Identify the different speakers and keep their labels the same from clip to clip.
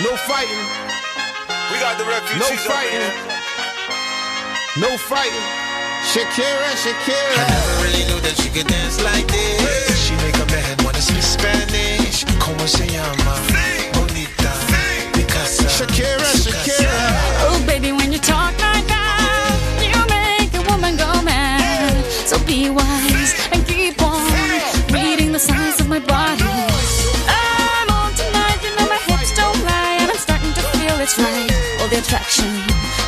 Speaker 1: No fighting,
Speaker 2: We got the
Speaker 1: no
Speaker 2: refugees over
Speaker 1: fighting,
Speaker 2: here.
Speaker 1: no fighting. Shakira, Shakira.
Speaker 3: Never really knew that she could dance like this. She make a man wanna speak Spanish. Como se llama? Bonita. Mi casa.
Speaker 1: Shakira,
Speaker 3: Su casa.
Speaker 1: Shakira.
Speaker 4: Oh, baby, when you talk like that, you make a woman go mad. So be wise and keep on reading the signs of my body. I'm on tonight, you know my hips don't lie, and I'm starting to feel it's right. All the attraction,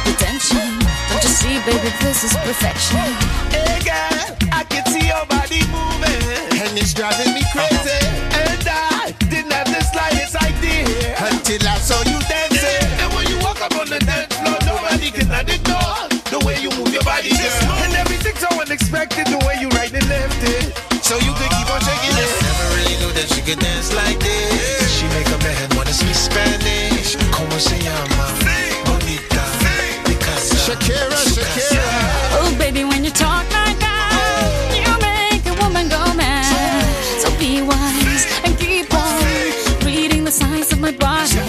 Speaker 4: the tension. Don't you see, baby, this is perfection.
Speaker 3: Hey girl, I can see your body moving.
Speaker 1: And it's driving me crazy
Speaker 3: And I didn't have the slightest idea.
Speaker 1: until I saw you.
Speaker 3: dancing. And when you walk up on the dance floor, nobody can ignore the way you move your body, girl. And everything's so unexpected, the way you right and left it. So you can keep on shaking it. Never really knew that she could dance like this. She make a man wanna speak Spanish. Como se llama? Bonita. Mi casa.
Speaker 1: Shakira,
Speaker 3: Su
Speaker 1: Shakira.
Speaker 3: casa.
Speaker 4: Oh, baby, when you talk like that, you make a woman go mad. So be wise and keep on reading the signs of my body.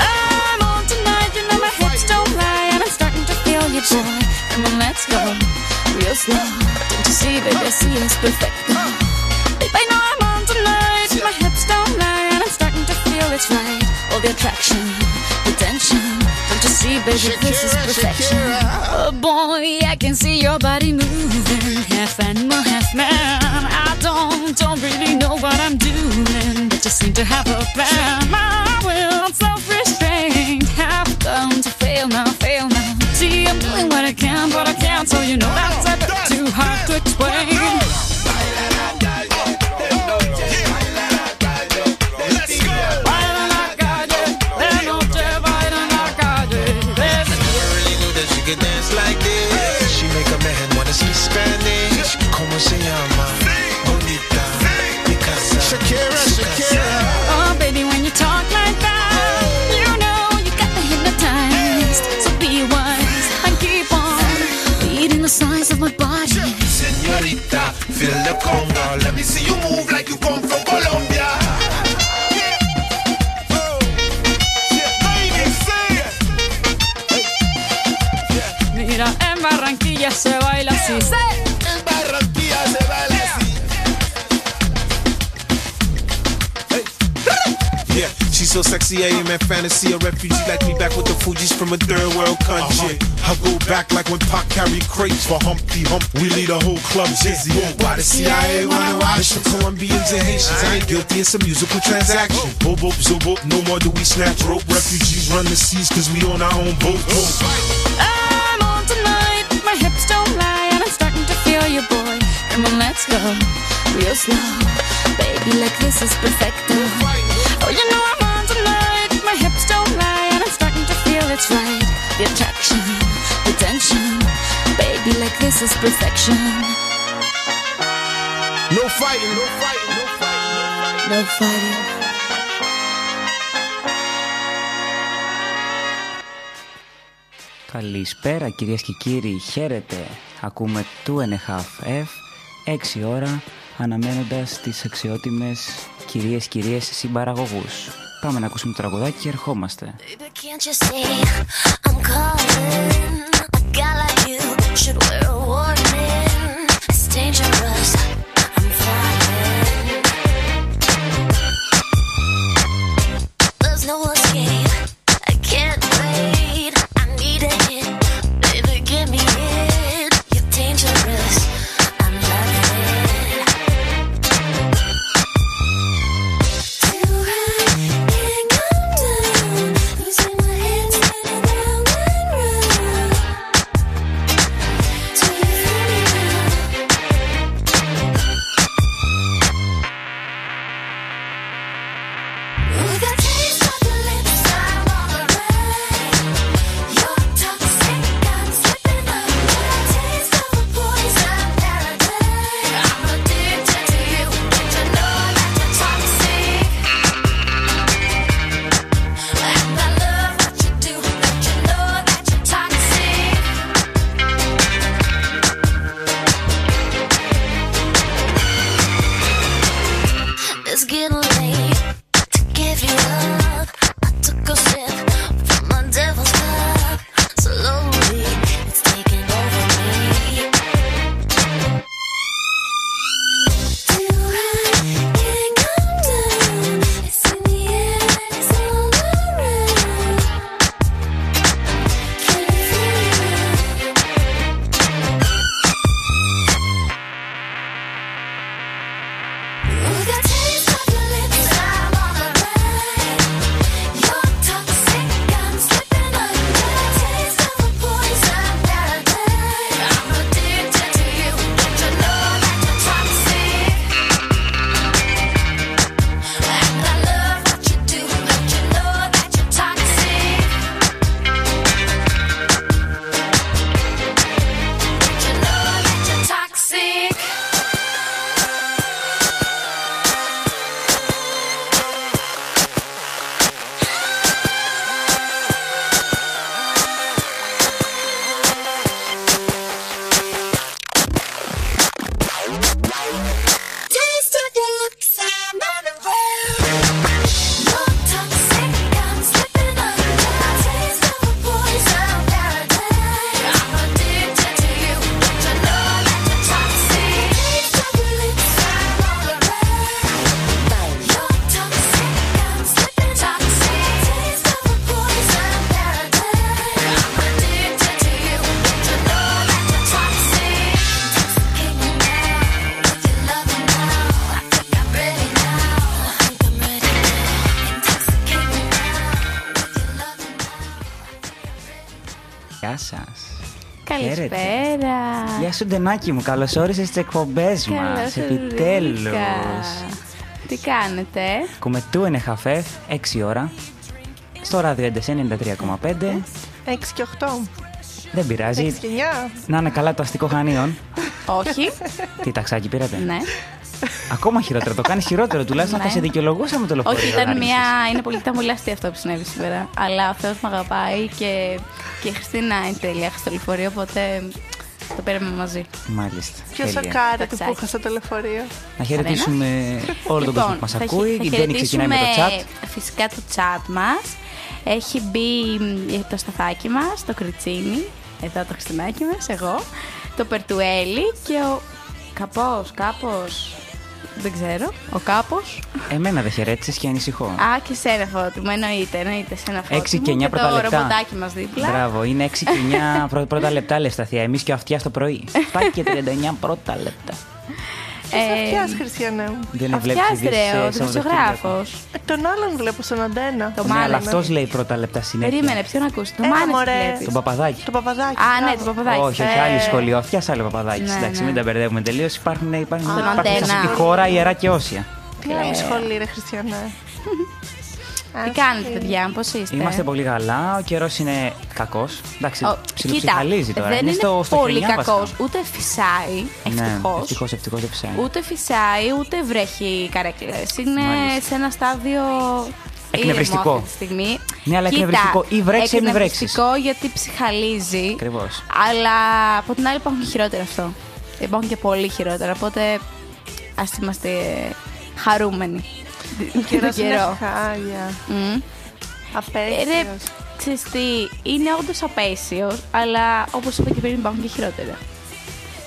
Speaker 4: I'm on tonight, you know my hips don't lie, and I'm starting to feel you, boy. Come on, let's go, real slow. Don't you see, baby, I see it's perfect. Babe, I know I'm on tonight, my hips don't lie, and I'm starting to feel it's right. All the attraction, the tension. Don't you see, baby, this is
Speaker 1: Shakira,
Speaker 4: perfection.
Speaker 1: Shakira.
Speaker 4: Oh boy, I can see your body moving, half animal, half man. I don't, don't really know what I'm doing, but just seem to have a plan. My will and self-restraint have come to fail now, fail now. See, I'm doing what I can, but I can't, so you know that's a bit too hard to explain. Bailan la calle, de noche bailan la calle. There's a-
Speaker 3: Never really knew that she could dance like this. She make a man wanna speak Spanish. Como se llama? Bonita. Mi casa.
Speaker 1: Shakira,
Speaker 3: Su casa.
Speaker 1: Shakira.
Speaker 4: Oh, baby, when you talk like that, you know you got me hypnotized. So be wise and keep on reading the signs of my body.
Speaker 3: Senorita, feel the conga. Let me see you move like you come from Colombia. Oh,
Speaker 4: Mira, en Barranquilla se baila así.
Speaker 3: En Barranquilla se baila así.
Speaker 5: Yeah, she's so sexy, I am a fantasy. A refugee like me back with the Fuji's from a third world country.
Speaker 2: Uh-huh.
Speaker 5: I go back like when Pac carried crates for Humpty Hump. We lead a whole club dizzy. Why the CIA wanna watch the Colombians and Haitians? I ain't guilty, it's a musical transaction.
Speaker 2: Oh.
Speaker 5: Boop, boop, zoop, boop, no more do we snatch rope. Refugees run the seas cause we own our own boat.
Speaker 4: I'm on tonight, my hips don't lie, and I'm starting to feel you, boy. Come on, let's go, real slow. Baby, like this is perfecto. Oh, you know I'm on tonight, my hips don't lie, and I'm starting to feel it's right. The attraction, the tension. Baby, like this is perfection.
Speaker 1: No fighting, no fighting, no fighting.
Speaker 4: No fighting.
Speaker 6: Καλησπέρα κυρίες και κύριοι, χαίρετε. Ακούμε 2.5F, 6 ώρα, αναμένοντας τις αξιότιμες κυρίες κυρίες συμπαραγωγούς. Πάμε να ακούσουμε το τραγουδάκι και ερχόμαστε.
Speaker 7: Baby, can't you see I'm calling? A guy like you should wear a warning. It's dangerous. I'm flying. There's no escape. I can't wait. I need a hit. Baby, give me it. You're dangerous. I'm loving it. Thank you your toxic, I'm slipping away. Taste of a poison paradise. I'm addicted to you, and you know that you're toxic. And I love what you do, but you know that you're toxic. It's getting late to give you up. I took a sip
Speaker 6: Γεια σας. Χαίρετε.
Speaker 4: Καλησπέρα.
Speaker 6: Γεια σου, Ντενάκη μου. Καλώς όρισες τις εκπομπές μας.
Speaker 4: Καλώς
Speaker 6: Επιτέλου.
Speaker 4: ήρθα. Τι κάνετε, ε?
Speaker 6: Ακούμε του είναι χαφέ, 6 ώρα. Στο ράδιο NTSN 93,5.
Speaker 8: 6 και 8.
Speaker 6: Δεν
Speaker 8: 6
Speaker 6: πειράζει.
Speaker 8: και 9.
Speaker 6: Να είναι καλά το αστικό χανίων.
Speaker 4: Όχι.
Speaker 6: Τι ταξάκι πήρατε.
Speaker 4: ναι.
Speaker 6: Ακόμα χειρότερο. Το κάνει χειρότερο. Τουλάχιστον θα
Speaker 4: Ναι.
Speaker 6: σε δικαιολογούσαμε το λεωφορείο.
Speaker 4: Όχι, ήταν
Speaker 6: να
Speaker 4: μια.
Speaker 6: άρχισες.
Speaker 4: Είναι πολύ, ήταν πολύ αστείο αυτό που συνέβη σήμερα. Αλλά ο Θεός με αγαπάει και, και η Χριστίνα είναι τέλεια στο λεωφορείο, οπότε το πήραμε μαζί.
Speaker 6: Μάλιστα.
Speaker 8: Ποιο
Speaker 6: Τέλεια.
Speaker 8: σοκάρατε
Speaker 4: Ταξάκι.
Speaker 8: που έχασα το λεωφορείο.
Speaker 6: Να χαιρετήσουμε όλο τον κόσμο που μας
Speaker 4: Λοιπόν, θα χαι-
Speaker 6: ακούει.
Speaker 4: θα
Speaker 6: Η Ντένι ξεκινάει με το chat.
Speaker 4: χαιρετήσουμε Φυσικά το chat μας. Έχει μπει μ, το σταθάκι μας, το κριτσίνι. Εδώ το χριστουνάκι μας, εγώ. Το περτουέλι και ο καπός, κάπως. Δεν ξέρω. Ο κάπω.
Speaker 6: Εμένα δεν χαιρέτησες και ανησυχώ.
Speaker 4: Α, και σένα φώτιμο, εννοείται, εννοείται σένα φώτιμο.
Speaker 6: 6 και 9 πρώτα
Speaker 4: το
Speaker 6: λεπτά.
Speaker 4: ρομποτάκι μας δίπλα.
Speaker 6: Μπράβο, είναι 6 και 9 πρω- πρώτα λεπτά λες σταθία. Εμείς και ο αυτιά το πρωί. 7 και 39 πρώτα λεπτά.
Speaker 4: Ε,
Speaker 8: Ποια Χριστιανέ μου.
Speaker 6: Δεν βλέπει
Speaker 4: Αυτιάς ρε,
Speaker 6: ε,
Speaker 4: ο δημοσιογράφος.
Speaker 8: Ε, Τον άλλον βλέπω στον αντένα.
Speaker 4: Το
Speaker 6: Ναι,
Speaker 4: μάλλον,
Speaker 6: αλλά αυτό λέει πρώτα λεπτά συνέχεια.
Speaker 4: Περίμενε, ποιον ακούς, το
Speaker 8: Έλα,
Speaker 4: μάνα
Speaker 8: μωρέ.
Speaker 6: Τον
Speaker 4: βλέπεις.
Speaker 6: παπαδάκι.
Speaker 8: Το παπαδάκι.
Speaker 4: Α, ναι,
Speaker 8: μπράβο.
Speaker 4: το παπαδάκι.
Speaker 6: Όχι, όχι,
Speaker 4: Ε,
Speaker 6: άλλη σχολείο. Αυτιάς άλλο παπαδάκι.
Speaker 4: Ναι,
Speaker 6: Εντάξει,
Speaker 4: ναι.
Speaker 6: μην τα μπερδεύουμε τελείως. Υπάρχουν, υπάρχουν,
Speaker 4: Στον
Speaker 6: υπάρχουν σε αυτή
Speaker 4: αντένα.
Speaker 6: τη χώρα ιερά και όσια.
Speaker 8: Τι άλλη σχολή, ρε Χριστιανέ.
Speaker 4: Ε. Τι
Speaker 8: Ε,
Speaker 4: κάνετε, παιδιά, πώς είστε.
Speaker 6: Είμαστε πολύ καλά. Ο καιρός είναι κακός. Εντάξει,
Speaker 4: Ο, Κοίτα,
Speaker 6: ψιλοψυχαλίζει τώρα.
Speaker 4: δεν είναι
Speaker 6: στο, στο
Speaker 4: πολύ
Speaker 6: χιονιά βασικά.
Speaker 4: κακός, ούτε φυσάει,
Speaker 6: Ναι,
Speaker 4: ευτυχώς.
Speaker 6: ευτυχώς, ευτυχώς δεν ψάει.
Speaker 4: Ούτε φυσάει, ούτε βρέχει καρέκλες. Είναι
Speaker 6: Μάλιστα. Ε,
Speaker 4: σε ένα στάδιο
Speaker 6: Εκνευριστικό.
Speaker 4: ήρεμο αυτή τη στιγμή.
Speaker 6: Ναι, αλλά
Speaker 4: Κοίτα,
Speaker 6: εκνευριστικό. Ή βρέξει ή μην βρέξεις.
Speaker 4: Εκνευριστικό γιατί ψυχαλίζει.
Speaker 6: Ακριβώς.
Speaker 4: Αλλά από την άλλη υπάρχουν και χειρότερα αυτό. Υπάρχουν και πολύ χειρότερα. Οπότε ας είμαστε χαρούμενοι.
Speaker 8: Ο καιρό
Speaker 4: Τον
Speaker 8: είναι
Speaker 4: καιρό.
Speaker 8: χάλια.
Speaker 4: Μμμ. Ε, Ρε,
Speaker 8: Απέξιος.
Speaker 4: ξέρεις τι, είναι όντως απέσιος, αλλά όπως είπα και πριν, υπάρχουν και χειρότερα.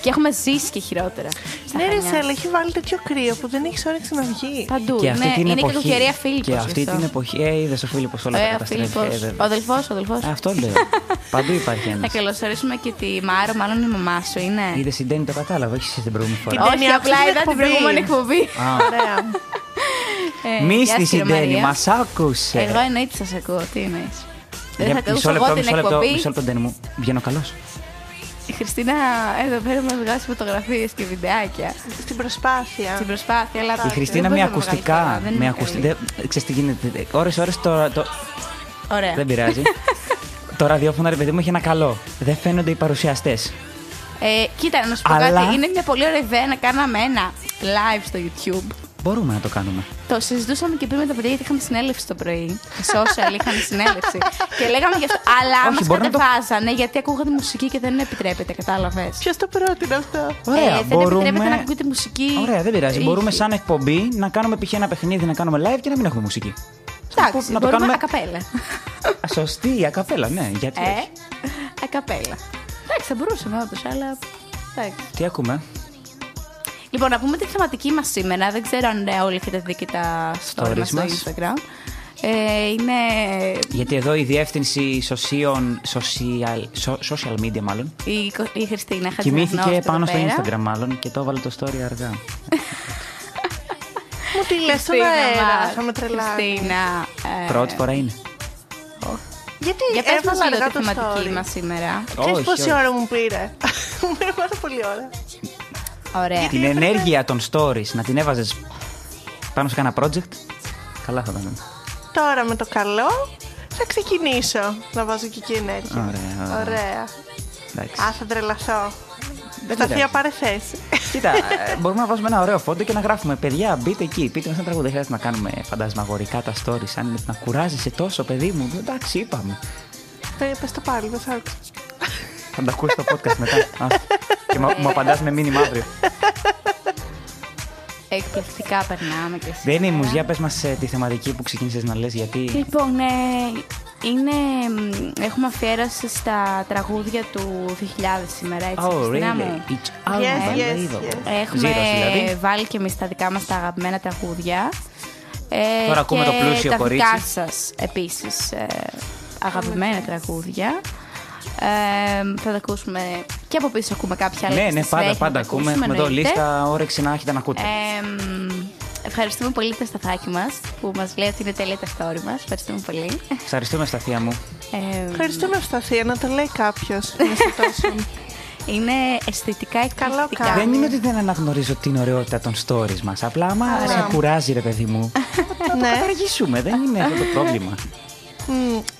Speaker 4: Και έχουμε ζήσει και χειρότερα. στα
Speaker 8: Ναι, ρε
Speaker 4: Χανιά.
Speaker 8: Σέλα, έχει βάλει τέτοιο κρύο που δεν έχει όρεξη να βγει.
Speaker 4: Παντού.
Speaker 6: Και αυτή
Speaker 4: ναι,
Speaker 6: την
Speaker 4: είναι
Speaker 6: εποχή.
Speaker 4: και κακοκαιρία Φίλιππος.
Speaker 6: Και αυτή
Speaker 4: γι' αυτό.
Speaker 6: την εποχή. Ε, είδες ο Φίλιππος όλα τα
Speaker 4: Ε, ο
Speaker 6: καταστρέφει.
Speaker 4: Φίλιππος.
Speaker 6: Ε,
Speaker 4: Ο
Speaker 6: βέβαια. Ε,
Speaker 4: αδελφός, ο αδελφός.
Speaker 6: Αυτό λέω. Παντού υπάρχει
Speaker 4: Θα
Speaker 6: ένας.
Speaker 4: καλωσορίσουμε και τη Μάρο, μάλλον η μαμά σου είναι.
Speaker 6: Είδες η Ντένι το κατάλαβα, όχι την προηγούμενη φορά.
Speaker 8: Την Ντένι
Speaker 4: Όχι,
Speaker 8: άκουσε
Speaker 4: απλά
Speaker 8: την
Speaker 4: είδα την
Speaker 8: εκπομπή.
Speaker 4: προηγούμενη εκπομπή.
Speaker 8: Ωραία.
Speaker 4: Ε,
Speaker 6: Μη
Speaker 4: γεια σου,
Speaker 6: στη
Speaker 4: κύριε Μαρία.
Speaker 6: Ντένι, μας άκουσες.
Speaker 4: Εγώ εννοείται σας ακούω, τι εννοείς. Δεν
Speaker 6: Για-
Speaker 4: θα
Speaker 6: μισό
Speaker 4: ακούσω
Speaker 6: λεπτό,
Speaker 4: εγώ την
Speaker 6: μισό λεπτό,
Speaker 4: εκπομπή.
Speaker 6: Μισό λεπτό, Ντένι μου. Βγαίνω καλός.
Speaker 4: Η Χριστίνα εδώ πέρα μας βγάζει φωτογραφίες και βιντεάκια.
Speaker 8: Στην προσπάθεια.
Speaker 4: Στην προσπάθεια, αλλά.
Speaker 6: Η Χριστίνα με ακουστικά. Με ακουστικά.
Speaker 4: ακουστικά.
Speaker 6: Ξέρεις τι γίνεται. Ώρε-ώρε το. το-
Speaker 4: Ωραία.
Speaker 6: Δεν πειράζει. Το ραδιόφωνο, ρε παιδί μου, έχει ένα καλό. Δεν φαίνονται οι παρουσιαστές.
Speaker 4: Ε, κοίτα, να σου πω
Speaker 6: Αλλά-
Speaker 4: κάτι. Είναι μια πολύ ωραία ιδέα να κάναμε ένα live στο YouTube.
Speaker 6: Μπορούμε να το κάνουμε.
Speaker 4: Το συζητούσαμε και πριν με τα παιδιά γιατί είχαμε συνέλευση το πρωί. Οι social είχαν συνέλευση. και λέγαμε γι' αυτό. Αλλά
Speaker 6: Όχι,
Speaker 4: μας
Speaker 6: μπορεί να το-
Speaker 4: κατεβάζανε γιατί ακούγατε μουσική και δεν επιτρέπεται, κατάλαβες.
Speaker 8: Ποιος το πρότεινε αυτό.
Speaker 6: Ωραία,
Speaker 4: Ε, δεν
Speaker 6: μπορούμε-
Speaker 4: επιτρέπεται να ακούγεται μουσική.
Speaker 6: Ωραία, δεν πειράζει.
Speaker 4: Ή-
Speaker 6: Μπορούμε σαν εκπομπή να κάνουμε π.χ. ένα παιχνίδι, να κάνουμε live και να μην έχουμε μουσική.
Speaker 4: Εντάξει,
Speaker 6: να το
Speaker 4: μπορούμε
Speaker 6: κάνουμε-
Speaker 4: ακαπέλα.
Speaker 6: Α, Σωστή, η ακαπέλα, ναι. Γιατί
Speaker 4: ε,
Speaker 6: όχι.
Speaker 4: ακαπέλα. Εντάξει, θα μπορούσαμε όντως, αλλά. Εντάξει.
Speaker 6: Τι ακούμε.
Speaker 4: Λοιπόν, να πούμε τη θεματική μας σήμερα. Δεν ξέρω αν ε, όλοι έχετε δει και τα stories μας στο
Speaker 6: μας.
Speaker 4: Instagram. Ε, είναι.
Speaker 6: Γιατί εδώ η διεύθυνση σωσίων, social, so- social media μάλλον,
Speaker 4: Η, Κο- η Χριστίνα Χατζηναχνώστου
Speaker 6: κοιμήθηκε
Speaker 4: εδώ
Speaker 6: πάνω στο
Speaker 4: πέρα.
Speaker 6: Instagram μάλλον και το έβαλε το story αργά.
Speaker 8: Μου τη λες στον
Speaker 4: Χριστίνα
Speaker 8: αέρα.
Speaker 4: μας,
Speaker 8: Θα με τρελάει.
Speaker 4: Χριστίνα. ε,
Speaker 6: Πρώτη φορά είναι.
Speaker 8: Γιατί
Speaker 4: Για πες μας
Speaker 8: έβαλα
Speaker 4: λίγο
Speaker 8: αργά
Speaker 4: τη
Speaker 8: το
Speaker 4: θεματική
Speaker 8: story.
Speaker 4: μας σήμερα.
Speaker 8: Ξέρεις
Speaker 6: Όχι,
Speaker 8: πόση
Speaker 6: όχι.
Speaker 8: ώρα μου πήρε. Μου πήρε πάρα πολύ ώρα.
Speaker 4: Ωραία.
Speaker 6: Την ενέργεια των stories να την έβαζες πάνω σε κάνα project. Καλά θα ήταν.
Speaker 8: Τώρα με το καλό θα ξεκινήσω να βάζω και εκεί ενέργεια.
Speaker 6: Ωραία, ωραία.
Speaker 8: Ωραία.
Speaker 6: Εντάξει.
Speaker 8: Α, θα τρελαθώ.
Speaker 6: Δεν
Speaker 8: Σταθία,
Speaker 6: πειράζει.
Speaker 8: πάρε θέση.
Speaker 6: Κοίτα, ε, μπορούμε να βάζουμε ένα ωραίο φόντο και να γράφουμε παιδιά, μπείτε εκεί, πείτε μας ένα τραγούδι. Δεν χρειάζεται να κάνουμε φαντασμαγορικά τα stories. Αν είναι να κουράζεσαι τόσο, παιδί μου, εντάξει, είπαμε.
Speaker 8: Πε Ε, πες το πάλι, δεν θα άκουσα.
Speaker 6: Θα τα ακούσεις το podcast μετά. Ας. και μου, μου απαντάς με μήνυμα αύριο.
Speaker 4: Εκπληκτικά περνάμε και σήμερα.
Speaker 6: Δεν μου, για πες μας ε, τη θεματική που ξεκίνησες να λες, γιατί.
Speaker 4: Λοιπόν, ε, είναι, μ, έχουμε αφιέρωση στα τραγούδια του 2000 σήμερα, έτσι,
Speaker 6: Oh,
Speaker 4: Χριστίνα
Speaker 6: really?
Speaker 4: μου.
Speaker 6: It's
Speaker 8: Yes, yes,
Speaker 6: unbelievable.
Speaker 8: yes.
Speaker 4: Έχουμε
Speaker 6: Ζήρος, δηλαδή.
Speaker 4: βάλει και εμείς τα δικά μας τα αγαπημένα τραγούδια. Ε,
Speaker 6: Τώρα ακούμε
Speaker 4: και
Speaker 6: το πλούσιο
Speaker 4: τα
Speaker 6: κορίτσι.
Speaker 4: δικά σας επίσης αγαπημένα τραγούδια. Ε, θα τα ακούσουμε και από πίσω ακούμε κάποια άλλη.
Speaker 6: Ναι,
Speaker 4: στη
Speaker 6: ναι, πάντα,
Speaker 4: συνέχεια θα
Speaker 6: πάντα
Speaker 4: τα
Speaker 6: ακούμε.
Speaker 4: ακούσουμε,
Speaker 6: Έχουμε εδώ
Speaker 7: Ε.
Speaker 4: εννοείται.
Speaker 6: λίστα, όρεξη να έχετε να ακούτε.
Speaker 4: Ε, μ, Ευχαριστούμε πολύ το σταθάκι μας που μας λέει ότι είναι τέλεια τα story μας. Ευχαριστούμε πολύ.
Speaker 6: Ευχαριστούμε, Σταθία μου.
Speaker 4: Ε,
Speaker 8: Ευχαριστούμε, Ευσταθία, να το λέει κάποιος. Να σε δώσουν.
Speaker 4: Είναι αισθητικά
Speaker 8: Καλό
Speaker 4: εκπληκτικά.
Speaker 8: κάνει.
Speaker 6: Δεν είναι ότι δεν αναγνωρίζω την ωραιότητα των stories μας. Απλά άμα σε κουράζει, ρε παιδί μου.
Speaker 4: Ε.
Speaker 6: Θα το
Speaker 8: Ναι.
Speaker 6: καταργήσουμε. Δεν είναι αυτό το πρόβλημα.
Speaker 8: Μμ,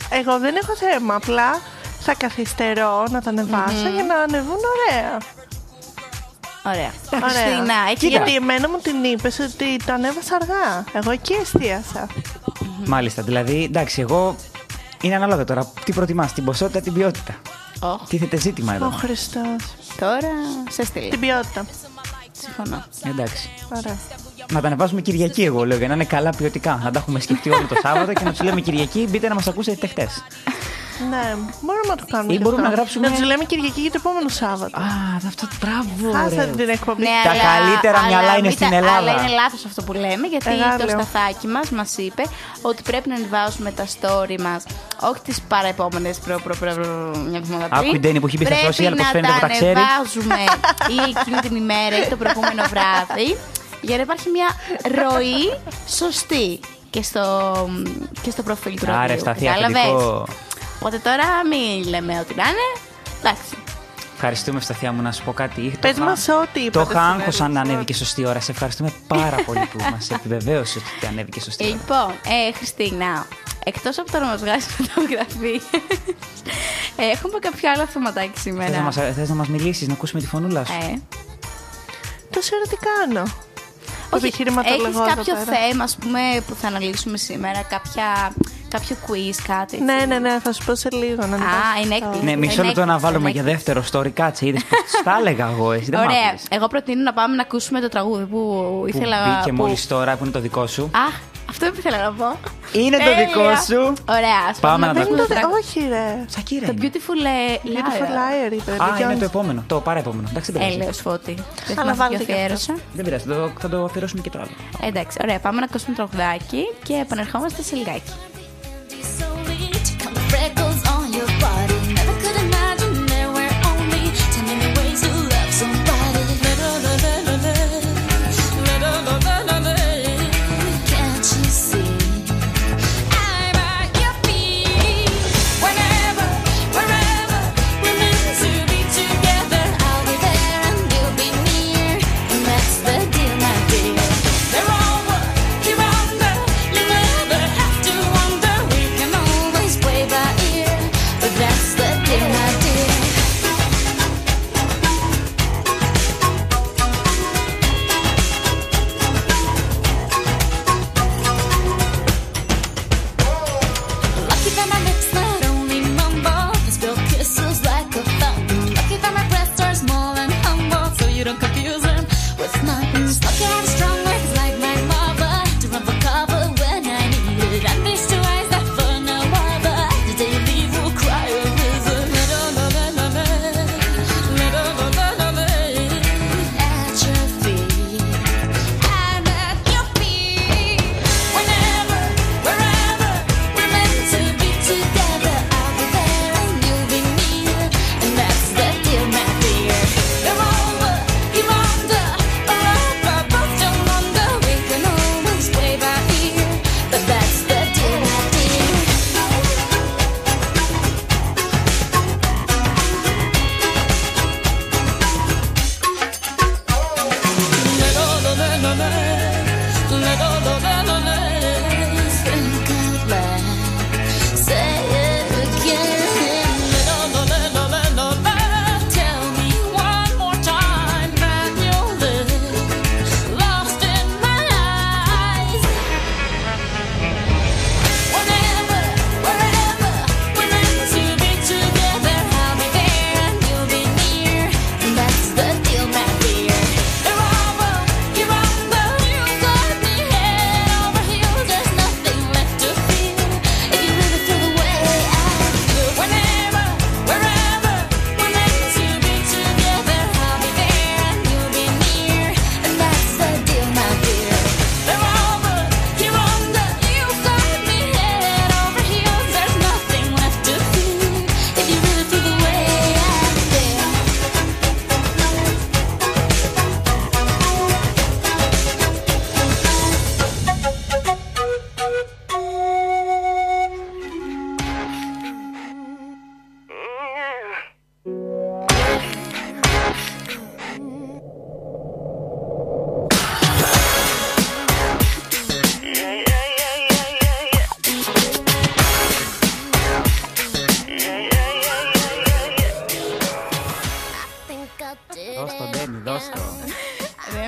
Speaker 8: Εγώ δεν έχω θέμα. Απλά θα καθυστερώ να τα ανεβασω για να ανεβούν ωραία.
Speaker 4: Ωραία.
Speaker 8: Ωραία.
Speaker 4: Χριστίνα, έχει
Speaker 8: Γιατί εμένα μου την είπες ότι τα ανέβασα αργά. Εγώ εκεί εστίασα.
Speaker 6: Μάλιστα. Δηλαδή, εντάξει, εγώ. Είναι ανάλογα τώρα. Τι προτιμάς, την ποσότητα, την ποιότητα.
Speaker 4: Ωχ,
Speaker 6: Τίθεται ζήτημα
Speaker 8: Ο
Speaker 6: εδώ.
Speaker 8: Χριστός.
Speaker 4: τώρα σε στείλω.
Speaker 8: Την ποιότητα.
Speaker 4: Συμφωνώ.
Speaker 6: Εντάξει.
Speaker 8: Ωραία.
Speaker 6: Να τα ανεβάζουμε Κυριακή, εγώ λέω, για να είναι καλά ποιοτικά. Να τα έχουμε σκεφτεί όλο το Σάββατο και να τους λέμε Κυριακή, μπείτε να μας ακούσετε χτες.
Speaker 8: Ναι, μπορούμε να το κάνουμε.
Speaker 6: Ή
Speaker 8: και
Speaker 6: μπορούμε
Speaker 8: αυτό.
Speaker 6: να γράψουμε-
Speaker 8: Να του λέμε Κυριακή για το επόμενο Σάββατο.
Speaker 6: Α, αυτό μπράβο.
Speaker 8: Άσε
Speaker 6: ρε.
Speaker 8: την εκπομπή.
Speaker 4: Ναι,
Speaker 6: Τα
Speaker 4: αλλά-
Speaker 6: καλύτερα
Speaker 4: αλλά
Speaker 6: μυαλά είναι
Speaker 4: μην τα-
Speaker 6: στην Ελλάδα.
Speaker 4: Αλλά είναι λάθος αυτό που λέμε, γιατί
Speaker 8: Εγώ
Speaker 4: το
Speaker 8: λέω.
Speaker 4: σταθάκι μας μας είπε ότι πρέπει να ανεβάσουμε τα story μας, όχι τις παραεπόμενες προ προ προ προ- μια εβδομάδα πριν.
Speaker 6: Άκου την Τέννη που έχει μπει στα
Speaker 4: Πρέπει
Speaker 6: social, πως
Speaker 4: να
Speaker 6: φαίνεται που τα ξέρει.
Speaker 4: ανεβάζουμε ή εκείνη την ημέρα ή το προηγούμενο βράδυ, για να υπάρχει μια ροή σωστή και στο, και στο προφίλ του
Speaker 6: Άρα,
Speaker 4: ραδιού.
Speaker 6: Ευσταθία,
Speaker 4: Κατάλαβες?
Speaker 6: αφεντικό.
Speaker 4: Οπότε τώρα μην λέμε ότι να είναι. Εντάξει.
Speaker 6: Ευχαριστούμε, Ευσταθία μου, να σου πω κάτι.
Speaker 8: Πες
Speaker 6: Το
Speaker 8: μας
Speaker 6: χα-
Speaker 8: ό,τι είπατε
Speaker 6: Το
Speaker 8: στην
Speaker 6: είχα άγχο
Speaker 8: αρχή.
Speaker 6: αν ανέβηκε σωστή ώρα. Σε ευχαριστούμε πάρα πολύ που μας επιβεβαίωσε ότι ανέβηκε σωστή ώρα.
Speaker 4: Λοιπόν, ε, Χριστίνα, εκτός από το να μας βγάλεις φωτογραφίες, ε, έχουμε κάποιο άλλο θεματάκι
Speaker 6: Θες να
Speaker 4: σήμερα.
Speaker 6: μας- Θες να μας μιλήσεις, να ακούσουμε τη φωνούλα σου.
Speaker 4: Ε,
Speaker 8: Τόσο ώρα τι κάνω.
Speaker 4: όχι,
Speaker 8: Επιχειρηματολογώ
Speaker 4: έχεις
Speaker 8: εδώ
Speaker 4: κάποιο
Speaker 8: πέρα.
Speaker 4: θέμα, ας πούμε, που θα αναλύσουμε σήμερα, κάποια, κάποιο quiz, κάτι. έτσι.
Speaker 8: Ναι, ναι, ναι, θα σου πω σε λίγο. Να
Speaker 4: Α,
Speaker 8: ανεβάσεις
Speaker 4: είναι
Speaker 8: το-
Speaker 4: έκπληξη.
Speaker 6: Ναι, μισό
Speaker 4: Είναι
Speaker 6: λεπτό να
Speaker 4: έκπληξη,
Speaker 6: βάλουμε
Speaker 4: είναι
Speaker 6: για δεύτερο story. Κάτσε, είδες πώ τα έλεγα εγώ. Εσύ δεν μ'
Speaker 4: Ωραία.
Speaker 6: άκουσες.
Speaker 4: Εγώ προτείνω να πάμε να ακούσουμε το τραγούδι που
Speaker 6: Που
Speaker 4: ήθελα να.
Speaker 6: μπήκε μόλις τώρα που είναι το δικό σου.
Speaker 4: Αχ, αυτό που ήθελα να πω.
Speaker 6: Είναι το
Speaker 4: Τέλεια.
Speaker 6: δικό σου.
Speaker 4: Ωραία, ας
Speaker 6: Πάμε να το
Speaker 8: Δεν είναι
Speaker 4: ακούσουμε
Speaker 6: ακούσουμε.
Speaker 8: το-
Speaker 4: τραγούδι.
Speaker 8: Όχι, ρε.
Speaker 6: Σακύρα.
Speaker 4: Το
Speaker 6: είναι.
Speaker 4: Beautiful ε,
Speaker 8: Beautiful
Speaker 4: Liar.
Speaker 8: liar, είπε.
Speaker 6: Α, είναι
Speaker 8: Beyoncé.
Speaker 6: το επόμενο. Το παραεπόμενο. Εντάξει, δεν πειράζει.
Speaker 4: Έλεος Ε, Φώτη. Δεν
Speaker 8: Αλλά
Speaker 4: θυμάμαι ποιο
Speaker 8: βάλτε και αυτό.
Speaker 4: αφιέρωσα.
Speaker 6: Δεν πειράζει. θα το- Θα το αφιερώσουμε και το άλλο.
Speaker 4: Εντάξει, ωραία, πάμε να ακούσουμε τραγουδάκι και επανερχόμαστε σε λιγάκι.
Speaker 7: So rich, count the freckles on your body. Never could imagine there were only ten million ways to love somebody. Can't you see? I'm at your feet. Whenever, wherever we're meant to be together, I'll be there and you'll be near, and that's the deal, my dear. They're all what you're under. You never have to wonder.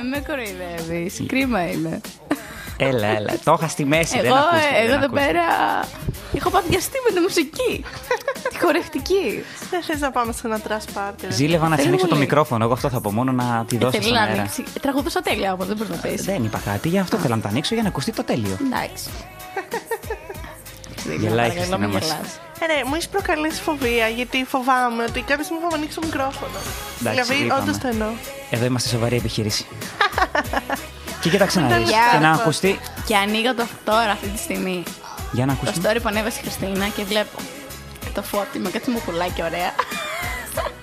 Speaker 7: με κοροϊδεύει. Κρίμα είναι.
Speaker 6: Έλα, έλα. Το είχα στη μέση.
Speaker 7: Εγώ,
Speaker 6: δεν
Speaker 7: ε,
Speaker 6: ακούστηκε,
Speaker 7: εγώ
Speaker 6: δεν
Speaker 7: εδώ
Speaker 6: ακούστηκε.
Speaker 7: πέρα. Έχω παθιαστεί με τη μουσική. τη χορευτική.
Speaker 8: Δεν θες να πάμε σε ένα τρας πάρτι. ρε.
Speaker 6: Ζήλευα να τη ανοίξω το
Speaker 7: πολύ.
Speaker 6: μικρόφωνο. Εγώ αυτό θα πω μόνο να τη δώσω
Speaker 7: Ε, Θέλει
Speaker 6: στον
Speaker 7: να
Speaker 6: αέρα.
Speaker 7: ανοίξει. Τραγουδούσα τέλεια όμως, δεν μπορείς να πεις.
Speaker 6: Δεν είπα κάτι, γι' αυτό θέλω να το ανοίξω για να ακουστεί το τέλειο.
Speaker 7: Εντάξει. Δεν
Speaker 6: Γελάει η
Speaker 7: γελάω,
Speaker 6: Χριστίνα
Speaker 7: μην
Speaker 6: μας.
Speaker 7: γελάς.
Speaker 8: Ε, ρε, μου έχεις προκαλέσει φοβία γιατί φοβάμαι ότι κάποια στιγμή θα μου ανοίξει το μικρόφωνο. δηλαδή,
Speaker 6: είπαμε.
Speaker 8: όντως το εννοώ.
Speaker 6: Εδώ είμαστε σε βαρύ επιχείρηση. και κοίταξε να δεις.
Speaker 7: Παιδιά.
Speaker 6: Και να ακουστεί.
Speaker 7: Και ανοίγω το τώρα αυτή τη στιγμή.
Speaker 6: Για να
Speaker 7: Το
Speaker 6: ακουστεί.
Speaker 7: story που ανέβασε η Χριστίνα και βλέπω το φώτι με κάτι μου πουλάκι ωραία.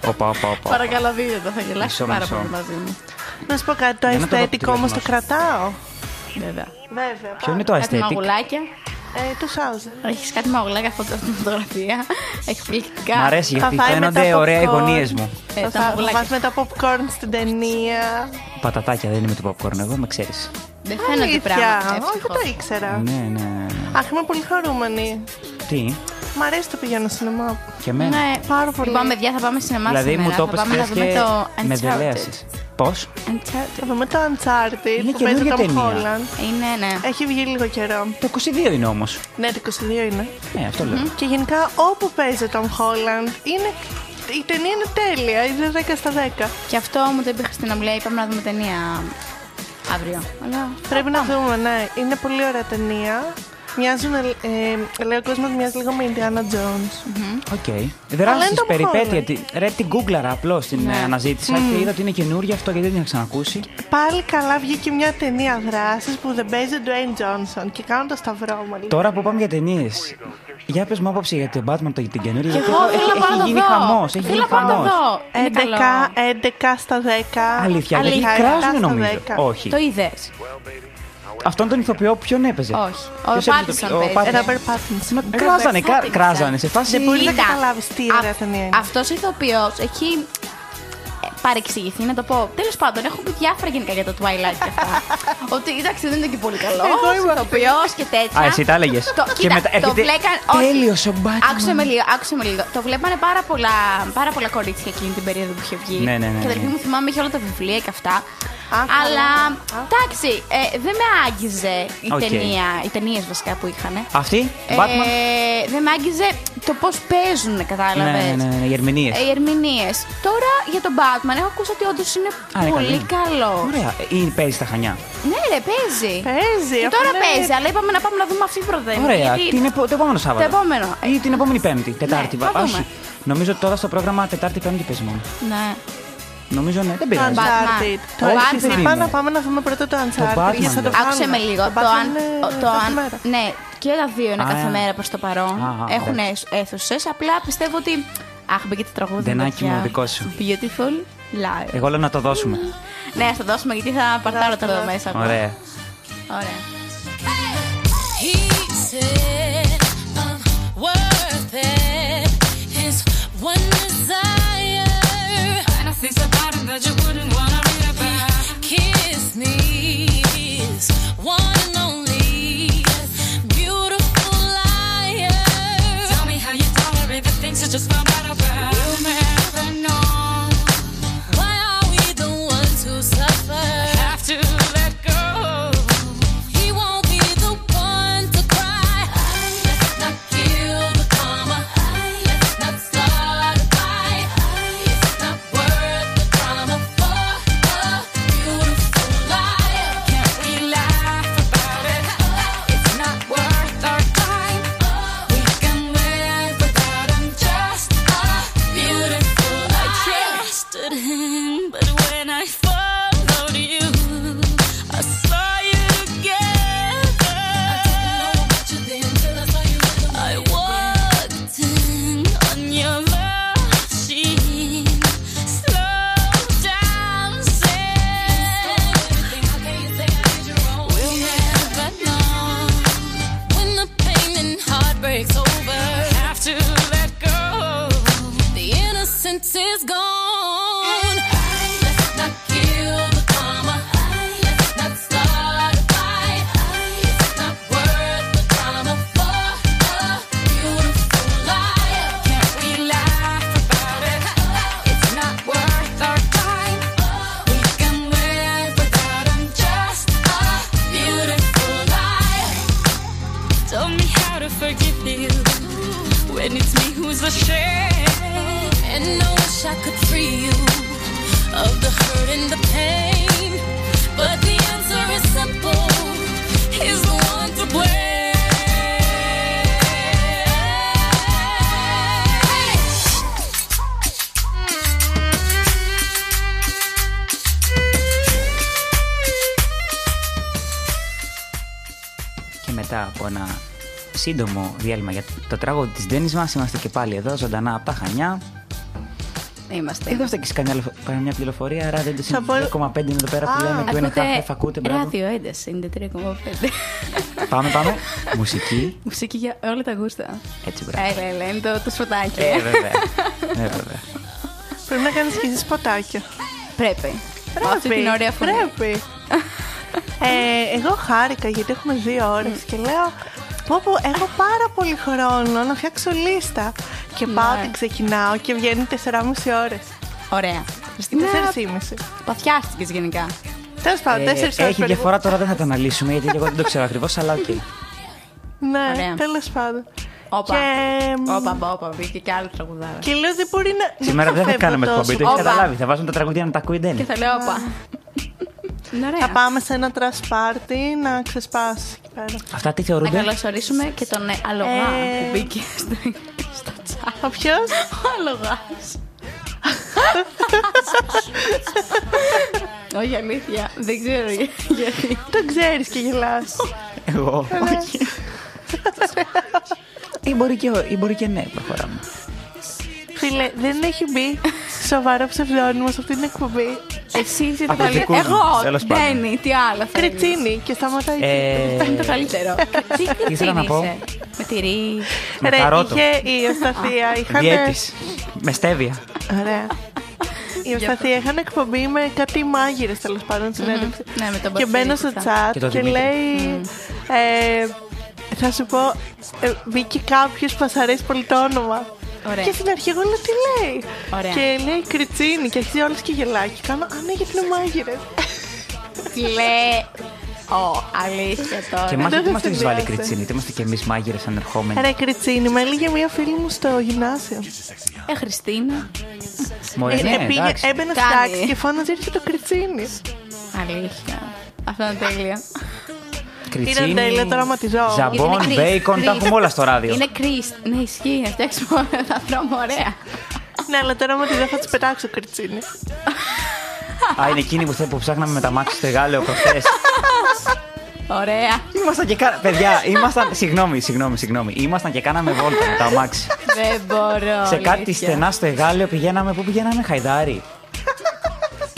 Speaker 6: Όπα, όπα, όπα.
Speaker 7: Παρακαλώ δείτε το, θα γελάσει
Speaker 6: Μισό,
Speaker 7: πάρα
Speaker 6: μισό.
Speaker 7: πολύ μαζί μου.
Speaker 8: Να σου πω κάτι, το
Speaker 6: Για να το δω
Speaker 8: αισθητικό όμω το
Speaker 6: τηλέφωνο
Speaker 8: κρατάω.
Speaker 7: Βέβαια.
Speaker 8: Βέβαια.
Speaker 6: Ποιο είναι το
Speaker 7: Κάτι
Speaker 6: aesthetic.
Speaker 7: μαγουλάκια.
Speaker 8: Ε, του Σάουζερ.
Speaker 7: Έχεις κάτι μαγουλάκια φωτό στην φωτογραφία. Εκπληκτικά.
Speaker 6: Μ' αρέσει
Speaker 8: Θα
Speaker 6: γιατί
Speaker 8: φάει
Speaker 6: φαίνονται
Speaker 8: μετά
Speaker 6: ωραία οι
Speaker 8: popcorn.
Speaker 6: γωνίες μου.
Speaker 7: Ε, τα
Speaker 8: θα
Speaker 7: μαγουλάκια.
Speaker 8: βάζουμε τα popcorn στην ταινία.
Speaker 6: Πατατάκια δεν είμαι του popcorn, εγώ με ξέρεις.
Speaker 7: Δεν φαίνονται
Speaker 8: Αλήθεια.
Speaker 7: πράγματα.
Speaker 8: Όχι, δεν
Speaker 7: ευτυχώς.
Speaker 8: το ήξερα.
Speaker 6: Ναι, ναι, ναι.
Speaker 8: Αχ, είμαι πολύ χαρούμενη.
Speaker 6: Τι,
Speaker 8: Μ' αρέσει το πηγαίνω σινεμά.
Speaker 6: και εμένα.
Speaker 7: Ναι,
Speaker 8: Πάρα πολύ.
Speaker 7: Λοιπόν, παιδιά, θα πάμε σινεμά
Speaker 6: Δηλαδή
Speaker 7: σήμερα.
Speaker 6: μου το
Speaker 7: θα
Speaker 6: έπεσε
Speaker 7: πάμε να
Speaker 6: χθες
Speaker 7: δούμε
Speaker 6: και
Speaker 7: το
Speaker 6: με
Speaker 7: Uncharted.
Speaker 6: δελέασες. Πώς,
Speaker 7: Uncharted.
Speaker 8: Θα δούμε το Uncharted
Speaker 6: Είναι
Speaker 8: που παίζει
Speaker 6: καινούργια
Speaker 8: τον
Speaker 6: ταινία.
Speaker 8: Holland.
Speaker 7: Είναι, ναι.
Speaker 8: Έχει βγει λίγο καιρό.
Speaker 6: το 22 είναι όμως.
Speaker 8: Ναι, το 22 είναι.
Speaker 6: Ναι, αυτό λέω.
Speaker 8: Και γενικά όπου παίζει τον Holland είναι. Η ταινία είναι τέλεια. Είναι 10 στα 10.
Speaker 7: Και αυτό μου το είπε η Χριστίνα μου λέει: Πάμε να δούμε ταινία αύριο. Αλλά
Speaker 8: Πρέπει να δούμε, ναι. Είναι πολύ ωραία ταινία. Μοιάζουν, ε, ε, λέει ο κόσμος, μοιάζει λίγο με Indiana Jones.
Speaker 6: Οκ.
Speaker 8: Αλλά είναι
Speaker 6: Δράσει
Speaker 8: το
Speaker 6: περιπέτεια.
Speaker 8: Holland.
Speaker 6: τη- Ρε, την γκούγκλαρα απλώς την
Speaker 7: Ναι.
Speaker 6: ε, αναζήτησα
Speaker 7: Mm.
Speaker 6: και είδα ότι είναι καινούργια αυτό γιατί δεν την είχα ξανακούσει.
Speaker 8: Πάλι καλά βγήκε μια ταινία δράσης που δεν παίζει ο Dwayne Johnson και κάνω το σταυρό μου.
Speaker 6: Τώρα που πάμε για ταινίες. Για πες μου άποψη για τον Batman το, την καινούργια. Γιατί
Speaker 7: Εγώ
Speaker 6: έχω-
Speaker 7: θέλω να
Speaker 6: έχει,
Speaker 7: πάω να
Speaker 6: έχει
Speaker 7: το
Speaker 6: γίνει
Speaker 7: δω.
Speaker 6: χαμός. Έχει
Speaker 7: Θέλω
Speaker 6: γίνει
Speaker 7: να πάω να το
Speaker 6: χαμός.
Speaker 7: δω. Είναι
Speaker 8: 11,
Speaker 7: καλό.
Speaker 8: 11 στα 10.
Speaker 6: Αλήθεια, γιατί
Speaker 8: Αλήθεια,
Speaker 6: κράζουνε
Speaker 8: στα
Speaker 6: νομίζω.
Speaker 8: 10.
Speaker 6: Όχι.
Speaker 7: Το είδες.
Speaker 6: Αυτόν τον ηθοποιό ποιον έπαιζε.
Speaker 7: Όχι. Ο
Speaker 6: Ποιος έπαιζε
Speaker 7: Pattinson
Speaker 6: τον- ο
Speaker 7: παίζει.
Speaker 6: Pattinson.
Speaker 8: Ε, Robert Pattinson.
Speaker 6: Κράζανε, κα-
Speaker 7: Pattinson.
Speaker 6: κράζανε. Σε φάση.
Speaker 8: Δεν μπορεί να καταλάβεις τι ωραία ταινία είναι.
Speaker 7: Αυτός ο ηθοποιός έχει ε, παρεξηγηθεί, να το πω. Τέλος πάντων, έχουν πει διάφορα γενικά για το Twilight και αυτά. Ότι εντάξει, δεν ήταν και πολύ καλό.
Speaker 8: Εγώ ήμουν
Speaker 7: ηθοποιός και τέτοια.
Speaker 6: Α, εσύ τα έλεγες.
Speaker 7: Το,
Speaker 6: Και
Speaker 7: κοίτα,
Speaker 6: μετά
Speaker 7: το
Speaker 6: έρχεται,
Speaker 7: βλέκαν.
Speaker 6: «Τέλειος ο Batman».
Speaker 7: Άκουσε με λίγο, άκουσε με λίγο. Το βλέπανε πάρα πολλά, πάρα πολλά κορίτσια εκείνη την περίοδο που είχε βγει.
Speaker 6: Ναι, ναι, ναι,
Speaker 7: Και δηλαδή
Speaker 6: ναι.
Speaker 7: μου θυμάμαι είχε όλα τα βιβλία και αυτά.
Speaker 8: καλά.
Speaker 7: Αλλά εντάξει, ε, δεν με άγγιζε η
Speaker 6: Οκ.
Speaker 7: ταινία, οι ταινίες βασικά που είχαν.
Speaker 6: Αυτή,
Speaker 7: Ε,
Speaker 6: Batman.
Speaker 7: δεν με άγγιζε το πώς παίζουν, κατάλαβες.
Speaker 6: Ναι, ναι, ναι, ναι, οι ερμηνείες.
Speaker 7: Ε, Οι ερμηνείες. Τώρα για τον Batman, έχω ακούσει ότι όντως είναι
Speaker 6: Α, είναι
Speaker 7: πολύ
Speaker 6: καλή.
Speaker 7: καλό.
Speaker 6: Ωραία. Ή παίζει στα χανιά.
Speaker 7: Ναι, ρε, παίζει.
Speaker 8: Παίζει.
Speaker 7: Και
Speaker 8: αυτό
Speaker 7: Ε, τώρα
Speaker 8: είναι-
Speaker 7: παίζει, αλλά είπαμε να πάμε να δούμε αυτή την πρώτη. ταινία,
Speaker 6: Ωραία.
Speaker 7: Ε, γιατί-
Speaker 6: Την επο- Το επόμενο Σάββατο.
Speaker 7: Το επόμενο. Ναι,
Speaker 6: Ή την επόμενη Πέμπτη. Τετάρτη.
Speaker 7: θα
Speaker 6: βα-
Speaker 7: δούμε.
Speaker 6: Όχι. Νομίζω τώρα στο πρόγραμμα Τετάρτη Πέμπτη παίζει μόνο.
Speaker 7: Ναι.
Speaker 6: Νομίζω ναι. Δεν
Speaker 8: Το
Speaker 6: πειράζει.
Speaker 8: Uncharted.
Speaker 7: Batman.
Speaker 8: Το
Speaker 6: Όχι,
Speaker 8: Uncharted.
Speaker 6: παιδί
Speaker 8: Είπα
Speaker 6: μου.
Speaker 8: να πάμε να δούμε πρώτα το Uncharted.
Speaker 6: Batman.
Speaker 8: γιατί θα το
Speaker 6: Άκουσε
Speaker 7: Άκουσε
Speaker 8: βγάλουμε.
Speaker 7: με λίγο.
Speaker 8: Το Batman
Speaker 7: αν-
Speaker 8: είναι
Speaker 7: το αν-
Speaker 8: κάθε μέρα.
Speaker 7: Ναι, και τα δύο είναι
Speaker 6: Α,
Speaker 7: κάθε
Speaker 6: ε.
Speaker 7: μέρα προς το παρόν.
Speaker 6: Α, α,
Speaker 7: Έχουν
Speaker 6: εντάξει.
Speaker 7: αίθουσες. Απλά πιστεύω ότι. Αχ, μπήκε το τραγούδι.
Speaker 6: Ντενάκι μου,
Speaker 7: παιδιά.
Speaker 6: δικό Ε. σου.
Speaker 7: Beautiful live.
Speaker 6: Εγώ λέω να το δώσουμε.
Speaker 7: Ναι, ας το δώσουμε γιατί θα παρτάρω τώρα εδώ μέσα.
Speaker 6: Ωραία.
Speaker 7: Ωραία.
Speaker 4: He said, I'm worth it. His one desire. Fantasies about him that you wouldn't want to read about. Kiss me is one and only. Beautiful liar. Tell me how you tolerate the things you just found out about. You'll never know. Why are we the ones who suffer? Have to let go. He won't be the one to cry. Let's not kill the karma. Let's not start a fight. It's not worth the drama for a beautiful lie. Can't we laugh about it? It's not worth our time. We can live without him. Just a beautiful lie. I trusted him, but when I followed you, I saw you together. I walked in on your machine, slow dancing. We'll never know when the pain and heartbreak's over. Have to let go. The innocence is gone. Let's not kill the karma. Let's not start a fight. It's not worth the drama for a beautiful lie. Can't we laugh about it? It's not worth our time. We can live without
Speaker 3: to forgive you when it's me who's ashamed. And I wish I could free you of the hurt and the pain. But the answer is simple he's the one to
Speaker 6: Και μετά από ένα σύντομο διάλειμμα για το τραγούδι της Ντένις μας, είμαστε και πάλι εδώ, ζωντανά από τα Χανιά.
Speaker 4: Είμαστε.
Speaker 6: Ε, Δεν δώστε και σε καμιά λεφο- καμιά πληροφορία, ράδιο έντες
Speaker 8: Θα πω-
Speaker 6: 2,5 είναι εδώ πέρα
Speaker 8: Α,
Speaker 6: που λέμε, του είναι χαφ, ακούτε, μπράβο.
Speaker 4: ράδιο ένταση, είναι 3,5.
Speaker 6: Πάμε, πάμε. Μουσική.
Speaker 4: Μουσική για όλα τα γούστα.
Speaker 6: Έτσι, μπράβο.
Speaker 8: Ε,
Speaker 4: Έλα, έλα, είναι το, το σφωτάκι.
Speaker 6: Ε, βέβαια. Ε, βέβαια.
Speaker 8: Πρέπει να κάνεις και εσύ σποτάκια.
Speaker 4: Πρέπει. Με αυτή την ωραία φωνή.
Speaker 8: Πρέπει. ε, εγώ χάρηκα γιατί έχουμε δύο ώρες και λέω. Πω πω, έχω πάρα πολύ χρόνο να φτιάξω λίστα. Και πάω
Speaker 4: Ναι.
Speaker 8: ότι ξεκινάω και βγαίνει 4,5 ώρες.
Speaker 4: Ωραία. Χριστίνα,
Speaker 8: 4,5
Speaker 4: παθιάστηκες γενικά.
Speaker 8: Τέλος πάντων, 4
Speaker 6: Ε,
Speaker 8: ώρες.
Speaker 6: Έχει διαφορά τώρα, δεν θα τα αναλύσουμε γιατί και εγώ δεν το ξέρω ακριβώς, αλλά οκ.
Speaker 8: Ναι,
Speaker 4: Ωραία.
Speaker 8: τέλος πάντων.
Speaker 4: Όπα.
Speaker 8: Και-
Speaker 4: Όπα, όπα, όπα, βγήκε και άλλο τραγουδάρα.
Speaker 8: Και λέω δεν μπορεί να.
Speaker 6: Σήμερα δεν θα
Speaker 8: φεύγω
Speaker 6: κάνουμε
Speaker 8: τόσο.
Speaker 6: εκπομπή, το έχεις
Speaker 4: Όπα.
Speaker 6: καταλάβει. Θα βάζουμε τα τραγουδία να τα ακούει η Ντένι.
Speaker 4: Και θα λέω όπα. Είναι ωραία.
Speaker 8: Θα πάμε σε ένα τρας πάρτι να ξεσπάσει εκεί πέρα.
Speaker 6: Αυτά τι
Speaker 4: Να
Speaker 6: θεωρούνται.
Speaker 4: καλωσορίσουμε και τον ε, αλογά
Speaker 8: Ε.
Speaker 4: που μπήκε στο- στο chat.
Speaker 8: Ο ποιος.
Speaker 4: Ο αλογάς. Όχι αλήθεια, δεν ξέρω για- γιατί.
Speaker 8: Το ξέρεις και γελάς.
Speaker 6: Εγώ.
Speaker 8: Ε, ναι.
Speaker 6: Όχι. Ή μπορεί και, ό- ή μπορεί και ναι, προχωράμε.
Speaker 8: Φίλε, δεν έχει μπει σοβαρό ψευδόνυμος σε αυτή την εκπομπή. Εσύ είσαι το
Speaker 6: Από
Speaker 8: καλύτερο.
Speaker 6: δικούς μου,
Speaker 4: Εγώ,
Speaker 6: τέλος πάντων.
Speaker 4: Ντένι, τι άλλο θέλεις.
Speaker 8: Κριτσίνη και σταματάει εκεί.
Speaker 6: Ε,
Speaker 4: Αυτό είναι το καλύτερο. Τι
Speaker 6: ήθελα να
Speaker 4: κριτσίνη
Speaker 6: πω.
Speaker 4: είσαι. Με τυρί.
Speaker 6: με
Speaker 8: Ρε,
Speaker 6: καρότο.
Speaker 8: είχε η Ευσταθία. είχαν...
Speaker 6: Διέτης. Με στέβια.
Speaker 8: Ωραία. Η Ευσταθία είχαν εκπομπή με κάτι μάγειρες τέλος πάντων συνέντευξη.
Speaker 4: Ναι, με τον
Speaker 8: Και
Speaker 4: Μπασίλη
Speaker 8: μπαίνω στο
Speaker 4: αυτά.
Speaker 8: chat
Speaker 6: Και
Speaker 8: και,
Speaker 6: τον Δημήτρη.
Speaker 8: λέει. Ε, θα σου πω, ε, μπήκε κάποιος που σας αρέσει πολύ το όνομα.
Speaker 4: Ωραία.
Speaker 8: Και στην αρχή εγώ λέω τι λέει.
Speaker 4: Ωραία.
Speaker 8: Και λέει κριτσίνη και αρχίζει όλε και γελάει. Και κάνω, Α, ναι, γιατί είναι μάγειρες.
Speaker 4: Κλαίω. αλήθεια τώρα.
Speaker 6: Και μάθε
Speaker 8: Ε, Δεν
Speaker 6: τι μας έχεις βάλει
Speaker 8: συνδυάζεται.
Speaker 6: κριτσίνη, τι είμαστε κι εμείς μάγειρες ανερχόμενοι.
Speaker 8: Ρε κριτσίνη, με έλεγε μία φίλη μου στο γυμνάσιο.
Speaker 4: Ε, Χριστίνα.
Speaker 6: Μωρέ,
Speaker 8: Ε,
Speaker 6: ναι,
Speaker 8: ε, πήγε-
Speaker 6: εντάξει.
Speaker 8: έμπαινε στην
Speaker 4: Κάνει.
Speaker 8: τάξη και φώναζε έρχεται το κριτσίνης.
Speaker 4: Αλήθεια. Αυτό είναι τέλεια.
Speaker 8: Είναι τέλειο, τώρα ματιζώ.
Speaker 6: Ζαμπόν,
Speaker 4: Είναι Chris,
Speaker 6: μπέικον, τα
Speaker 4: Chris.
Speaker 6: έχουμε όλα στο ράδιο.
Speaker 4: Είναι Chris. Ναι, ισχύει. Να φτιάξουμε όλα. Θα τρώμε ωραία.
Speaker 8: Ναι, αλλά τώρα μου τη δεν θα της πετάξω κριτσίνη.
Speaker 6: Α, είναι εκείνη που, θε- που ψάχναμε με τα μάξι στο Γάλλιο προχθές.
Speaker 4: Ωραία.
Speaker 6: Ήμασταν και κάναμε. Παιδιά, ήμασταν. Συγγνώμη, συγγνώμη, συγγνώμη. Ήμασταν και κάναμε βόλτα με τα μάξι.
Speaker 4: Δεν μπορώ.
Speaker 6: Σε κάτι
Speaker 4: αλήθεια.
Speaker 6: στενά στο Εγάλεο πηγαίναμε. Πού πηγαίναμε, Χαϊδάρι.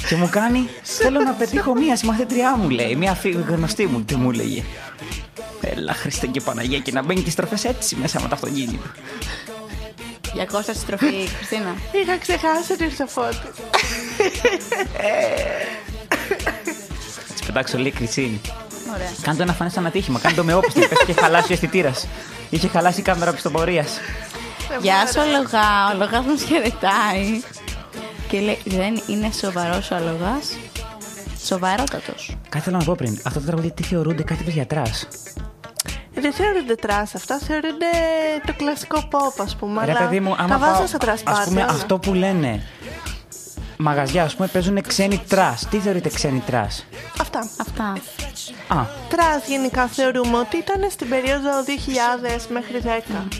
Speaker 6: και μου κάνει, θέλω να πετύχω μία συμμαθήτριά μου, λέει. Μία φι- γνωστή μου, τι μου λέγε. Έλα, Χριστέ και Παναγία, και να μπαίνει και στροφές έτσι μέσα με το αυτοκίνητο.
Speaker 4: Για κόστα στροφή, Χριστίνα.
Speaker 8: Είχα ξεχάσει την Ευσταφώτη.
Speaker 6: Της πετάξω, λέει κριτσίνη.
Speaker 4: Ωραία.
Speaker 6: Κάντε το να φανεί σαν ατύχημα. Κάντε το με όπιστη. Πες και χαλάσει ο αισθητήρας. Είχε χαλάσει η κάμερα πιστοπορίας.
Speaker 4: Γεια σου, Αλογά. Ο Αλογά μα χαιρετάει. Και λέει, δεν είναι σοβαρός ο Αλογάς. Σοβαρότατος.
Speaker 6: Κάτι θέλω να πω πριν. Αυτά τα τραγούδια τι θεωρούνται κάτι για τρά.
Speaker 8: Ε, Δεν θεωρούνται τρας αυτά, θεωρούνται το κλασικό pop, ας πούμε.
Speaker 6: Ρε
Speaker 8: αλλά
Speaker 6: παιδί μου, άμα
Speaker 8: τα βάζω
Speaker 6: πάω,
Speaker 8: σε τρας
Speaker 6: ας
Speaker 8: πάρτι,
Speaker 6: πούμε
Speaker 8: όλα.
Speaker 6: αυτό που λένε μαγαζιά, ας πούμε, παίζουν ξένοι τρας. Τι θεωρείτε ξένοι τρας. Ναι,
Speaker 8: Αυτά.
Speaker 4: Αυτά.
Speaker 6: Α,
Speaker 8: Τρας γενικά θεωρούμε ότι ήταν στην περίοδο 2000 μέχρι 10.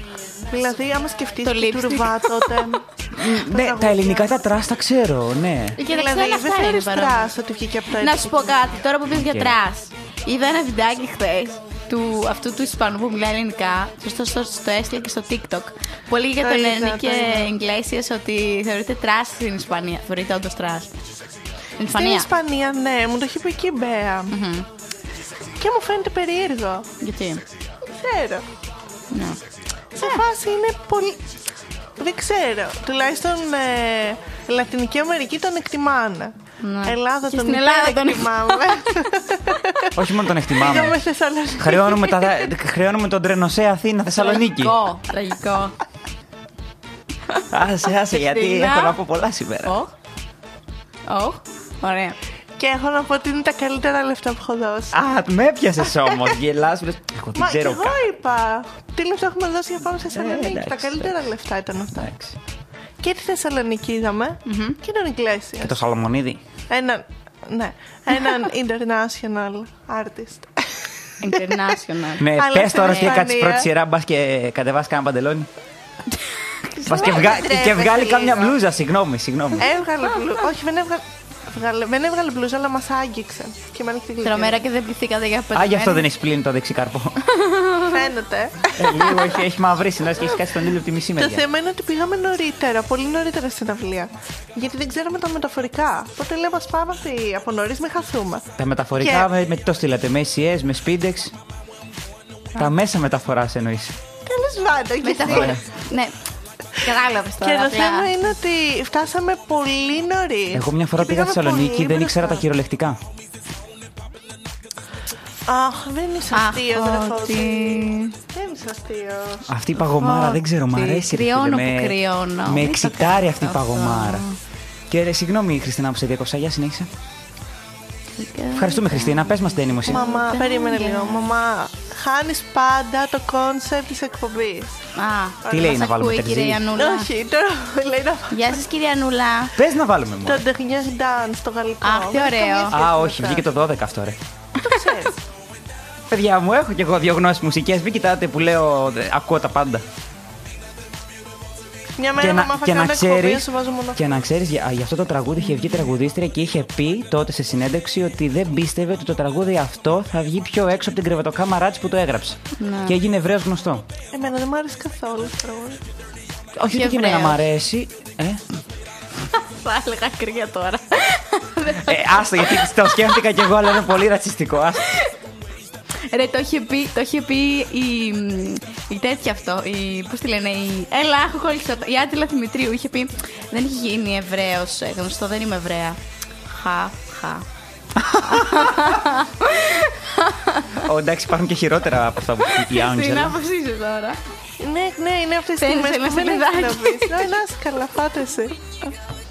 Speaker 8: Δηλαδή, άμα σκεφτείς
Speaker 4: Το
Speaker 8: το
Speaker 4: lipstick.
Speaker 8: τουρβά τότε. δηλαδή,
Speaker 6: ναι, τα ελληνικά τα τρας τα ξέρω, ναι.
Speaker 4: Και τα
Speaker 8: Δηλαδή,
Speaker 4: ξένα
Speaker 8: δεν
Speaker 4: αυτά είναι
Speaker 8: θεωρείς
Speaker 4: παρόμοια.
Speaker 8: τρας ότι βγήκε από το
Speaker 4: Να
Speaker 8: έτσι.
Speaker 4: σου πω κάτι, τώρα που πεις για
Speaker 6: Οκ.
Speaker 4: τρας. Είδα ένα βιντεάκι χθες του αυτού του Ισπανού που μιλάει ελληνικά. Στο, στο, στο έστειλε και στο TikTok. Που έλεγε για
Speaker 8: Το
Speaker 4: τον
Speaker 8: είδα,
Speaker 4: Ενρίκε
Speaker 8: το είδα.
Speaker 4: Εγκλέσιας ότι θεωρείται τρας στην Ισπανία. Θεωρείται όντως τρας. Στην
Speaker 8: Στην
Speaker 4: Ισπανία.
Speaker 8: Ισπανία, ναι, μου το έχει πει εκεί η Μπέα. Και μου φαίνεται περίεργο.
Speaker 4: Γιατί.
Speaker 8: Δεν ξέρω.
Speaker 4: Ναι.
Speaker 8: Σε φάση είναι πολύ. Δεν ξέρω. Τουλάχιστον ε, Λατινική Αμερική τον εκτιμάνε. Ελλάδα
Speaker 4: Ναι. Και
Speaker 8: τον
Speaker 4: στην Ελλάδα τον
Speaker 8: εκτιμάμε.
Speaker 6: Όχι μόνο τον
Speaker 8: Πήγαμε
Speaker 6: εκτιμάμε.
Speaker 8: σε Θεσσαλονίκη.
Speaker 6: χρεώνουμε, τα, χρεώνουμε τον τρενοσέ Αθήνα Θεσσαλονίκη.
Speaker 4: Τραγικό. Τραγικό.
Speaker 6: άσε, άσε, γιατί
Speaker 4: Χριστίνα.
Speaker 6: έχω να πω πολλά σήμερα.
Speaker 4: Οχ. Οχ. Ωραία.
Speaker 8: Και έχω να πω ότι είναι τα καλύτερα λεφτά που έχω δώσει.
Speaker 6: Α, με έπιασε όμως. Γελάς, λες. Εγώ δεν
Speaker 8: Μα και
Speaker 6: ξέρω
Speaker 8: εγώ
Speaker 6: κάτι.
Speaker 8: είπα. Τι λεφτά έχουμε δώσει για πάμε στη Θεσσαλονίκη.
Speaker 6: εντάξει,
Speaker 8: τα καλύτερα
Speaker 6: εντάξει. Ναι.
Speaker 8: λεφτά ήταν αυτά.
Speaker 6: Εντάξει.
Speaker 8: Και τη Θεσσαλονίκη είδαμε και τον Ικλέσια.
Speaker 6: Και Ε, το Σαλαμονίδι.
Speaker 8: Έναν, ναι, έναν international artist.
Speaker 4: International.
Speaker 6: Ναι,
Speaker 8: Αλλά
Speaker 6: πε
Speaker 8: στην
Speaker 6: τώρα τι έκανε
Speaker 8: Ισπανία-
Speaker 6: πρώτη σειρά, μπας και κατεβάσει κανένα
Speaker 8: Ναι,
Speaker 6: παντελόνι. Πα και, βγα- και- και
Speaker 3: τρέπεσαι
Speaker 6: βγάλει
Speaker 3: λίγο.
Speaker 6: κάμια μπλούζα, συγγνώμη, συγγνώμη.
Speaker 8: Έβγαλε μπλούζα. Όχι, δεν έβγαλε. Βγάλε, δεν έβγαλε μπλούζα, αλλά μας άγγιξε. Και με έριξε γλυκιά.
Speaker 4: Τρομερά και δεν πληθήκατε για
Speaker 8: Ε,
Speaker 6: Α, γι' αυτό
Speaker 4: πετυχημένη.
Speaker 6: δεν έχεις πλύνει το δεξί καρπό.
Speaker 8: Φαίνεται.
Speaker 6: Ε, Λίγο έχει, έχει μαυρίσει, λες και έχει κάτσει τον ήλιο από τη μισή
Speaker 8: Το
Speaker 6: μεριά.
Speaker 8: θέμα είναι ότι πήγαμε νωρίτερα, πολύ νωρίτερα στην αυλία. Γιατί δεν ξέραμε τα μεταφορικά. Οπότε λέμε, ας πάμε αυτή, από νωρίς, μην χαθούμε.
Speaker 6: Τα μεταφορικά
Speaker 8: Και-
Speaker 6: με, με τι το στείλατε, με SES, με Spindex. Τα μέσα μεταφοράς εννοείς.
Speaker 8: Ε, Τέλος πάντων, και
Speaker 4: Μεταφορά. Ναι. Κατάλαβες τώρα.
Speaker 8: Και το
Speaker 4: απλά.
Speaker 8: θέμα είναι ότι φτάσαμε πολύ νωρί.
Speaker 6: Εγώ μια φορά
Speaker 8: Και
Speaker 6: πήγα στη
Speaker 8: πήγαμε
Speaker 6: Θεσσαλονίκη,
Speaker 8: πολύ
Speaker 6: δεν ήξερα τα
Speaker 8: μπροστά.
Speaker 6: κυριολεκτικά.
Speaker 8: Αχ, δεν είσαι
Speaker 4: Αχ,
Speaker 8: αστείος,
Speaker 4: ότι-
Speaker 8: ρε Φώτη. Δεν είσαι αστείος.
Speaker 6: Αυτή η παγωμάρα
Speaker 4: Ω,
Speaker 6: δεν ξέρω, μου
Speaker 4: τι
Speaker 6: αρέσει. ρε φίλε,
Speaker 4: κρυώνω
Speaker 6: με-
Speaker 4: που κρυώνω.
Speaker 6: Με
Speaker 4: Μην το
Speaker 6: εξητάρει
Speaker 4: κάνεις
Speaker 6: αυτή η
Speaker 4: αυτό.
Speaker 6: παγωμάρα. Και ρε, συγγνώμη Χριστίνα που σε διακόψα, για συνέχισε. Ευχαριστούμε Χριστίνα, πες μας την ένιμωση.
Speaker 8: Μαμά, περίμενε λίγο. Μαμά, χάνεις πάντα το κόνσεπτ της εκπομπής.
Speaker 4: Α,
Speaker 6: Τι λέει
Speaker 4: μας
Speaker 6: να βάλουμε
Speaker 4: ακούει, κυρία
Speaker 6: τερζί.
Speaker 4: Ιαννούλα.
Speaker 8: Ναι, Όχι, τώρα λέει να
Speaker 4: Γεια σας, κυρία Ιαννούλα.
Speaker 6: Πες να βάλουμε μόνο.
Speaker 8: Το τεχνιές dance στο γαλλικό.
Speaker 4: Αχ, τι
Speaker 8: Δεν έχει καμία
Speaker 4: ωραίο.
Speaker 8: σχέση
Speaker 6: Α,
Speaker 8: με
Speaker 6: όχι,
Speaker 8: αυτά.
Speaker 6: βγήκε το 12 αυτό, ρε.
Speaker 8: Το ξέρεις.
Speaker 6: Παιδιά μου, έχω και εγώ δύο γνώσεις μουσικές. Μην κοιτάτε που λέω, δε- ακούω τα πάντα.
Speaker 8: Μια μέρα μαμά θα κάνω εκπομπή, να σου βάζω μόνο
Speaker 6: και να ξέρεις, για, γι' αυτό το τραγούδι είχε βγει τραγουδίστρια και είχε πει τότε σε συνέντευξη ότι δεν πίστευε ότι το τραγούδι αυτό θα βγει πιο έξω από την κρεβατοκάμαρά της που το έγραψε.
Speaker 4: Ναι.
Speaker 6: Και έγινε ευρέως γνωστό.
Speaker 8: Εμένα δεν μου άρεσε καθόλου αυτό το τραγούδι.
Speaker 6: Όχι,
Speaker 4: Και
Speaker 6: δεν γίνεται να μ'
Speaker 4: ευρέως.
Speaker 6: αρέσει. Ε,
Speaker 4: Θα έλεγα κρύα τώρα.
Speaker 6: ε, άστο, γιατί το σκέφτηκα κι εγώ, αλλά είναι πολύ ρατσιστικό. Άστο.
Speaker 4: Ρε, το είχε πει, το είχε πει η, η τέτοια αυτό, η, πώς τη λένε, η, έλα, έχω κόλλησα, το- η Άτυλα Δημητρίου είχε πει, δεν έχει γίνει Εβραίος ε, γνωστό, δεν είμαι Εβραία. Χα, χα.
Speaker 6: Ω, εντάξει, υπάρχουν και χειρότερα από αυτά που είπε η
Speaker 4: Στην
Speaker 6: Άγγελα.
Speaker 4: άποψή σου τώρα.
Speaker 8: Ναι, ναι, είναι αυτές τι
Speaker 4: Θέλεις
Speaker 8: στιγμές
Speaker 4: ένα
Speaker 8: που δεν έχεις να
Speaker 4: σελίδακι.
Speaker 8: πεις. Ναι, να είσαι καλά, πάτε εσύ.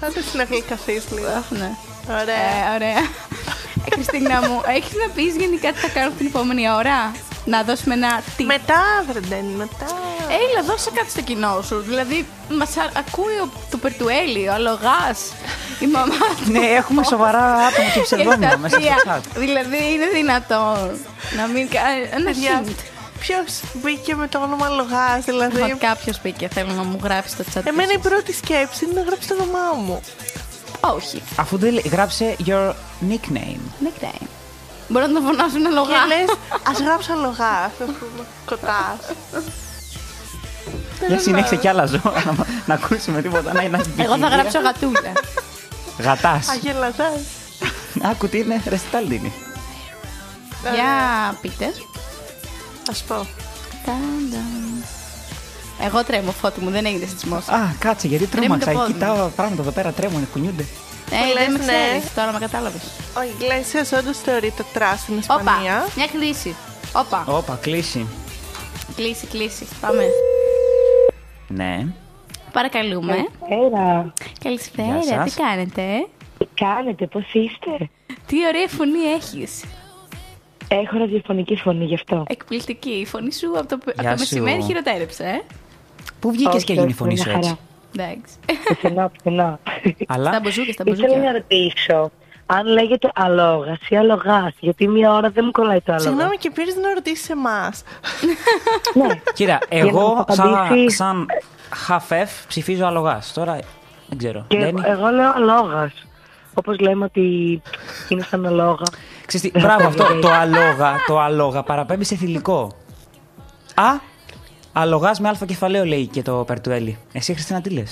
Speaker 8: Πάτε στην αυλή, καθίσεις λίγο.
Speaker 4: Ναι.
Speaker 8: Ωραία.
Speaker 4: Ε, ωραία. Ε, Χριστίνα μου, έχεις να πεις γενικά τι θα κάνουμε την επόμενη ώρα. Να δώσουμε ένα τι.
Speaker 8: Μετά, Βρεντέν, μετά.
Speaker 4: Έλα, δώσε κάτι στο κοινό σου. Δηλαδή, μας ακούει ο, το Περτουέλη, ο Αλογάς, η μαμά του.
Speaker 6: Ναι, έχουμε σοβαρά άτομα και ψευδόμενα
Speaker 4: Εκστατεία.
Speaker 6: μέσα στο chat.
Speaker 4: Δηλαδή, είναι δυνατόν να μην κάνει. Ένα
Speaker 8: Παιδιά,
Speaker 4: hint.
Speaker 8: ποιος μπήκε με το όνομα Λογά, δηλαδή.
Speaker 4: Μα κάποιος μπήκε, θέλω να μου γράψει στο chat.
Speaker 8: Εμένα η πρώτη σκέψη είναι να γράψει το όνομά μου.
Speaker 4: Όχι,
Speaker 6: Αφού δεν λέει- γράψε your nickname.
Speaker 4: δεν κράει. Μπορώ να το φωνάσουν
Speaker 8: Και
Speaker 4: αλογά.
Speaker 8: λες, ας γράψω λογά, α πούμε. Κοτά.
Speaker 6: Για συνέχισε κι άλλα ζώα να, να ακούσουμε τίποτα. Να, να έχει
Speaker 4: Εγώ θα
Speaker 6: ποικιλία.
Speaker 4: γράψω γατούλα.
Speaker 6: Γατάς.
Speaker 8: Αγελαδά.
Speaker 6: Άκου τι είναι ρεστάλτινη.
Speaker 4: Για πείτε.
Speaker 8: Ας Ναι,
Speaker 4: Ε,
Speaker 8: πω.
Speaker 4: Τανταμ. Εγώ τρέμω, φώτη μου, δεν έγινε σεισμός.
Speaker 6: Α, κάτσε γιατί τρόμαξα.
Speaker 4: το
Speaker 6: Εκεί
Speaker 4: πόδι
Speaker 6: τα πράγματα εδώ πέρα τρέμουν, κουνιούνται.
Speaker 4: Ε,
Speaker 8: λες,
Speaker 4: δεν με
Speaker 8: ναι.
Speaker 4: ξέρεις, τώρα με κατάλαβες.
Speaker 8: Ο Ιγκλέσια όντω θεωρείται τρας στην
Speaker 4: Όπα,
Speaker 8: Ισπανία.
Speaker 4: μια κλίση. Όπα,
Speaker 6: Όπα, κλείσει.
Speaker 4: κλίση, κλίση. Πάμε.
Speaker 6: Ναι.
Speaker 4: Παρακαλούμε.
Speaker 9: Ε, Καλησπέρα.
Speaker 6: Γεια
Speaker 4: Καλησπέρα,
Speaker 6: σας.
Speaker 4: τι κάνετε. ε?
Speaker 9: Τι κάνετε, πώς είστε.
Speaker 4: Τι ωραία φωνή έχεις.
Speaker 9: Έχω ραδιοφωνική φωνή γι' αυτό.
Speaker 4: Εκπληκτική. Η φωνή σου από το, απ' το
Speaker 6: Γεια σου.
Speaker 4: μεσημέρι χειροτέρεψε. Ε?
Speaker 6: Πού βγήκες
Speaker 9: Όχι,
Speaker 6: και έγινε η
Speaker 9: όχι,
Speaker 6: φωνή
Speaker 9: μια
Speaker 6: σου
Speaker 9: χαρά.
Speaker 6: έτσι.
Speaker 4: Εντάξει.
Speaker 9: Πουθενά, πουθενά.
Speaker 4: Στα
Speaker 6: Αλλά
Speaker 4: μπουζούκια, στα
Speaker 9: Ήθελα να
Speaker 4: μπουζούκια.
Speaker 9: ρωτήσω αν λέγεται αλόγας ή αλογάς, γιατί μία ώρα δεν μου κολλάει το αλόγα.
Speaker 8: Συγγνώμη και πήρες να ρωτήσεις εμάς.
Speaker 9: ναι,
Speaker 6: κοίτα,
Speaker 9: να
Speaker 6: εγώ
Speaker 9: μου
Speaker 6: σαν,
Speaker 9: απαντήσεις.
Speaker 6: σαν χαφεφ ψηφίζω αλογάς. Τώρα δεν ξέρω.
Speaker 9: και
Speaker 6: Λένη.
Speaker 9: εγώ λέω αλόγας. Όπως λέμε ότι είναι σαν αλόγα.
Speaker 6: Ξέρεις τι, μπράβο αυτό. το αλόγα, το αλόγα παραπέμπει σε θηλυκό. Α, αλογάς με αλφα κεφαλαίο λέει και το Περτουέλη. Εσύ, Χριστίνα, τι λες.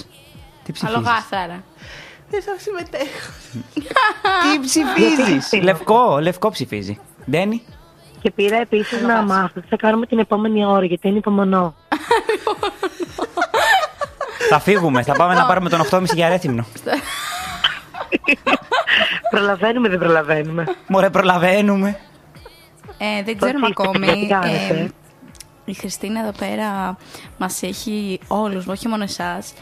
Speaker 6: Τι ψηφίζει.
Speaker 4: Αλογάθαρα.
Speaker 8: Δεν θα συμμετέχω.
Speaker 6: Τι ψηφίζεις. λευκό, λευκό ψηφίζει. Ντένι.
Speaker 9: Και πήρα επίσης να μάθω τι θα κάνουμε την επόμενη ώρα, γιατί είναι υπομονώ.
Speaker 6: Θα φύγουμε. Θα πάμε να πάρουμε τον 8,5 για ρέθυμνο.
Speaker 9: προλαβαίνουμε, δεν προλαβαίνουμε.
Speaker 6: Μωρέ, προλαβαίνουμε.
Speaker 4: Ε, δεν ξέρουμε
Speaker 9: είστε,
Speaker 4: ακόμη.
Speaker 9: τι κάνετε?
Speaker 4: Ε, η Χριστίνα εδώ πέρα μας έχει όλους, όχι μόνο εσάς,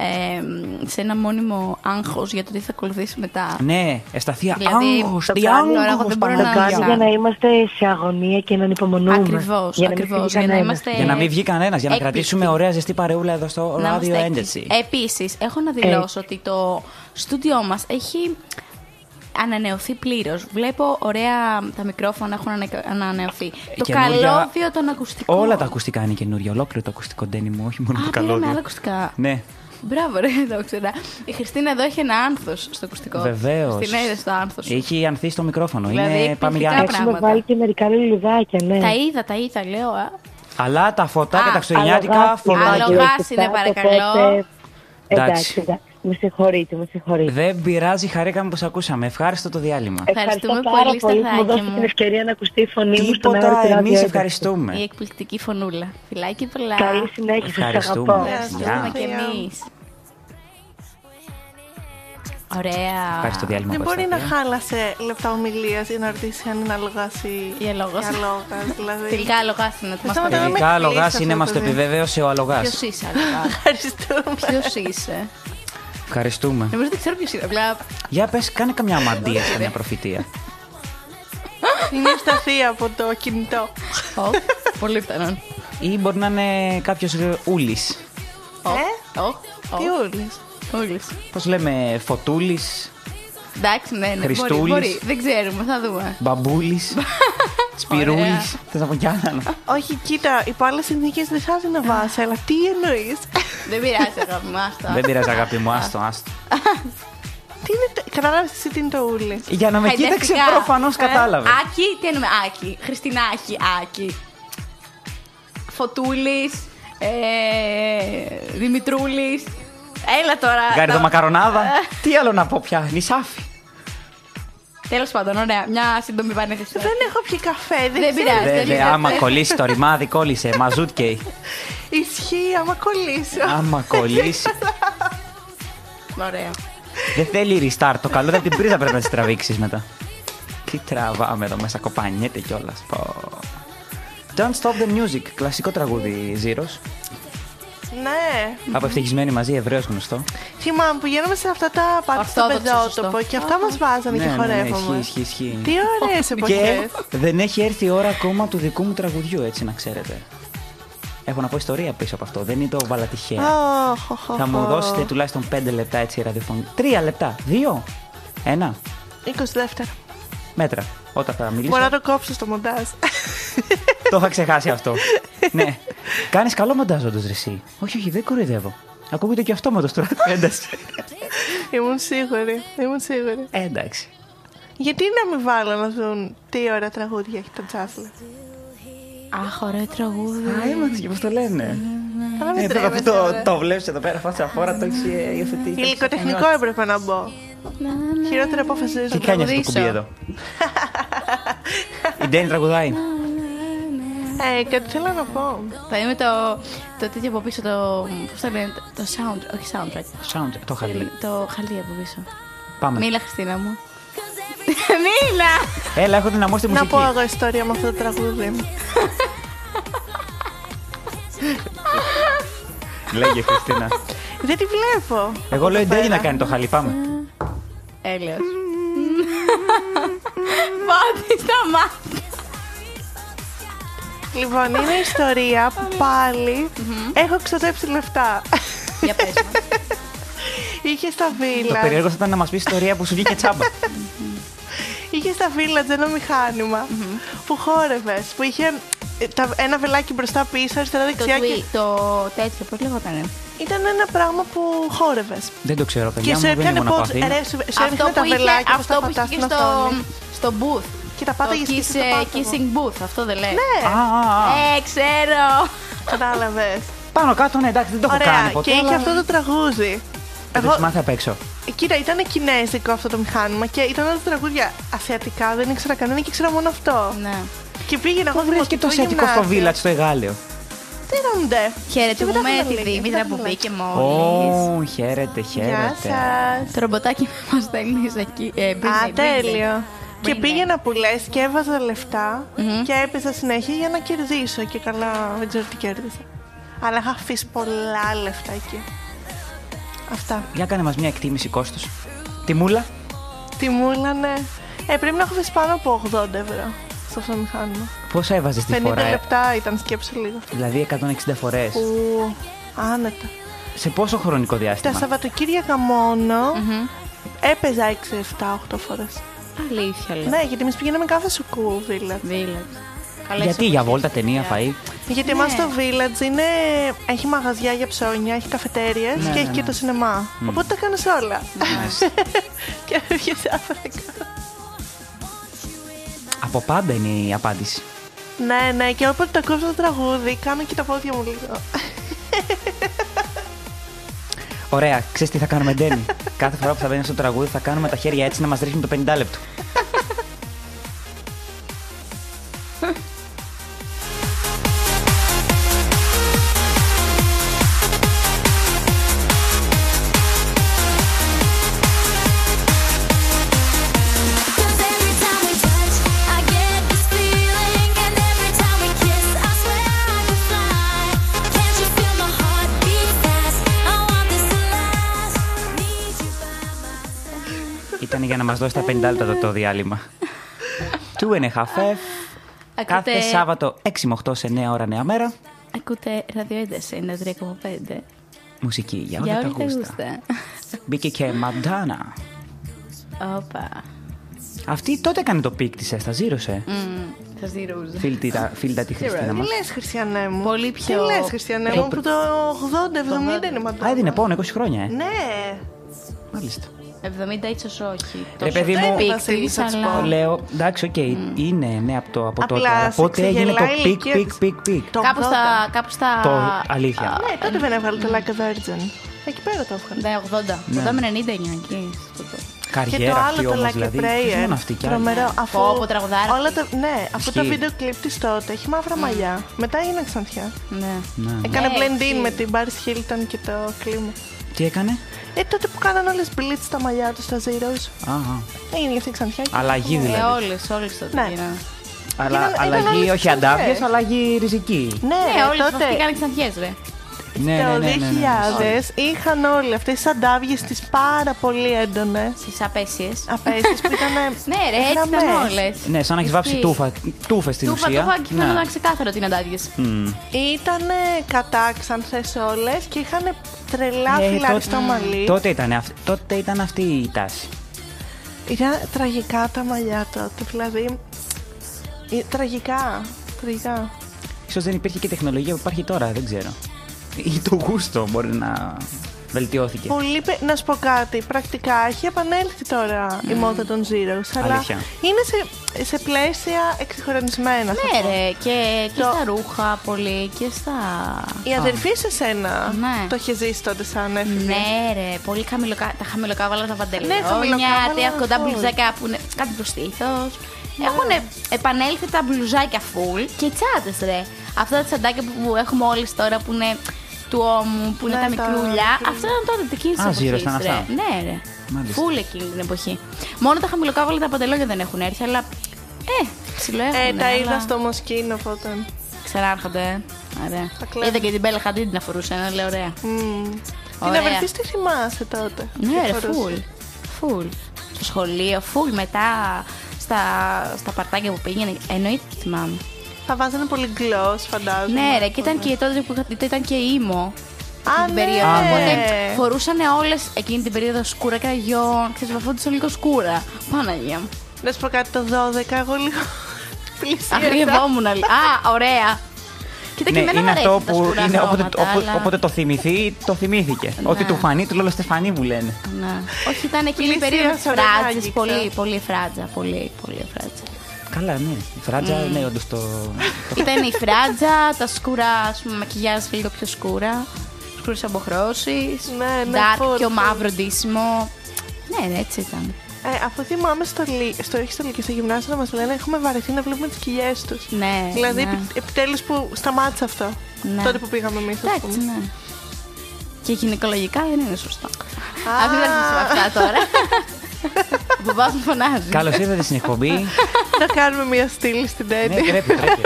Speaker 4: ε, σε ένα μόνιμο άγχος για το τι θα ακολουθήσει μετά.
Speaker 6: Ναι, ευσταθία.
Speaker 4: Δηλαδή,
Speaker 6: άγχος,
Speaker 4: το
Speaker 6: τι
Speaker 4: κάνω,
Speaker 6: άγχος,
Speaker 4: ρε, εγώ δεν μπορώ
Speaker 9: Το
Speaker 4: να
Speaker 6: Παναγία.
Speaker 9: κάνει
Speaker 4: Άμυνα.
Speaker 9: για να είμαστε σε αγωνία και να ανυπομονούμε.
Speaker 4: Ακριβώς,
Speaker 9: Για να μην
Speaker 4: ακριβώς,
Speaker 9: φύγει
Speaker 4: για να
Speaker 9: κανένας.
Speaker 4: είμαστε-
Speaker 6: Για να μην βγει κανένας, για να
Speaker 4: έκπληκτη.
Speaker 6: κρατήσουμε ωραία ζεστή παρεούλα εδώ στο
Speaker 4: Να
Speaker 6: ράδιο Ε.
Speaker 4: είμαστε
Speaker 6: ένταση.
Speaker 4: Επίσης, έχω να δηλώσω ότι το στούντιό μας έχει ανανεωθεί πλήρως. Βλέπω ωραία τα μικρόφωνα έχουν ανακα- ανανεωθεί. Το
Speaker 6: Καινούρια-
Speaker 4: καλώδιο των ακουστικών.
Speaker 6: Ε, Όλα τα ακουστικά είναι καινούργια. Ολόκληρο το ακουστικό ντένι μου, όχι μόνο
Speaker 4: Α,
Speaker 6: το
Speaker 4: πήραμε άλλα
Speaker 6: καλώδιο.
Speaker 4: ακουστικά.
Speaker 6: Ναι,
Speaker 4: Μπράβο, ρε, δεν το ξέρα. Η Χριστίνα εδώ έχει ένα άνθος στο ακουστικό.
Speaker 6: βεβαίως.
Speaker 4: Στην έδε στο άνθος.
Speaker 6: Έχει ανθεί στο μικρόφωνο.
Speaker 4: Δηλαδή,
Speaker 6: είναι πάμε για
Speaker 4: εκπληκτικά
Speaker 6: άνοιξη.
Speaker 4: πράγματα.
Speaker 9: Έχουμε βάλει και μερικά λουλουδάκια, ναι.
Speaker 4: Τα είδα, τα είδα, λέω. Α.
Speaker 6: Αλλά τα φωτά και
Speaker 4: Α,
Speaker 6: τα χριστουγεννιάτικα
Speaker 9: αλλογάς,
Speaker 6: φορτάκια.
Speaker 4: αλλογά.
Speaker 9: αλλογάς
Speaker 4: Λογάς είναι,
Speaker 9: αυτά,
Speaker 4: παρακαλώ.
Speaker 9: οπότε-
Speaker 6: Εντάξει.
Speaker 9: Εντάξει, εντάξει. Με συγχωρείτε, με συγχωρείτε.
Speaker 6: Δεν πειράζει, χαρήκαμε που σε ακούσαμε. Ευχάριστο το διάλειμμα.
Speaker 4: Ευχαριστούμε
Speaker 9: Ευχαριστώ πάρα
Speaker 4: πολύ,
Speaker 9: πολύ που μου
Speaker 4: Σταθάκη
Speaker 9: δώσετε
Speaker 4: μου.
Speaker 9: την ευκαιρία να ακουστεί η φωνή μου στον αέρα
Speaker 6: Τίποτα,
Speaker 9: του
Speaker 6: εμεί
Speaker 9: ραδιό.
Speaker 4: Η
Speaker 6: ευχαριστούμε.
Speaker 4: εκπληκτική φωνούλα. Φιλάκι πολλά.
Speaker 9: Καλή συνέχεια, σας
Speaker 6: Ευχαριστούμε.
Speaker 9: αγαπώ.
Speaker 8: Ναι,
Speaker 4: Ευχαριστούμε
Speaker 6: Γεια.
Speaker 4: και εμείς. Ωραία.
Speaker 6: Ευχαριστώ διάλειμμα.
Speaker 8: Δεν μπορεί να
Speaker 6: Κωνσταντία.
Speaker 8: χάλασε λεπτά ομιλίας για να ρωτήσει αν είναι αλογάς ή
Speaker 4: Η αλόγας.
Speaker 8: η αλόγας, δηλαδή.
Speaker 4: Τελικά αλογάς είναι.
Speaker 8: Θέλω να τα λέμε
Speaker 6: Τελικά
Speaker 8: εκπλήξεις
Speaker 6: αλογά
Speaker 8: αυτό
Speaker 6: είναι,
Speaker 8: το
Speaker 6: μας το
Speaker 8: παιδί.
Speaker 6: επιβεβαίωσε ο αλογάς.
Speaker 4: Ποιος είσαι, αλογάς.
Speaker 8: Ευχαριστούμε.
Speaker 4: Ποιος είσαι.
Speaker 6: Ευχαριστούμε.
Speaker 4: Νομίζω δεν ξέρω ποιος είναι. Απλά
Speaker 6: Για πες, κάνε καμιά αμαντία σε μια προφητεία.
Speaker 8: Είναι η Ευσταθία από το κινητό.
Speaker 4: Ω, πολύ πιθανόν.
Speaker 6: Ή μπορεί να είναι κάποιος ούλης.
Speaker 4: Ω,
Speaker 8: Ε?
Speaker 4: ω,
Speaker 8: Τι
Speaker 4: ω,
Speaker 8: ούλης.
Speaker 4: ούλης.
Speaker 6: Πώς λέμε, φωτούλης,
Speaker 4: Εντάξει, ναι, ναι. Μπορεί,
Speaker 6: Χριστούλης.
Speaker 4: μπορεί. Δεν ξέρουμε, θα δούμε.
Speaker 6: μπαμπούλης, σπυρούλη.
Speaker 4: Ωραία.
Speaker 6: Θες να πω κι άλλα.
Speaker 8: Όχι, κοίτα, υπό άλλε συνθήκες δεν θα την βάση, αλλά τι εννοείς.
Speaker 4: Δεν πειράζει, αγάπη μου, άστα.
Speaker 6: Δεν πειράζει, αγάπη μου, άστο, άστο.
Speaker 8: τι είναι, το- κατάλαβες εσύ τι είναι το ούλι.
Speaker 6: Για να με κοίταξε,
Speaker 4: Χαϊδευτικά.
Speaker 6: προφανώ κατάλαβες.
Speaker 4: Άκη, τι εννοούμε, Άκη. Χριστινάκη, Άκη. Φωτούλης. Ε, Δημητρούλης. Έλα τώρα.
Speaker 6: Γκάριδο μακαρονάδα. Τι άλλο να πω πια, νησάφι.
Speaker 4: Τέλος πάντων, ωραία. Μια σύντομη πανέθεση.
Speaker 8: Δεν έχω πιει καφέ, δεν,
Speaker 4: Δεν
Speaker 8: ξέρω.
Speaker 4: πειράζει.
Speaker 6: Δε, δε,
Speaker 4: Θέλεις,
Speaker 6: άμα
Speaker 4: δε.
Speaker 6: κολλήσει το ρημάδι, κόλλησε. Μαζούτκι.
Speaker 8: Ισχύει άμα κολλήσω.
Speaker 6: Άμα κολλήσει.
Speaker 4: Ωραία.
Speaker 6: Δεν θέλει restart. Το καλό ήταν την πρίζα πρέπει να τη τραβήξεις μετά. Τι τραβάμε εδώ μέσα, κοπανιέται κιόλας. Don't stop the music. Κλασικό τραγούδι Zero.
Speaker 8: ναι.
Speaker 6: Από ευτυχισμένοι μαζί, ευρέως γνωστό.
Speaker 8: Θυμάμαι που γίναμε σε αυτά τα πάρτι στο
Speaker 4: Ορθόδοξο,
Speaker 8: πεζότοπο
Speaker 4: σωστό.
Speaker 8: και αυτά μας βάζανε και
Speaker 6: ισχύει,
Speaker 8: χορεύαμε.
Speaker 6: Ναι, ισχύει, ισχύει.
Speaker 8: Τι ωραίες εποχέ.
Speaker 6: Και δεν έχει έρθει η ώρα ακόμα του δικού μου τραγουδιού, έτσι να ξέρετε. Έχω να πω ιστορία πίσω από αυτό. Δεν είναι το βάλα τυχαία. Θα μου δώσετε τουλάχιστον 5 λεπτά έτσι ραδιοφωνικά. 3 λεπτά. 2. Ένα.
Speaker 8: 20 δεύτερα.
Speaker 6: Μέτρα. Όταν θα μιλήσω.
Speaker 8: Μπορώ να το κόψω στο μοντάζ.
Speaker 6: Το είχα ξεχάσει αυτό. ναι. Κάνεις καλό μοντάζοντα ρεσί. Όχι, όχι, δεν κοροϊδεύω. Ακούγεται και αυτό με το στράτο. Ένταση.
Speaker 8: Ήμουν σίγουρη. Ήμουν σίγουρη.
Speaker 6: Εντάξει.
Speaker 8: Γιατί να μην βάλω να δουν τι ωραία τραγούδια έχει το Τζάσλε.
Speaker 4: Αχ, ωραίο τραγούδι.
Speaker 6: Α, είμαστε και πώς το λένε.
Speaker 8: Καλά, μην
Speaker 6: Εδώ
Speaker 8: τρέπεσαι,
Speaker 6: Ε, αυτό
Speaker 8: ρε.
Speaker 6: το βλέπεις εδώ πέρα, φάτσα αφορά, το έχει ε, υιοθετήσει.
Speaker 8: Υλικοτεχνικό έπρεπε να μπω. Χειρότερη απόφαση
Speaker 6: Τι
Speaker 8: ζωή.
Speaker 6: κάνει αυτό
Speaker 4: τραγουδήσω.
Speaker 6: το κουμπί εδώ. Η Ντένι τραγουδάει.
Speaker 8: Ε, κάτι θέλω να πω.
Speaker 4: Θα είμαι το, το τέτοιο από πίσω, το. Πώς το λένε, το sound, όχι soundtrack.
Speaker 6: Sound, το χαλί.
Speaker 4: Το χαλί από πίσω.
Speaker 8: Ναι.
Speaker 6: Πάμε.
Speaker 4: Μίλα, Χριστίνα μου. Μίλα!
Speaker 6: Έλα, έχω δυναμώσει τη
Speaker 8: Να
Speaker 6: μουσική.
Speaker 8: πω εγώ ιστορία με αυτό το τραγούδι.
Speaker 6: Λέγε Χριστίνα.
Speaker 8: Δεν τη βλέπω.
Speaker 6: Εγώ λέω η Ντένι να κάνει το χαλί. Πάμε.
Speaker 4: Έλεος. Πάτη στα μάτια.
Speaker 8: Λοιπόν, είναι ιστορία που πάλι έχω ξοδέψει λεφτά.
Speaker 4: Για πες μας.
Speaker 8: Είχε στα
Speaker 6: Το
Speaker 8: βίλα.
Speaker 6: περίεργο θα ήταν να μας πει ιστορία που σου βγήκε τσάμπα.
Speaker 8: Είχε στα Village ένα μηχάνημα που χόρευες. Που είχε ε, τα- ένα βελάκι μπροστά πίσω, αριστερά
Speaker 4: Το
Speaker 8: δεξιά. Και...
Speaker 4: tweet, το τέτοιο, πώς λεγότανε.
Speaker 8: Ήταν ένα πράγμα που χόρευες.
Speaker 6: Δεν το ξέρω,
Speaker 8: Και
Speaker 6: παιδιά μου.
Speaker 8: σου
Speaker 6: Δεν
Speaker 8: έπιανε
Speaker 6: ήμουν από
Speaker 8: πώ.
Speaker 6: Αθήνα.
Speaker 8: Ρε, σου, σου
Speaker 4: Αυτό
Speaker 8: έπιανε
Speaker 4: που
Speaker 8: τα
Speaker 4: είχε,
Speaker 8: βελάκια μπροστά
Speaker 4: αυτό που είχε
Speaker 8: φαντάσου
Speaker 4: και
Speaker 8: να
Speaker 4: στο,
Speaker 8: φτάνει.
Speaker 4: στο booth.
Speaker 8: Και τα
Speaker 4: Το
Speaker 8: πάταγε και στο
Speaker 4: kiss-
Speaker 8: πάταγο.
Speaker 4: kissing booth, αυτό δεν λέει.
Speaker 8: Ναι,
Speaker 6: Α, α, α.
Speaker 4: Ε, ξέρω.
Speaker 8: κατάλαβες.
Speaker 6: Πάνω κάτω, ναι, εντάξει, δεν το έχω κάνει
Speaker 8: Ωραία.
Speaker 6: ποτέ.
Speaker 8: Και είχε
Speaker 6: αλλά
Speaker 8: αυτό το τραγούδι.
Speaker 6: Δεν το έχεις μάθει απ' έξω.
Speaker 8: Κοίτα, ήταν κινέζικο αυτό το μηχάνημα και ήταν όλα τα τραγούδια ασιατικά, δεν ήξερα κανένα και ήξερα μόνο αυτό.
Speaker 4: Ναι.
Speaker 8: Και πήγαινα εγώ
Speaker 6: Πού βρες και
Speaker 8: δημοτικό
Speaker 6: το ασιατικό στο
Speaker 8: γυμνάσιο.
Speaker 6: βillage στο Εγάλεο.
Speaker 8: Τι είδονται.
Speaker 4: Χαιρετούμε
Speaker 8: Και μετά
Speaker 4: τη
Speaker 8: θα λέγε,
Speaker 4: Δήμητρα
Speaker 8: μετά
Speaker 4: που
Speaker 8: θα
Speaker 4: μπήκε μόλις.
Speaker 6: Ω, χαίρετε,
Speaker 8: λέγε. Γεια
Speaker 6: χαίρετε.
Speaker 8: σας.
Speaker 4: Το ρομποτάκι που μας στέλνεις εκεί. ε,
Speaker 8: Α,
Speaker 4: busy, busy.
Speaker 8: τέλειο. Και
Speaker 4: Bring
Speaker 8: πήγαινα που λες και έβαζα λεφτά και έπαιζα συνέχεια για να κερδίσω. Και καλά, δεν ξέρω τι κέρδισα. Αλλά είχα αφήσει πολλά λεφτά εκεί. Αυτά.
Speaker 6: Για κάνε μας μια εκτίμηση κόστος. Τιμούλα.
Speaker 8: Τι μου λένε. Ε, πρέπει να έχω δει πάνω από 80 ευρώ σε αυτό το μηχάνημα.
Speaker 6: Πόσα έβαζες τη
Speaker 8: 50
Speaker 6: φορά. ε?
Speaker 8: λεπτά ήταν σκέψη λίγο.
Speaker 6: Δηλαδή 160 φορές.
Speaker 8: Που άνετα.
Speaker 6: Σε πόσο χρονικό
Speaker 8: Τα
Speaker 6: διάστημα.
Speaker 8: Σαββατοκύριακα μόνο έπαιζα 6-7-8 φορές.
Speaker 4: Αλήθεια, λέω.
Speaker 8: Ναι, γιατί εμείς πηγαίναμε κάθε σου δηλαδή. κου village.
Speaker 4: Village. Καλά,
Speaker 6: Γιατί
Speaker 4: είσαι
Speaker 6: για
Speaker 4: πολύ
Speaker 6: βόλτα, ταινία,
Speaker 4: σοφιά.
Speaker 6: φαΐ.
Speaker 8: Γιατί εμάς το village είναι... έχει μαγαζιά για ψώνια, έχει καφετέριες και έχει και το σινεμά. Οπότε τα κάνεις όλα. και έβγες άφρακα.
Speaker 6: Από πάντα είναι η απάντηση.
Speaker 8: Ναι, ναι, και όποτε το ακούω αυτό το τραγούδι, κάνω και τα πόδια μου λίγο.
Speaker 6: Ωραία, ξέρεις τι θα κάνουμε, Ντένι. Κάθε φορά που θα μπαίνει στο τραγούδι θα κάνουμε τα χέρια έτσι να μας ρίχνουν το 50 λεπτό.
Speaker 7: Cause every time we touch, I get this feeling, and every time we kiss, I swear I could fly. Can't you feel my heart beat fast? I want this to last. Need you by my side.
Speaker 6: Ήταν για να μας δώσει τα 50 λεπτά το, το διάλειμμα. Του and a half F. Κάθε
Speaker 4: Ακούτε-
Speaker 6: Σάββατο 6 με 8 σε 9 ώρα νέα μέρα.
Speaker 4: Ακούτε ραδιοένταση, είναι 3,5.
Speaker 6: Μουσική για όλα
Speaker 4: Για
Speaker 6: τα
Speaker 4: όλα τα
Speaker 6: γούστα.
Speaker 8: Ναι.
Speaker 4: γούστα.
Speaker 6: Μπήκε και Μαντάνα.
Speaker 4: Όπα.
Speaker 6: Αυτή τότε έκανε το πικ της, τα ζήρωσε.
Speaker 8: Mm.
Speaker 4: Σα ρούζα.
Speaker 6: Φίλτα φίλτα τη Χριστίνα μας.
Speaker 8: Τι λες, Χριστιανέ μου.
Speaker 4: Πολύ πιο-
Speaker 8: Τι λες, Χριστιανέ μου, που το 80-70 είναι
Speaker 6: Α,
Speaker 8: μαντά.
Speaker 6: έδινε πόνο 20 χρόνια, ε.
Speaker 8: Ναι,
Speaker 6: Μάλιστα.
Speaker 4: 70 ίσως όχι.
Speaker 6: Ρε, παιδί μου,
Speaker 4: peak
Speaker 8: Βασίλη,
Speaker 4: της,
Speaker 8: θα της
Speaker 4: αλλά-
Speaker 8: πω.
Speaker 6: Λέω, εντάξει, οκ, είναι ναι από, το, από τότε.
Speaker 8: Mm. Απλά
Speaker 6: αλλά
Speaker 8: σε
Speaker 6: Πότε έγινε το
Speaker 8: ξεγελάει η
Speaker 6: πικ,
Speaker 8: ηλικία
Speaker 6: πικ,
Speaker 8: της.
Speaker 6: πικ, πικ.
Speaker 8: το
Speaker 4: Κάπου
Speaker 8: 80.
Speaker 4: στα. Κάπου στα...
Speaker 6: Το αλήθεια.
Speaker 8: Ναι, τότε δεν έβγαλε το Like a Virgin. Εκεί πέρα το έβγαλε.
Speaker 4: Ναι, 80. 80-90 είναι εκεί. στο το-
Speaker 8: Και το
Speaker 6: Καριέρα αυτή
Speaker 8: άλλο το
Speaker 6: όμως
Speaker 8: Like a
Speaker 6: δηλαδή. Τι
Speaker 8: Prayer.
Speaker 6: μόνο αυτή κι άλλη.
Speaker 8: Τρομερό. Αφού
Speaker 4: Πω, πω, τραγουδάρα. Mm.
Speaker 8: όλα τα, ναι, αφού το
Speaker 6: Ισχύει.
Speaker 8: βίντεο κλιπ της τότε έχει μαύρα μαλλιά. Μετά έγινε ξανθιά.
Speaker 4: Ναι.
Speaker 6: Ναι.
Speaker 8: Έκανε
Speaker 4: Ναι,
Speaker 8: blend in
Speaker 4: ισχύει.
Speaker 8: με την Paris Hilton και το κλίμα.
Speaker 6: Τι έκανε.
Speaker 8: Ε, τότε που κάνανε όλες bleach τα μαλλιά τους στα Zeros.
Speaker 6: Α, α.
Speaker 8: Έγινε και αυτή η ξανθιά. και-
Speaker 6: Αλλαγή
Speaker 4: Ε,
Speaker 6: δηλαδή.
Speaker 4: όλες, όλες τότε
Speaker 8: Ναι.
Speaker 4: γίνανε.
Speaker 6: Αλλά
Speaker 8: ήταν- ήταν
Speaker 6: αλλαγή,
Speaker 8: όλες
Speaker 6: όχι
Speaker 8: τις
Speaker 6: αντάβειες,
Speaker 8: ιδέες.
Speaker 6: αλλαγή ριζική.
Speaker 8: Ναι,
Speaker 4: Ναι, όλες τότε
Speaker 8: τότε
Speaker 4: πήγαν ξανθιές, ρε.
Speaker 6: Ναι, ναι,
Speaker 8: το
Speaker 6: ναι, ναι, ναι, ναι.
Speaker 8: 2000 είχαν όλοι αυτέ τι αντάβιε τι πάρα πολύ έντονε.
Speaker 4: Στι απέσιε.
Speaker 8: Απέσει που ήταν.
Speaker 4: Ναι, ρε, έτσι ήταν
Speaker 8: γραμμές.
Speaker 4: όλε.
Speaker 6: Ναι, σαν να έχει βάψει τούφα. Τούφε στην
Speaker 4: Τούφα,
Speaker 6: ουσία.
Speaker 4: τούφα και
Speaker 6: Ναι.
Speaker 4: φαίνονταν ξεκάθαρο ότι είναι αντάδειε.
Speaker 8: Ήτανε κατά ξανθές όλες και είχαν τρελά
Speaker 6: Ε,
Speaker 8: φυλαριστό
Speaker 6: τότε-
Speaker 8: μαλλί.
Speaker 6: Τότε ήταν, αυ- τότε ήταν αυτή η τάση.
Speaker 8: Ήταν τραγικά τα μαλλιά τότε, δηλαδή. ε, Τραγικά. Τραγικά.
Speaker 6: Ίσως δεν υπήρχε και η τεχνολογία που υπάρχει τώρα, δεν ξέρω. Ή το γούστο μπορεί να βελτιώθηκε.
Speaker 8: Πολύ, πε- να σου πω κάτι. Πρακτικά έχει επανέλθει τώρα η μόδα των Zeros. Αλλά
Speaker 6: Αλήθεια.
Speaker 8: είναι σε, σε πλαίσια εξυγχρονισμένα. θα
Speaker 4: Ναι,
Speaker 8: πω.
Speaker 4: ρε, και, και
Speaker 8: Το-
Speaker 4: στα ρούχα πολύ και στα.
Speaker 8: Η αδερφή σε σένα
Speaker 4: Ναι.
Speaker 8: το είχε ζήσει τότε σαν έφηβη.
Speaker 4: Ναι, ρε, πολύ χαμηλοκα... τα χαμηλοκάβαλα τα βαντελόνια,
Speaker 8: Ναι, χαμηλοκάβαλα, ναι,
Speaker 4: τα κοντά
Speaker 8: full.
Speaker 4: μπλουζάκια που είναι κάτι το στήθο. Έχουν επανέλθει τα μπλουζάκια full και οι τσάντες, ρε. Αυτά τα τσαντάκια που έχουμε όλες τώρα που είναι του ώμου, που είναι
Speaker 8: Ναι,
Speaker 4: τα
Speaker 8: τα
Speaker 4: μικρούλια.
Speaker 8: μικρούλια.
Speaker 4: Αυτά ήταν τότε δική
Speaker 6: Α,
Speaker 4: εποχής.
Speaker 6: ζήρω ήταν αυτά.
Speaker 4: Ναι, ρε.
Speaker 6: Μάλιστα.
Speaker 4: Φούλ εκείνη την εποχή. Μόνο τα χαμηλοκάβαλα τα παντελόνια δεν έχουν έρθει, αλλά. Ε, ψηλό έχουν.
Speaker 8: Ε, τα είδα
Speaker 4: αλλά
Speaker 8: στο Μοσκίνο οπότε.
Speaker 4: Ξανάρχονται. ε. Ωραία.
Speaker 8: Τα κλέβουν.
Speaker 4: Είδα και την Μπέλα Χαντίν να φορούσε, ένα λέω ωραία.
Speaker 8: Μμμ. Την
Speaker 4: Ωραία.
Speaker 8: αδερφή στη θυμάσαι τότε.
Speaker 4: Ναι,
Speaker 8: Τι
Speaker 4: ρε,
Speaker 8: φορούσε.
Speaker 4: φουλ. Φουλ. Στο σχολείο, φουλ μετά στα, στα παρτάκια που πήγαινε. Εννοείται ότι θυμάμαι.
Speaker 8: Θα βάζανε πολύ gloss, φαντάζομαι.
Speaker 4: Ναι, ρε, και ήταν και τότε που είχα- ήταν και ήμο.
Speaker 8: Α,
Speaker 4: την
Speaker 8: ναι.
Speaker 4: περίοδο.
Speaker 6: Α,
Speaker 4: Οπότε φορούσαν όλες εκείνη την περίοδο σκούρα κραγιόν. Ξέρεις, βαφόντουσαν λίγο σκούρα. Παναγία μου.
Speaker 8: Να σου πω κάτι το 12, εγώ λίγο πλησίασα.
Speaker 4: Αγριευόμουν. λίγο. Α, ωραία. Κοίτα και
Speaker 6: Ναι,
Speaker 4: εμένα μου
Speaker 6: είναι αυτό
Speaker 4: αρέσουν τα
Speaker 6: που
Speaker 4: σκούρα
Speaker 6: είναι όποτε,
Speaker 4: χρώματα,
Speaker 6: όποτε-
Speaker 4: αλλά-
Speaker 6: όποτε το θυμηθεί, το θυμήθηκε. Ό,τι του φανεί, του λέω Στεφανή που λένε.
Speaker 4: Ναι. Όχι, ήταν εκείνη η
Speaker 8: Πλησίασα,
Speaker 4: περίοδος τη
Speaker 8: ρε,
Speaker 4: φράτζα.
Speaker 8: άγγιξα.
Speaker 4: Πολύ, πολύ φράτζα. Πολύ, πολύ φράτζα.
Speaker 6: Καλά, ναι. Η Φράτζα,
Speaker 4: Mm.
Speaker 6: ναι, όντως το. το-
Speaker 4: Ήταν η φράτζα, τα σκούρα, ας πούμε, μακιγιάζ λίγο πιο σκούρα. Σκούρες αποχρώσεις,
Speaker 8: Ναι, ναι,
Speaker 4: dark,
Speaker 8: full,
Speaker 4: πιο
Speaker 8: full.
Speaker 4: μαύρο ντύσιμο. Ναι, ναι, έτσι ήταν.
Speaker 8: Ε, αφού θυμάμαι στο, λυ- στο, όχι στο λυκείο, στο γυμνάσιο να μας λένε έχουμε βαρεθεί να βλέπουμε τις κοιλιές τους.
Speaker 4: Ναι,
Speaker 8: δηλαδή
Speaker 4: ναι.
Speaker 8: επι- επιτέλους που σταμάτησε αυτό.
Speaker 4: Ναι.
Speaker 8: Τότε που πήγαμε εμείς, ας
Speaker 4: Εντάξει,
Speaker 8: πούμε.
Speaker 4: ναι. Και γυναικολογικά δεν είναι σωστό.
Speaker 8: Α.
Speaker 4: Αυτή δεν είναι αυτά τώρα. Ο παπάς μου φωνάζει.
Speaker 6: Καλώς ήρθατε στην εκπομπή.
Speaker 8: να κάνουμε μια στήλη στην
Speaker 6: ναι,
Speaker 8: τέτοια.
Speaker 6: τρέπει, τρέπει.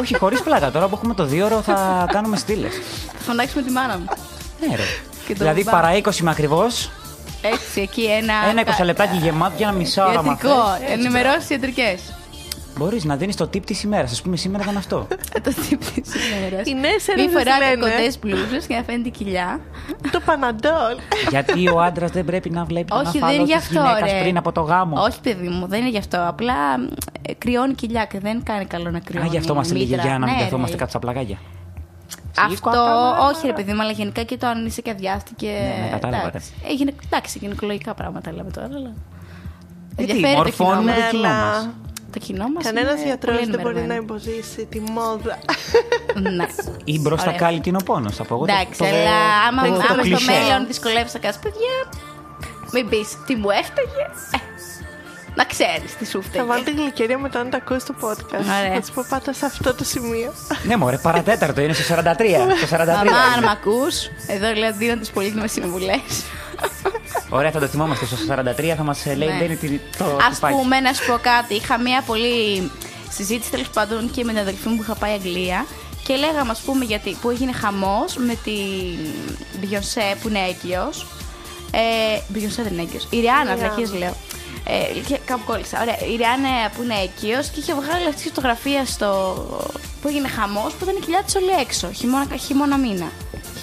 Speaker 6: Όχι, χωρίς πλάκα. Τώρα που έχουμε το δύο ώρο θα κάνουμε στήλες.
Speaker 4: Θα φωνάξουμε τη μάνα μου.
Speaker 6: Ναι, ρε.
Speaker 4: και το
Speaker 6: δηλαδή
Speaker 4: μπαμπά.
Speaker 6: παρά 20 με ακριβώς,
Speaker 4: Έτσι, εκεί ένα.
Speaker 6: ένα 20 λεπτάκι γεμάτο για ένα μισά ώρα
Speaker 4: Ιατρικό.
Speaker 6: μαθαίνεις.
Speaker 4: Ενημερώσεις ιατρικές.
Speaker 6: Μπορείς να δίνεις το tip της ημέρας. Ας πούμε, σήμερα ήταν αυτό.
Speaker 4: Το τύπη της ημέρας.
Speaker 8: Οι νέες
Speaker 4: Μη
Speaker 8: έρευνες
Speaker 4: φοράτε
Speaker 8: λένε.
Speaker 4: κοντές μπλούζες και να φαίνεται κοιλιά.
Speaker 8: Το Παναντόλ.
Speaker 4: Ναι.
Speaker 6: Γιατί ο άντρας δεν πρέπει να βλέπει τον
Speaker 4: Όχι, δεν είναι
Speaker 6: αφαλό
Speaker 4: γι'
Speaker 6: της
Speaker 4: αυτό.
Speaker 6: γυναίκας
Speaker 4: ρε.
Speaker 6: πριν από το γάμο.
Speaker 4: Όχι, παιδί μου, δεν είναι γι' αυτό. Απλά μ, ε, κρυώνει κοιλιά και δεν κάνει καλό να κρυώνει.
Speaker 6: Α, γι' αυτό μας έλεγε
Speaker 4: μήτρα.
Speaker 6: για να μην
Speaker 4: Ναι,
Speaker 6: καθόμαστε
Speaker 4: ρε.
Speaker 6: κάτω στα πλακάκια.
Speaker 4: Αυτό,
Speaker 6: Σήκω,
Speaker 4: όχι ρε παιδί μου, αλλά γενικά και το αν είσαι και αδιάστηκε.
Speaker 6: Ναι, ναι, κατάλαβα,
Speaker 4: εντάξει. Ε, γυναι- εντάξει, γυναικολογικά πράγματα λέμε τώρα, αλλά.
Speaker 6: Γιατί
Speaker 4: Ενδιαφέρει το κοινό
Speaker 6: μορφώνουμε
Speaker 4: μα.
Speaker 6: το κοινό
Speaker 8: αλλά-
Speaker 6: μα.
Speaker 4: Το κοινό μας.
Speaker 8: Κανένας γιατρό δεν μπορεί να εμποδίσει τη μόδα.
Speaker 4: Ναι.
Speaker 6: Ή μπροστά
Speaker 4: Ωραία.
Speaker 6: κάλλη κοινοπόνο. Από εγώ το-
Speaker 4: Εντάξει,
Speaker 6: το-
Speaker 4: αλλά άμα,
Speaker 6: το- το
Speaker 4: άμα στο
Speaker 6: κλισέ.
Speaker 4: μέλλον δυσκολεύεσαι να κάνεις παιδιά, μην πεις τι μου έφταγες. Ε, να ξέρεις τι σου
Speaker 8: Θα βάλω
Speaker 4: έφταγε.
Speaker 8: τη γλυκερία μετά να τα ακούσεις το podcast.
Speaker 4: Ωραία.
Speaker 8: Θα σου πω πάντα σε αυτό το σημείο.
Speaker 6: Ναι, μωρέ, παρατέταρτο είναι στο 43. Το 43.
Speaker 4: Μαμά, αν μ' ακούς, εδώ λέω δίνω τι πολύτιμε συμβουλές.
Speaker 6: Ωραία, θα το θυμόμαστε. Στο 43 θα μας λέει
Speaker 4: Ναι.
Speaker 6: μπαίνει την- το
Speaker 4: Ας
Speaker 6: τυπάκι.
Speaker 4: πούμε, να σου πω κάτι. Είχα μία πολύ συζήτηση τέλος πάντων και με την αδελφή μου που είχα πάει Αγγλία και λέγαμε, ας πούμε, γιατί που έγινε χαμός με την Beyoncé που είναι έγκυος. Ε, Beyoncé δεν είναι έγκυος. Η Ριάννα, βλακίε λέω. Ε, και κάπου κόλλησα. Ωραία. Η Ριάννα που είναι έγκυο και είχε βγάλει αυτή τη φωτογραφία στο. που έγινε χαμός που ήταν η κοιλιά της όλη έξω. Χειμώνα, χειμώνα μήνα.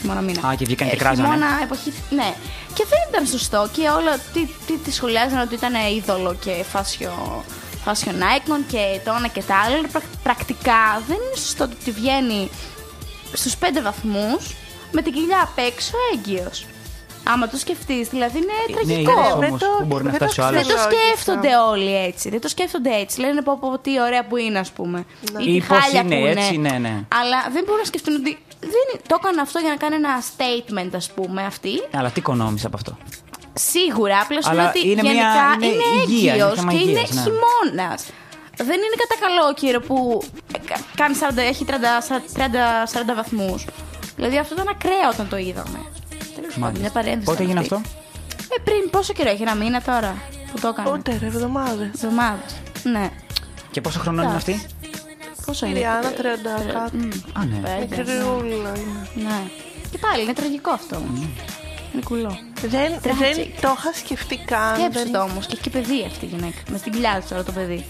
Speaker 4: Χειμώνα μήνα.
Speaker 6: Α, και βγήκαν και
Speaker 4: Ε,
Speaker 6: κράζανε.
Speaker 4: χειμώνα, εποχή. Ναι. Και δεν ήταν σωστό και όλο τι, τι τη σχολιάζαν ότι ήταν είδωλο και φάσιο fashion icon και το ένα και τα άλλο. αλλά πρακ- πρακτικά δεν είναι σωστό το ότι βγαίνει στους πέντε βαθμούς με την κοιλιά απ' έξω έγκυος. Άμα το σκεφτείς, δηλαδή είναι
Speaker 6: Ναι,
Speaker 4: τραγικό.
Speaker 6: είδες
Speaker 8: Δεν
Speaker 6: όμω.
Speaker 8: το-
Speaker 6: Πού μπορεί να
Speaker 8: δεν το
Speaker 6: φτάσει ο άλλος.
Speaker 4: Δεν το
Speaker 8: Λογικά.
Speaker 4: σκέφτονται όλοι έτσι. Δεν το σκέφτονται έτσι. Λένε πω, πω, τι ωραία που είναι, ας πούμε.
Speaker 6: Ή
Speaker 4: τι
Speaker 6: πώς
Speaker 4: χάλια
Speaker 6: είναι,
Speaker 4: που
Speaker 6: έτσι, ναι, ναι.
Speaker 4: Αλλά δεν μπορούν να σκεφτούν ότι. Δεν... είναι- Το έκανα αυτό για να κάνει ένα statement, ας πούμε, αυτή.
Speaker 6: Αλλά τι οικονόμησε από αυτό.
Speaker 4: Σίγουρα, απλώς είναι
Speaker 6: Αλλά
Speaker 4: ότι
Speaker 6: είναι μια-
Speaker 4: γενικά
Speaker 6: είναι
Speaker 4: είναι
Speaker 6: υγεία, είναι
Speaker 4: έγκυος
Speaker 6: θέμα
Speaker 4: και είναι
Speaker 6: υγείας, ναι.
Speaker 4: χειμώνας. Δεν είναι κατά καλό κύριο που ε, κα- κάνει 40, έχει 30, 40 βαθμούς. Δηλαδή αυτό ήταν ακραίο όταν το είδαμε. Τέλο πάντων,
Speaker 6: Μάλιστα.
Speaker 4: μια παρένθεση.
Speaker 6: Πότε
Speaker 4: ήταν
Speaker 6: έγινε
Speaker 4: αυτή.
Speaker 6: αυτό.
Speaker 4: Ε, πριν πόσο καιρό, έχει ένα μήνα τώρα που το έκανα.
Speaker 8: Ούτε ρε, εβδομάδες.
Speaker 4: Εβδομάδα. Ναι.
Speaker 6: Και πόσο χρονών είναι αυτή.
Speaker 4: Πόσο
Speaker 8: Η
Speaker 4: είναι.
Speaker 8: Ριάννα
Speaker 4: Τε-
Speaker 8: 30 κάτι.
Speaker 4: Μμ,
Speaker 6: Α, ναι.
Speaker 4: πέντε,
Speaker 8: Κρούλα είναι.
Speaker 4: Ναι. Και πάλι είναι τραγικό αυτό
Speaker 6: Ναι.
Speaker 4: όμως. Είναι κουλό.
Speaker 8: Δεν,
Speaker 4: Tragic.
Speaker 8: δεν το είχα σκεφτεί καν.
Speaker 4: Σκέψτε
Speaker 8: Δεν...
Speaker 4: το όμως. Και έχει και παιδί αυτή η γυναίκα. Με στην κοιλιά της τώρα το παιδί.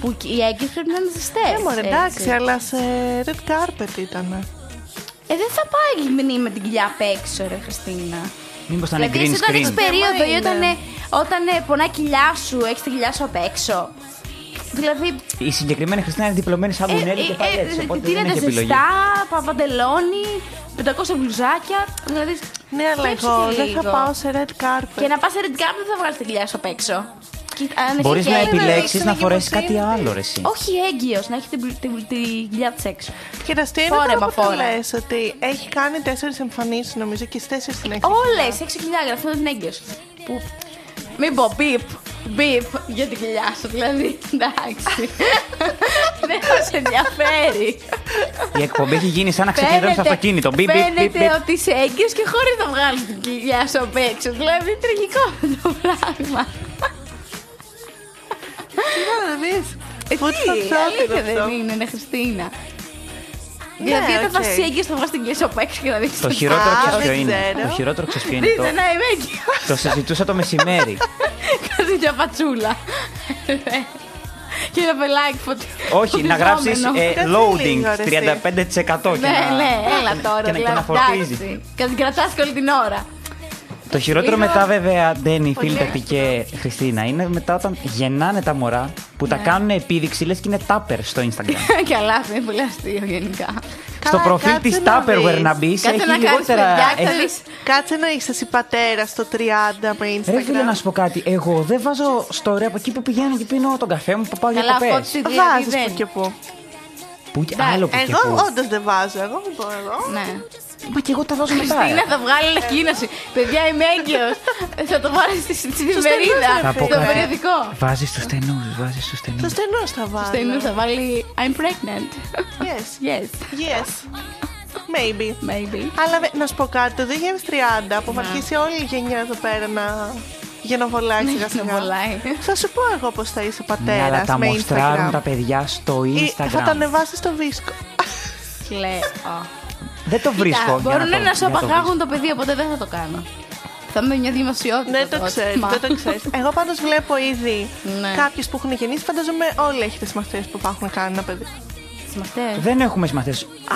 Speaker 4: Που οι έγκυες πρέπει να είναι ζεστές.
Speaker 8: Ναι, μωρέ, εντάξει, αλλά σε red carpet ήταν.
Speaker 4: Ε, δεν θα πάει γυμνή με την κοιλιά απ' έξω, ρε Χριστίνα. Δηλαδή,
Speaker 6: Μήπω ήταν green
Speaker 4: εσύ όταν έχεις
Speaker 6: screen.
Speaker 4: περίοδο ή
Speaker 8: Θέμα
Speaker 4: όταν,
Speaker 8: είναι.
Speaker 4: ε, όταν ε, πονάει η κοιλιά σου, έχεις την κοιλιά σου απ' έξω. Δηλαδή,
Speaker 6: Η συγκεκριμένη Χριστίνα είναι διπλωμένη σαν
Speaker 4: Ε,
Speaker 6: μπουνέλη και πάλι έτσι. Οπότε δεν
Speaker 4: είναι
Speaker 6: έχει επιλογή.
Speaker 4: ζεστά, πα- παντελόνι, 500 μπλουζάκια. Δηλαδή,
Speaker 8: Ναι, αλλά
Speaker 4: σκέψου
Speaker 8: εγώ
Speaker 4: τη
Speaker 8: δεν
Speaker 4: λίγο.
Speaker 8: θα πάω σε red carpet.
Speaker 4: Και να πας red carpet δεν θα βγάλεις την κοιλιά σου απ' έξω. Και αν
Speaker 6: Μπορεί
Speaker 4: έχει
Speaker 6: να
Speaker 4: έγκυος-
Speaker 6: επιλέξει να
Speaker 8: να
Speaker 6: φορέσεις κάτι
Speaker 8: γυμναστεί.
Speaker 6: άλλο, ρε, εσύ.
Speaker 4: Όχι έγκυος, να έχει την, πλου- την, την κοιλιά της έξω.
Speaker 8: Και να στείλω
Speaker 4: Φόρεμα,
Speaker 8: τώρα που το
Speaker 4: φόρεμα.
Speaker 8: λες, ότι έχει κάνει τέσσερις εμφανίσεις νομίζω και στις τέσσερις την έχει.
Speaker 4: Όλες έξω κοιλιά γράφουν ότι είναι έγκυος. Που. Μην πω μπιπ, μπιπ για την κοιλιά σου, δηλαδή. Εντάξει. Δεν θα σε ενδιαφέρει.
Speaker 6: Η εκπομπή έχει γίνει σαν να ξεκινάει στο
Speaker 4: Φαίνεται-
Speaker 6: αυτοκίνητο. Μπιπ, μπιπ, μπιπ,
Speaker 4: Φαίνεται
Speaker 6: μπιπ.
Speaker 4: ότι είσαι έγκυος και χωρίς να βγάλεις την κοιλιά σου απ' έξω. Δηλαδή είναι τραγικό αυτό το πράγμα.
Speaker 8: Κοίτα να δεις.
Speaker 4: Ε,
Speaker 8: Πού
Speaker 4: τι,
Speaker 8: το ψάχνεις
Speaker 4: αλήθεια δεν
Speaker 8: αυτό. Ναι,
Speaker 4: είναι, ναι, Χριστίνα. Δηλαδή όταν θα
Speaker 8: οκ.
Speaker 4: είσαι έγκυο θα βγάλεις την κοιλιά σου απ' έξω και να δείξει
Speaker 6: Το χειρότερο
Speaker 8: Α,
Speaker 6: ξέρεις ποιο
Speaker 8: δεν
Speaker 6: είναι.
Speaker 8: ξέρω.
Speaker 6: Το χειρότερο ξέρεις ποιο είναι.
Speaker 4: Δείτε
Speaker 6: Το-
Speaker 4: να «Ναι, είμαι έγκυο.
Speaker 6: Το συζητούσα το μεσημέρι.
Speaker 4: Κάτι μια πατσούλα. Ε, Και ένα πελάκι φωτι...
Speaker 6: Όχι, να ε, γράψει
Speaker 4: φωτιζόμενο.
Speaker 8: Κάτσε
Speaker 6: loading
Speaker 8: λίγο, ρε, εσύ.
Speaker 6: 35% και
Speaker 4: Ναι,
Speaker 6: να-
Speaker 4: ναι, έλα τώρα.
Speaker 6: και να- και να
Speaker 4: δηλαδή,
Speaker 6: φορτίζει.
Speaker 4: εντάξει. Και να την κρατάς και όλη την ώρα.
Speaker 6: Το χειρότερο
Speaker 4: Είναι-
Speaker 6: μετά, βέβαια, Ντένι,
Speaker 4: Πολύ
Speaker 6: Φίλτερ και Χριστίνα, είναι μετά όταν γεννάνε τα μωρά που
Speaker 4: Ναι.
Speaker 6: τα κάνουν επίδειξη, λες και είναι τάπερ στο Instagram.
Speaker 4: Καλά, αυτό είναι πολύ αστείο γενικά.
Speaker 6: στο προφίλ
Speaker 8: κάτσε
Speaker 6: της
Speaker 8: να
Speaker 6: Tupperware
Speaker 8: δεις.
Speaker 6: να μπεις, έχει
Speaker 4: Κάτσε να κάνεις
Speaker 6: λιγότερα.
Speaker 4: παιδιά και θα
Speaker 6: έχει-
Speaker 4: δεις.
Speaker 8: Κάτσε να είσαι εσύ πατέρα στο 30 με Instagram.
Speaker 6: Ρε Ε, φίλε, να σου πω κάτι. Εγώ δεν βάζω στο ρε από εκεί που πηγαίνω και πίνω τον καφέ μου που πάω για
Speaker 4: Καλά,
Speaker 6: κοπέ.
Speaker 4: φώτιση δηλαδή
Speaker 8: Βάζεις που
Speaker 4: δεν.
Speaker 8: και που.
Speaker 6: Που και άλλο που και
Speaker 8: Εγώ
Speaker 6: Ε, που.
Speaker 8: όντως δεν βάζω. Εγώ δεν μπορώ. εγώ.
Speaker 4: Ναι.
Speaker 6: Μα και εγώ τα βάζω μετά.
Speaker 4: Χριστίνα
Speaker 6: ε.
Speaker 4: θα βγάλει ανακοίνωση. Παιδιά, είμαι έγκυος. Θα το βάλει στη στη εφημερίδα.
Speaker 6: Θα πω
Speaker 4: Στο
Speaker 6: κάτι.
Speaker 4: περιοδικό.
Speaker 6: Βάζεις του στενούς, βάζεις του στενούς.
Speaker 8: Στο στενό θα βάλω.
Speaker 4: Στο ίνου θα βάλει I'm pregnant.
Speaker 8: Yes.
Speaker 4: Yes,
Speaker 8: Yes. Maybe.
Speaker 4: maybe.
Speaker 8: Αλλά δε- να σου πω κάτι, το 2030 που θα
Speaker 4: Ναι.
Speaker 8: αρχίσει όλη η γενιά εδώ πέρα να γενοβολάει σιγά σιγά.
Speaker 4: Ναι, γενοβολάει.
Speaker 8: Θα σου πω εγώ πώς θα είσαι
Speaker 6: Ναι, αλλά
Speaker 8: πατέρας
Speaker 6: τα
Speaker 8: με
Speaker 6: μοστράρουν
Speaker 8: Instagram.
Speaker 6: Ε, τα παιδιά στο
Speaker 8: Ή
Speaker 6: Instagram.
Speaker 8: θα τα ανεβάσεις στο βίσκο.
Speaker 4: Κλαίω.
Speaker 6: Δεν το βρίσκω. για
Speaker 4: Μπορούν
Speaker 6: το-
Speaker 4: να σου
Speaker 6: για να το
Speaker 4: απαγάγουν το παιδί, οπότε δεν θα το κάνω. Θα είμαι μια δημοσιότητα.
Speaker 8: Δεν το
Speaker 4: τότε,
Speaker 8: ξέρει,
Speaker 4: Ναι, μα.
Speaker 8: δεν το ξέρεις. Εγώ πάντως βλέπω ήδη
Speaker 4: Ναι.
Speaker 8: κάποιους που έχουν γεννήσει. Φαντάζομαι όλοι έχετε συμμαχίε που έχουν κάνει ένα παιδί.
Speaker 4: Συμμαχτές.
Speaker 6: βρίσκω. Δεν έχουμε συμμαχτέ.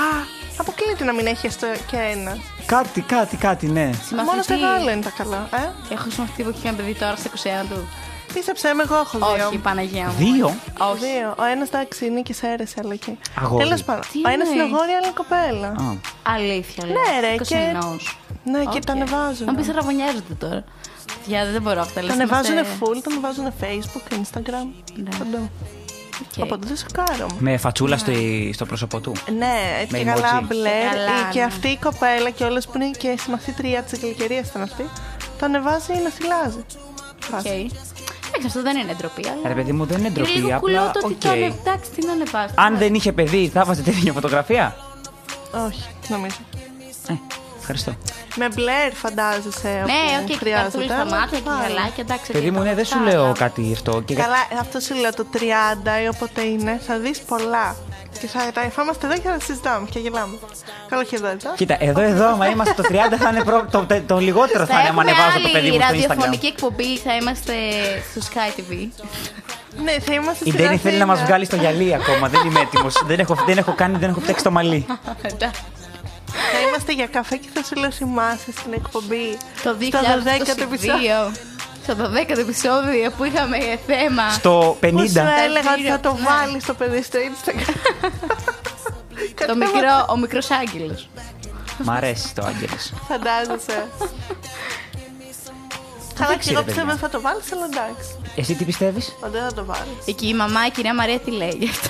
Speaker 8: Α, αποκλείεται να μην έχει έστω και ένα.
Speaker 6: Κάτι, κάτι, κάτι, ναι.
Speaker 4: Συμμαχτή.
Speaker 8: Μόνο στο Γάλλο είναι τα καλά. Ε?
Speaker 4: Έχω συμμαχτεί που έχει ένα παιδί τώρα στα 21 του.
Speaker 8: Πίστεψε με, εγώ έχω δύο.
Speaker 4: Όχι, Παναγία μου.
Speaker 6: Δύο.
Speaker 4: Όχι.
Speaker 8: Δύο. Ο ένας εντάξει είναι και σε αίρεση, αλλά εκεί.
Speaker 6: Αγόρι.
Speaker 8: Τέλος πάντων.
Speaker 4: Τι
Speaker 8: Ο ένας είναι
Speaker 4: εννοείς?
Speaker 8: αγόρι, άλλο κοπέλα.
Speaker 6: Α,
Speaker 4: Αλήθεια. λες.
Speaker 8: Ναι, ρε,
Speaker 4: 20
Speaker 8: και-
Speaker 4: μηνός.
Speaker 8: Ναι, και
Speaker 4: Οκ.
Speaker 8: τα ανεβάζουν.
Speaker 4: Να πεις ραβωνιάζεται τώρα. Παιδιά, δεν μπορώ αυτά.
Speaker 8: Τα ανεβάζουν full, τα ανεβάζουν Facebook, Instagram.
Speaker 4: Ναι. Ε.
Speaker 8: Παντού.
Speaker 4: Okay.
Speaker 8: Οπότε δεν σοκάρομαι.
Speaker 6: με φατσούλα στη- στο πρόσωπό του.
Speaker 8: Ναι, έτσι
Speaker 6: Με
Speaker 8: και
Speaker 6: emoji.
Speaker 8: καλά μπλε.
Speaker 4: Καλά,
Speaker 8: Και
Speaker 4: ναι.
Speaker 8: αυτή η κοπέλα και όλες που είναι και συμμαθήτριά τη εγκλικερία ήταν αυτή. Το ανεβάζει να θυλάζει. Φάση.
Speaker 4: Εντάξει, αυτό δεν είναι ντροπή. Αλλά...
Speaker 6: Ρε παιδί μου, δεν είναι ντροπή.
Speaker 4: Είναι λίγο
Speaker 6: απλά,
Speaker 4: κουλό το ότι
Speaker 6: οκ.
Speaker 4: το ανε- Εντάξει, τι να ανεβάζει.
Speaker 6: Αν δεν είχε παιδί, θα βάζετε την ίδια φωτογραφία.
Speaker 8: Όχι, νομίζω.
Speaker 6: Ε, ευχαριστώ.
Speaker 8: Με μπλερ φαντάζεσαι.
Speaker 4: Ναι,
Speaker 8: όπου
Speaker 4: οκ, και
Speaker 8: χρειάζεται,
Speaker 4: καθόλου στα
Speaker 8: αλλά
Speaker 4: μάτια και
Speaker 8: πάλι.
Speaker 4: γυαλάκια, εντάξει.
Speaker 6: Παιδί
Speaker 4: και
Speaker 6: μου,
Speaker 4: τα
Speaker 6: ναι, δεν σου
Speaker 4: αυτά,
Speaker 6: λέω
Speaker 4: αλλά-
Speaker 6: κάτι αυτό. Και...
Speaker 8: Καλά, αυτό σου λέω το 30 ή όποτε είναι, θα δεις πολλά. Και θα τα εφάμαστε εδώ και θα τα συζητάμε και γελάμε. Καλό χαιρετάκι.
Speaker 6: Κοίτα, εδώ, εδώ, μα είμαστε το 30, θα είναι προ... το, το, το λιγότερο θα,
Speaker 4: Θα
Speaker 6: είναι άμα
Speaker 4: έχουμε
Speaker 6: ανεβάζω το παιδί
Speaker 4: άλλη
Speaker 6: μου στο Instagram.
Speaker 4: ραδιοφωνική εκπομπή, θα είμαστε στο Sky TV.
Speaker 8: Ναι, θα είμαστε
Speaker 6: Η
Speaker 8: στην
Speaker 6: Ντένι θέλει να μα
Speaker 8: Αθήνα.
Speaker 6: βγάλει στο γυαλί ακόμα. δεν είμαι έτοιμος. δεν, έχω, δεν έχω κάνει, δεν έχω φτιάξει το μαλλί.
Speaker 4: Εντάξει.
Speaker 8: Θα είμαστε για καφέ και θα σου λέω θυμάσαι στην εκπομπή.
Speaker 4: Το
Speaker 8: Στο 12ο
Speaker 4: 2022.
Speaker 8: επεισόδιο.
Speaker 4: Στο 12ο επεισόδιο που είχαμε θέμα.
Speaker 6: στο 50.
Speaker 8: Που σου έλεγα ότι θα το
Speaker 4: Ναι.
Speaker 8: βάλει το παιδί στο Instagram.
Speaker 4: Το μικρό, ο μικρός Άγγελος.
Speaker 6: Μ' αρέσει το Άγγελος.
Speaker 8: Φαντάζεσαι. Καλά, και
Speaker 6: ξέρω,
Speaker 8: εγώ
Speaker 6: παιδιά.
Speaker 8: πιστεύω ότι θα το βάλεις, αλλά εντάξει.
Speaker 6: Εσύ τι πιστεύεις,
Speaker 8: Ότι Δεν θα το βάλεις.
Speaker 4: Εκεί η μαμά, η κυρία Μαρία, τι λέει γι' αυτό.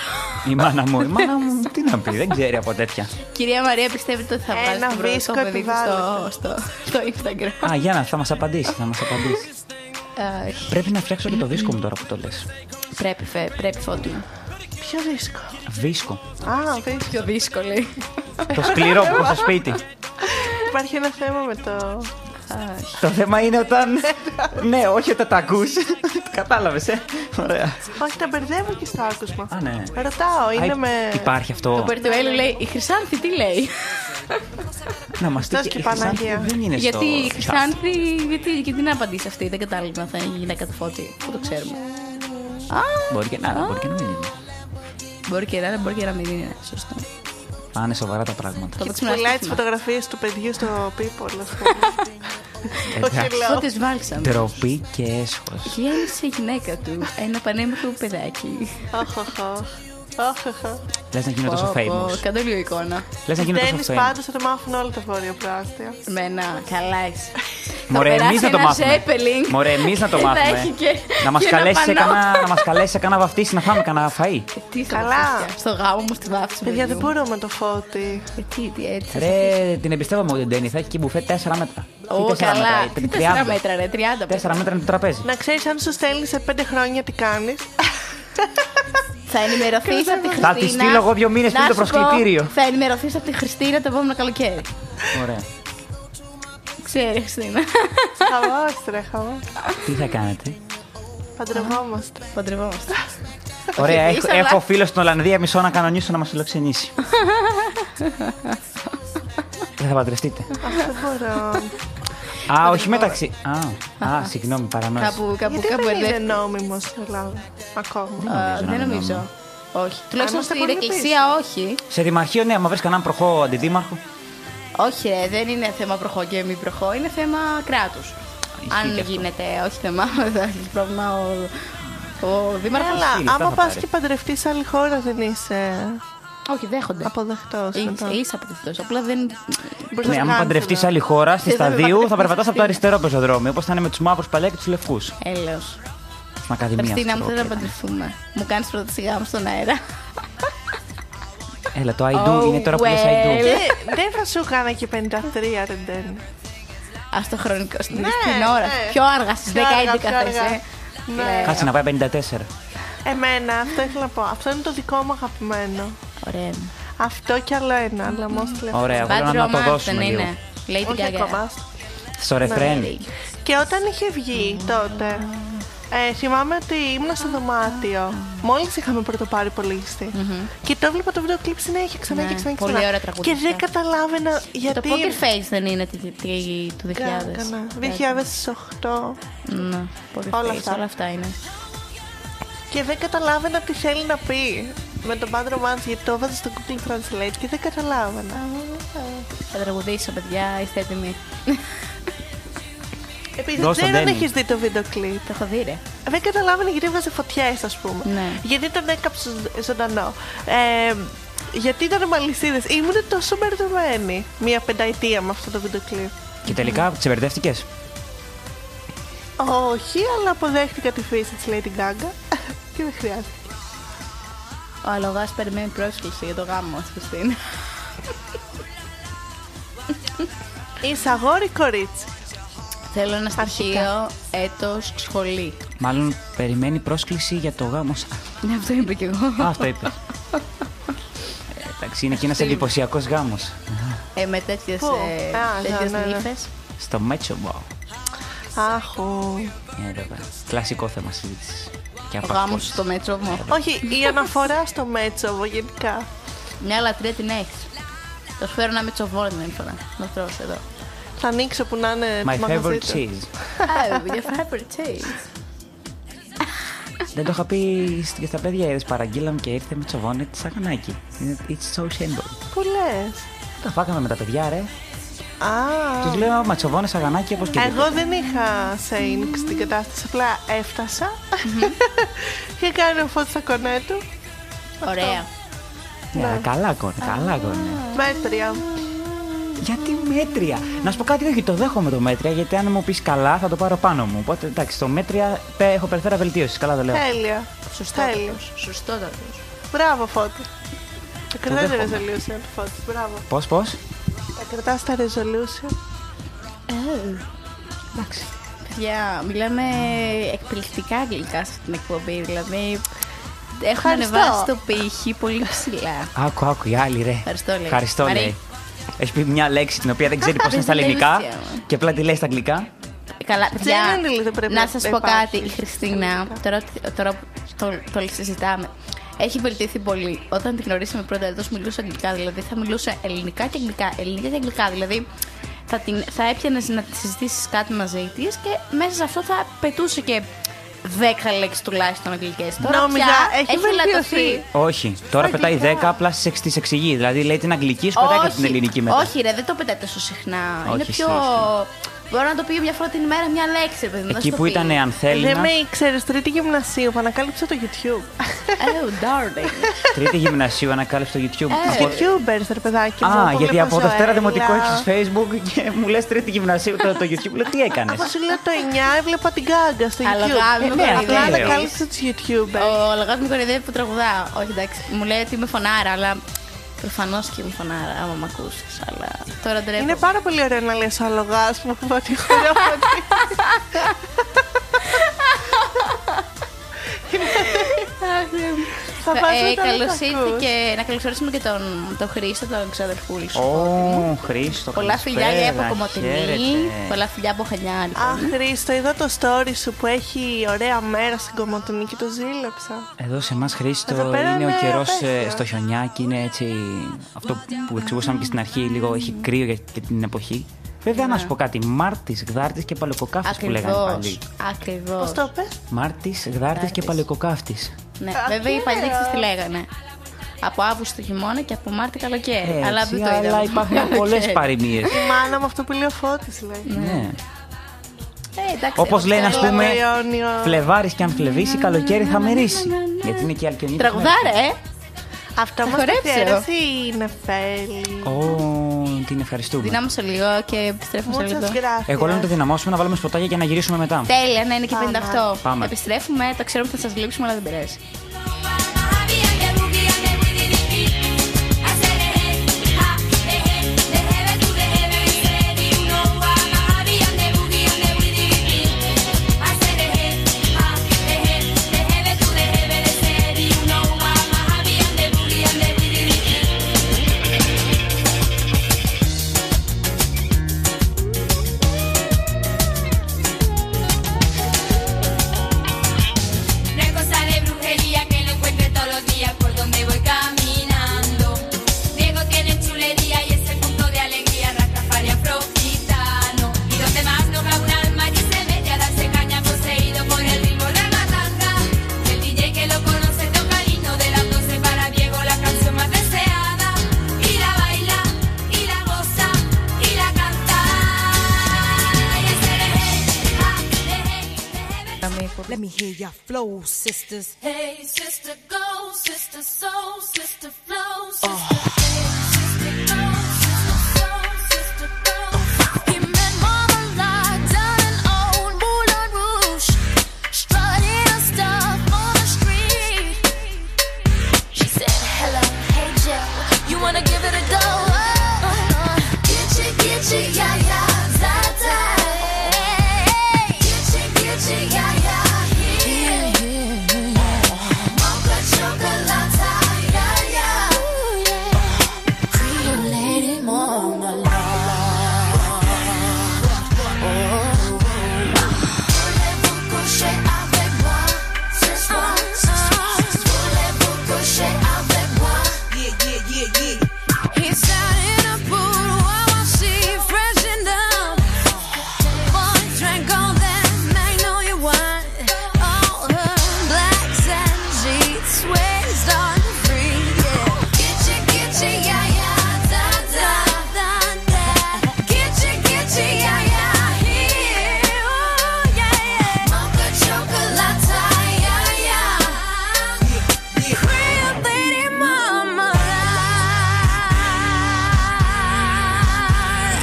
Speaker 6: Η μάνα μου. Η μάνα μου τι να πει, δεν ξέρει από τέτοια.
Speaker 4: Η κυρία Μαρία πιστεύετε ότι θα
Speaker 8: Ένα
Speaker 4: βγάλει το πρώτο
Speaker 8: βίσκο
Speaker 4: παιδί της στο,
Speaker 8: επιβάλλεται.
Speaker 4: στο, στο Instagram.
Speaker 6: Α, για να, θα μας απαντήσει. Θα μας απαντήσει.
Speaker 4: Ε,
Speaker 6: Πρέπει να φτιάξω και το δίσκο μου τώρα που το λες.
Speaker 4: πρέπει, φε- πρέπει φωτεινό.
Speaker 8: Ποιο δίσκο.
Speaker 6: Δίσκο.
Speaker 8: Α, δίσκο.
Speaker 4: Πιο δύσκολη.
Speaker 6: Το σκληρό που έχω στο σπίτι.
Speaker 8: Υπάρχει ένα θέμα με το.
Speaker 6: Το θέμα είναι όταν. ναι, όχι όταν τα ακούς. Κατάλαβες, ε. Ωραία.
Speaker 8: Όχι, τα μπερδεύω και στο άκουσμα.
Speaker 6: Α, ναι.
Speaker 8: Ρωτάω, είναι
Speaker 6: Α,
Speaker 8: με.
Speaker 6: Υπάρχει
Speaker 4: Το
Speaker 6: αυτό.
Speaker 4: Περτουέλου λέει: Η Χρυσάνθη τι λέει.
Speaker 6: Να μας
Speaker 8: Χριστός και Παναγία.
Speaker 6: Δεν είναι
Speaker 4: γιατί η
Speaker 6: στο...
Speaker 4: Χρυσάνθη, γιατί, γιατί να απαντήσει αυτή, δεν κατάλαβα θα είναι γυναίκα του φώτη. Πού το ξέρουμε. Α,
Speaker 6: Μπορεί και να, μπορεί και να μην είναι.
Speaker 4: μπορεί και να είναι, μπορεί και να μην είναι. Σωστό.
Speaker 6: Α, είναι σοβαρά τα πράγματα.
Speaker 4: Το παίξουμε ένα
Speaker 8: Πουλάει τις
Speaker 4: στοίχημα.
Speaker 8: φωτογραφίες του παιδιού στο People, ας πούμε.
Speaker 6: Εντάξει.
Speaker 8: Όχι, λέω.
Speaker 4: Φώτης Βάλσαμ.
Speaker 6: Τροπή Ε, και έσχος.
Speaker 4: Γέννησε η γυναίκα του ένα πανέμορφο παιδάκι.
Speaker 8: Αχ, αχ, αχ. Αχ, αχ, αχ.
Speaker 6: Λες να γίνω τόσο famous.
Speaker 4: Κατόλιο εικόνα.
Speaker 6: Λες να γίνω
Speaker 8: Ντένις
Speaker 6: τόσο famous.
Speaker 8: πάντως θα το μάθουν όλα τα βόρεια πράστια.
Speaker 4: Μένα, καλά εσύ.
Speaker 6: Μωρέ, εμείς να το μάθουμε.
Speaker 4: Zeppelin.
Speaker 6: Μωρέ, εμείς να το
Speaker 4: Θα
Speaker 6: μάθουμε.
Speaker 4: έχει και-
Speaker 6: Να μας
Speaker 4: και ένα
Speaker 6: καλέσει σε
Speaker 4: πανό.
Speaker 6: κανένα- να μας καλέσει σε κανένα βαφτίσι να φάμε κανένα φαΐ.
Speaker 4: Τι θα
Speaker 8: Καλά.
Speaker 4: το φτιάξει, Στο γάμο μου στη βάφτιση.
Speaker 8: Παιδιά, δεν μπορώ με το φώτι.
Speaker 4: Τι, τι, έτσι.
Speaker 6: Ρε, την εμπιστεύομαι ότι δεν θα έχει και μπουφέ 4 μέτρα.
Speaker 4: Ω,
Speaker 6: Τι τέσσερα
Speaker 4: καλά.
Speaker 6: μέτρα,
Speaker 4: Τι
Speaker 6: 30.
Speaker 4: τέσσερα μέτρα, ρε. 30.
Speaker 6: Τέσσερα μέτρα είναι το τραπέζι.
Speaker 8: Να ξέρεις αν σου στέλνει σε πέντε χρόνια τι κάνεις.
Speaker 4: Θα ενημερωθείς από τη Χριστίνα.
Speaker 6: Θα τη στείλω εγώ δύο μήνες πριν
Speaker 4: Να
Speaker 6: το
Speaker 4: σου πω,
Speaker 6: προσκλητήριο.
Speaker 4: Θα ενημερωθείς από τη Χριστίνα το επόμενο καλοκαίρι.
Speaker 6: Ωραία.
Speaker 4: Ξέρεις, η Χριστίνα.
Speaker 8: Χαμός ρε, χαμός.
Speaker 6: Τι θα κάνετε.
Speaker 8: Παντρευόμαστε.
Speaker 4: Παντρευόμαστε.
Speaker 6: Ωραία,
Speaker 4: εμείς,
Speaker 6: έχω,
Speaker 4: αλλά-
Speaker 6: έχω φίλο στην Ολλανδία, μισό να κανονίσω να μας φιλοξενήσει. Δεν θα παντρευτείτε.
Speaker 8: Δεν μπορώ.
Speaker 6: Α, όχι μεταξύ. Α, α, συγγνώμη, παρανόηση.
Speaker 4: Κάπου, κάπου,
Speaker 8: Γιατί
Speaker 4: κάπου
Speaker 8: δεν είναι
Speaker 4: ερδεύτηκα.
Speaker 8: νόμιμος στην Ελλάδα. Ακόμα.
Speaker 4: Α,
Speaker 6: νομίζω να
Speaker 4: Δεν
Speaker 6: είναι
Speaker 4: νομίζω. Όχι. Τουλάχιστον
Speaker 8: είμαστε
Speaker 4: στην
Speaker 8: πολύ
Speaker 4: εκκλησία όχι.
Speaker 6: Σε δημαρχείο, ναι, άμα βρεις κανέναν προχώ αντιδήμαρχο.
Speaker 4: Όχι, ρε, δεν είναι θέμα προχώ και μη προχώ, είναι θέμα κράτους.
Speaker 6: και
Speaker 4: Αν
Speaker 6: αυτό.
Speaker 4: γίνεται, όχι θέμα, θα έχει πρόβλημα ο, ο Δήμαρχος.
Speaker 8: Αλλά
Speaker 6: λεφτά
Speaker 8: άμα
Speaker 6: θα
Speaker 8: πας
Speaker 6: πάρει.
Speaker 8: και παντρευτείς σε άλλη χώρα δεν είσαι
Speaker 4: Όχι, δέχονται.
Speaker 8: αποδεκτός. μετά.
Speaker 4: Είσαι- Είσαι απαιτητό. Απλά δεν.
Speaker 8: Μπορείς να
Speaker 6: Ναι, άμα
Speaker 8: κάνεις
Speaker 6: παντρευτείς
Speaker 8: εδώ.
Speaker 6: σε άλλη χώρα, στη
Speaker 4: Δεν θα
Speaker 6: σταδίου, θα
Speaker 4: παντρευτείς
Speaker 6: περπατάς από το
Speaker 4: στην-
Speaker 6: αριστερό πεζοδρόμιο, όπως θα είναι με τους μαύρους παλιά και τους λευκούς. Στην
Speaker 4: Έλεω.
Speaker 6: Ακαδημία.
Speaker 4: Χριστίνα μου,
Speaker 6: αυτό,
Speaker 4: θέλω να
Speaker 6: οκ.
Speaker 4: παντρευτούμε. Μου κάνεις πρόταση γάμου στον αέρα.
Speaker 6: Έλα, το I do
Speaker 4: Oh,
Speaker 6: είναι τώρα που λες I do.
Speaker 4: well.
Speaker 8: Ε, Δεν θα σου κάνα και 53 ρε Ντένι.
Speaker 4: Ας το χρονικό στην
Speaker 8: Ναι,
Speaker 4: στην ώρα.
Speaker 8: ναι.
Speaker 4: Πιο αργά, στις 10-11
Speaker 8: Πιο αργά, πιο
Speaker 4: θες,
Speaker 8: αργά.
Speaker 4: ε.
Speaker 8: Ναι.
Speaker 4: Λέω.
Speaker 6: Κάτσε να πάει 54.
Speaker 8: Εμένα, αυτό ήθελα να πω. Αυτό είναι το δικό μου αγαπημένο.
Speaker 4: Ωραία.
Speaker 8: Αυτό κι άλλο ένα, αλλά μόνο τηλεφωνικό.
Speaker 6: Ωραία,
Speaker 4: Bad
Speaker 6: θέλω να το
Speaker 4: romance δεν
Speaker 6: δώσουμε λίγο.
Speaker 4: είναι. Λέει την
Speaker 8: Όχι ακόμα.
Speaker 4: καγκά.
Speaker 6: Στο ρεφρέν.
Speaker 8: Και όταν είχε βγει τότε, Ε, θυμάμαι ότι ήμουν στο δωμάτιο. Μόλις είχαμε πρωτοπάρει πωλήσει. Και το έβλεπα το βίντεο κλειπ συνέχεια ξανά
Speaker 4: Ναι,
Speaker 8: και ξανά και
Speaker 4: πολύ
Speaker 8: ξανά.
Speaker 4: ωραία
Speaker 8: και
Speaker 4: τραγουδιστά.
Speaker 8: δεν καταλάβαινα
Speaker 4: Το
Speaker 8: γιατί.
Speaker 4: Poker Face δεν είναι τη- τη- τη- του 2000.
Speaker 8: Κάνα, κάνα. 2008.
Speaker 4: Ναι, Poker
Speaker 8: Όλα
Speaker 4: Face,
Speaker 8: αυτά.
Speaker 4: όλα αυτά είναι.
Speaker 8: Και δεν καταλάβαινα τι θέλει να πει με το Bad Romance γιατί το έβαζα στο Google Translate και δεν καταλάβαινα.
Speaker 4: Θα τραγουδήσω, παιδιά, είστε έτοιμοι.
Speaker 8: Επειδή
Speaker 6: Δώσ' το,
Speaker 8: δεν
Speaker 6: Ντένι.
Speaker 8: έχεις δει το βίντεο κλειπ.
Speaker 4: Το έχω δει, ρε.
Speaker 8: Δεν καταλάβαινε γιατί έβαζε φωτιές, ας πούμε.
Speaker 4: Ναι.
Speaker 8: Γιατί τον έκαψε ζωντανό. Ε, γιατί ήταν μαλισίδες. Ήμουν τόσο μπερδεμένη μία πενταετία με αυτό το βίντεο κλειπ.
Speaker 6: Και τελικά ξεμπερδεύτηκες.
Speaker 8: Όχι, αλλά αποδέχτηκα τη φύση της Lady Gaga. και δεν χρειάζεται.
Speaker 4: Ο Αλογάς περιμένει πρόσκληση για το γάμο, ας Χριστίνα.
Speaker 8: Είσαι αγόρι κορίτσι.
Speaker 4: Θέλω ένα στοιχείο
Speaker 8: Αρχικά.
Speaker 4: έτος σχολή.
Speaker 6: Μάλλον περιμένει πρόσκληση για το γάμο. σας.
Speaker 4: Ναι, αυτό είπα κι εγώ.
Speaker 6: Α, αυτό είπες. Ε, Εντάξει, είναι και ένας εντυπωσιακός γάμος.
Speaker 4: Ε, με τέτοιες,
Speaker 8: Πού?
Speaker 4: ε,
Speaker 8: Α,
Speaker 4: τέτοιες
Speaker 8: ναι, ναι, ναι.
Speaker 4: νύφες.
Speaker 6: Στο Μέτσομπο.
Speaker 8: Άχου.
Speaker 6: Ε, ρε, βέβαια. Κλασικό θέμα συζήτησης. Και
Speaker 4: Ο
Speaker 6: απ'
Speaker 4: γάμο
Speaker 6: αυτός.
Speaker 4: στο μέτσοβο.
Speaker 8: Όχι, η αναφορά στο Μέτσοβο γενικά.
Speaker 4: Μια λατρεία την έχεις. Θα σου φέρω ένα μετσοβόλ την άλλη φορά. Να τρως εδώ.
Speaker 8: Θα ανοίξω που να είναι
Speaker 6: My
Speaker 8: το μαγαζί
Speaker 6: favorite
Speaker 8: του.
Speaker 6: cheese.
Speaker 4: Α, για favorite cheese.
Speaker 6: Δεν το είχα πει σ- και στα παιδιά, είδες παραγγείλαμε και ήρθε με τσοβόνι τη σακανάκι. Είναι- It's so simple.
Speaker 8: Που λες.
Speaker 6: Τα φάγαμε με τα παιδιά, ρε.
Speaker 8: Α.
Speaker 6: Τους λέω ματσοβόνε σαγανάκι όπως και
Speaker 8: Εγώ δεν είχα σέινγκ στην κατάσταση, απλά έφτασα και κάνει ο φώτης στα κονέ του,
Speaker 4: Ωραία.
Speaker 6: Ναι, καλά κόνε, καλά κόνε.
Speaker 8: μέτρια.
Speaker 6: Γιατί μέτρια. Να σου πω κάτι, όχι, το δέχομαι το μέτρια, γιατί αν μου πεις καλά θα το πάρω πάνω μου. Οπότε εντάξει, το μέτρια πε- έχω περιφέρα βελτίωση. Καλά το λέω.
Speaker 8: Τέλεια. Τέλεια.
Speaker 4: Σωστότατος. Σωστότατος.
Speaker 8: Μπράβο φώτη. Τα κρατάς τα
Speaker 6: δέχομαι.
Speaker 8: resolution του φώτη. Μπράβο.
Speaker 6: Πώς, πώς.
Speaker 8: Τα κρατάς τα resolution.
Speaker 6: Εντάξει.
Speaker 4: Παιδιά, μιλάμε εκπληκτικά αγγλικά σε αυτή την εκπομπή. Δηλαδή, έχουμε
Speaker 8: Ευχαριστώ.
Speaker 4: ανεβάσει το πύχη πολύ ψηλά.
Speaker 6: Άκου, άκου, η άλλη ρε.
Speaker 4: Ευχαριστώ, λέει.
Speaker 6: Ευχαριστώ,
Speaker 4: Μαρή.
Speaker 6: λέει. Έχει πει μια λέξη την οποία δεν ξέρει πώ
Speaker 4: Δεν
Speaker 6: είναι στα
Speaker 4: τη λέει
Speaker 6: ελληνικά
Speaker 4: ουσία.
Speaker 6: και απλά τη λέει στα αγγλικά.
Speaker 4: Καλά, παιδιά,
Speaker 8: είναι λίγο, δεν πρέπει
Speaker 4: να
Speaker 8: να
Speaker 4: σας πω
Speaker 8: υπάρχει
Speaker 4: κάτι. Η
Speaker 8: στην
Speaker 4: Χριστίνα,
Speaker 8: Ελλάδα.
Speaker 4: τώρα, τώρα που το, το συζητάμε, έχει βελτιωθεί πολύ. Όταν την γνωρίσαμε πρώτα, εδώ μιλούσε αγγλικά, δηλαδή θα μιλούσε ελληνικά και αγγλικά, ελληνικά και αγγλικά. Δηλαδή θα, την, θα έπιανες να συζητήσεις κάτι μαζί της και μέσα σε αυτό θα πετούσε και 10 λέξεις τουλάχιστον αγγλικές. Ε, Τώρα
Speaker 8: Νόμιζα,
Speaker 4: πια
Speaker 8: έχει βελτιωθεί.
Speaker 4: λατωθεί.
Speaker 6: Όχι. Τώρα πετάει
Speaker 4: αγγλικά.
Speaker 6: 10, απλά στι εξ, τις εξηγεί. Δηλαδή λέει την αγγλική, σου πετάει και την ελληνική μετά.
Speaker 4: Όχι, ρε, δεν το πετάει τόσο συχνά.
Speaker 6: Όχι,
Speaker 4: είναι
Speaker 6: εσύ,
Speaker 4: πιο. Μπορώ να το πει μια φορά την ημέρα μια λέξη, παιδί μου, να
Speaker 6: Εκεί
Speaker 4: στο
Speaker 6: που
Speaker 4: πει.
Speaker 6: ήταν αν θέλει.
Speaker 8: Δεν με ήξερες τρίτη γυμνασίου, που ανακάλυψα το YouTube.
Speaker 4: Oh, darling.
Speaker 6: Τρίτη γυμνασίου ανακάλυψε στο YouTube.
Speaker 4: Ε,
Speaker 6: Από-
Speaker 8: YouTubers, ρε παιδάκι μου.
Speaker 6: Α,
Speaker 8: που
Speaker 6: γιατί
Speaker 8: βλέπω
Speaker 6: από
Speaker 8: Ζωέλα.
Speaker 6: Δευτέρα Δημοτικό έχεις Facebook και μου λες Τρίτη Γυμνασίου το, το YouTube. Λέω τι έκανες.
Speaker 8: Όπως σου λέω το 9 έβλεπα την Gaga στο
Speaker 4: Αλλά
Speaker 8: YouTube.
Speaker 4: γάμι,
Speaker 8: Ε,
Speaker 4: με
Speaker 8: ναι, Απλά
Speaker 6: κοροϊδεύεις.
Speaker 8: ανακάλυψα τους YouTubers.
Speaker 4: Ο λαγό μου κορυδεύει που τραγουδάω. Όχι, εντάξει, μου λέει ότι είμαι φωνάρα, αλλά προφανώς και είμαι φωνάρα, άμα με ακούσεις. Αλλά τώρα ντρέπομαι.
Speaker 8: Είναι πάρα πολύ ωραίο να λες ο αλογάς μου από τη χώρα Θα πας
Speaker 4: Ε,
Speaker 8: μετά να
Speaker 4: καλώς
Speaker 8: τα
Speaker 4: ήρθε
Speaker 8: ακούς.
Speaker 4: και να καλωσορίσουμε και τον, τον Χρήστο, τον ξαδερφούλη σου.
Speaker 6: Ω, Χρήστο.
Speaker 4: Πολλά φιλιά για
Speaker 6: καλησπέρα,
Speaker 4: από Κομωτινή.
Speaker 6: χαίρετε.
Speaker 4: Πολλά φιλιά από Χανιά. λοιπόν.
Speaker 8: Αχ, Χρήστο, είδα το story σου που έχει ωραία μέρα στην Κομωτινή και το ζήλεψα.
Speaker 6: Εδώ σε εμάς, Χρήστο,
Speaker 8: Εδώ πέρα
Speaker 6: είναι ο
Speaker 8: είναι
Speaker 6: καιρό
Speaker 8: απέσιο.
Speaker 6: στο χιονιάκι. Είναι έτσι. Αυτό που εξηγούσαμε και στην αρχή, λίγο έχει κρύο για για την εποχή. Βέβαια, να σου πω κάτι. Μάρτης, Γδάρτης και Παλαιοκοκάφτης που λέγανε
Speaker 4: Ακριβώς.
Speaker 6: πάλι.
Speaker 4: Ακριβώς.
Speaker 8: Πώς το είπες?
Speaker 6: Μάρτης, Γδάρτης και Παλαιοκοκάφτης.
Speaker 4: Ναι,
Speaker 8: Α,
Speaker 4: βέβαια οι
Speaker 8: ωραίο.
Speaker 4: παλιέξεις τι λέγανε. Από Αύγουστο χειμώνα και από Μάρτιο καλοκαίρι. Ε, αλλά δεν το Ναι. Ε, είδα.
Speaker 6: Ε, αλλά υπάρχουν πολλές παροιμίες.
Speaker 8: Η μάνα μου αυτό που λέει ο Φώτης λέει.
Speaker 6: ναι.
Speaker 4: Ε, εντάξει,
Speaker 6: Όπως
Speaker 4: εγώ
Speaker 6: λέει, α
Speaker 4: ξέρω.
Speaker 6: πούμε,
Speaker 8: Καλό Ιόνιο.
Speaker 6: Φλεβάρης και αν φλεβήσει, καλοκαίρι θα μυρίσει. Γιατί είναι και αλκιονίδη.
Speaker 4: Τραγουδάρα, ε!
Speaker 8: Αυτό μας
Speaker 4: χορέψε.
Speaker 8: καθιέρωσε η Νεφέλη.
Speaker 6: Ω, την ευχαριστούμε.
Speaker 4: Δυνάμωσε λίγο και επιστρέφουμε σε λίγο.
Speaker 8: Muchas gracias.
Speaker 6: Εγώ λέω να το δυναμώσουμε, να βάλουμε σποτάκια και να γυρίσουμε μετά.
Speaker 4: Τέλεια, να είναι και 58.
Speaker 6: Πάμε.
Speaker 4: Επιστρέφουμε, ε, το ξέρουμε ότι θα σας λείψουμε, αλλά δεν πειράζει.
Speaker 7: I
Speaker 10: Let me hear your flow, sisters.
Speaker 7: Hey, sister, go, sister, soul, sister, flow, sister, hey, sister, go, sister, soul, sister, flow. He met Marmalade down in old Moulin Rouge, strutting her stuff on the street. She said, hello, hey, Joe, you wanna give it a go? Oh, uh, Get you, get you, yeah, yeah, za-za. Hey, Get you, get you, yeah, yeah, here. Mocha chocolata, yeah, yeah. Pretty lady marmalade. Voulez-vous coucher avec moi ce soir? Voulez-vous coucher avec moi?
Speaker 10: Yeah, yeah, yeah, yeah.
Speaker 7: He's out in a pool while she freshened up. Boy drank all that magnolia wine, all her blacks and sheets sways on the free. Yeah, get you, get you, yeah, yeah, da da da da. Get you, get you, yeah, yeah, here, oh yeah, yeah. Mocha chocolate, yeah, yeah. Real lady mama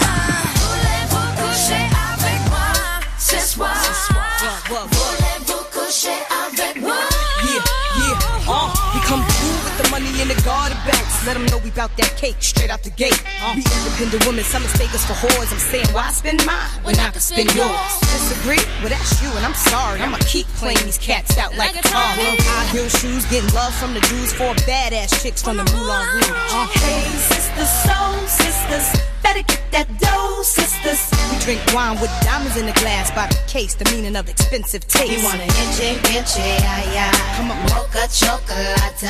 Speaker 7: Voulez-vous coucher avec moi ce soir
Speaker 10: What, what?
Speaker 7: Voulez-vous coucher avec moi
Speaker 10: Yeah, yeah, uh, we come through with the money in the garden bags. Let 'em know we bout that cake straight out the gate. We independent women, some mistake us for whores. I'm saying, why spend mine when I can spend yours? Disagree? Well, that's you, and I'm sorry. I'ma keep playing these cats out like,
Speaker 7: Like a
Speaker 10: a car.
Speaker 7: trolley.
Speaker 10: High heel shoes, getting love from the dudes, four badass chicks from the Moulin Rouge. Uh,
Speaker 7: Hey sisters, soul sisters Better get that dough sisters
Speaker 10: we drink wine with diamonds in the glass by the case, the meaning of expensive taste.
Speaker 7: You wanna enche, enche, ay, ay
Speaker 10: Come on.
Speaker 7: Mocha chocolate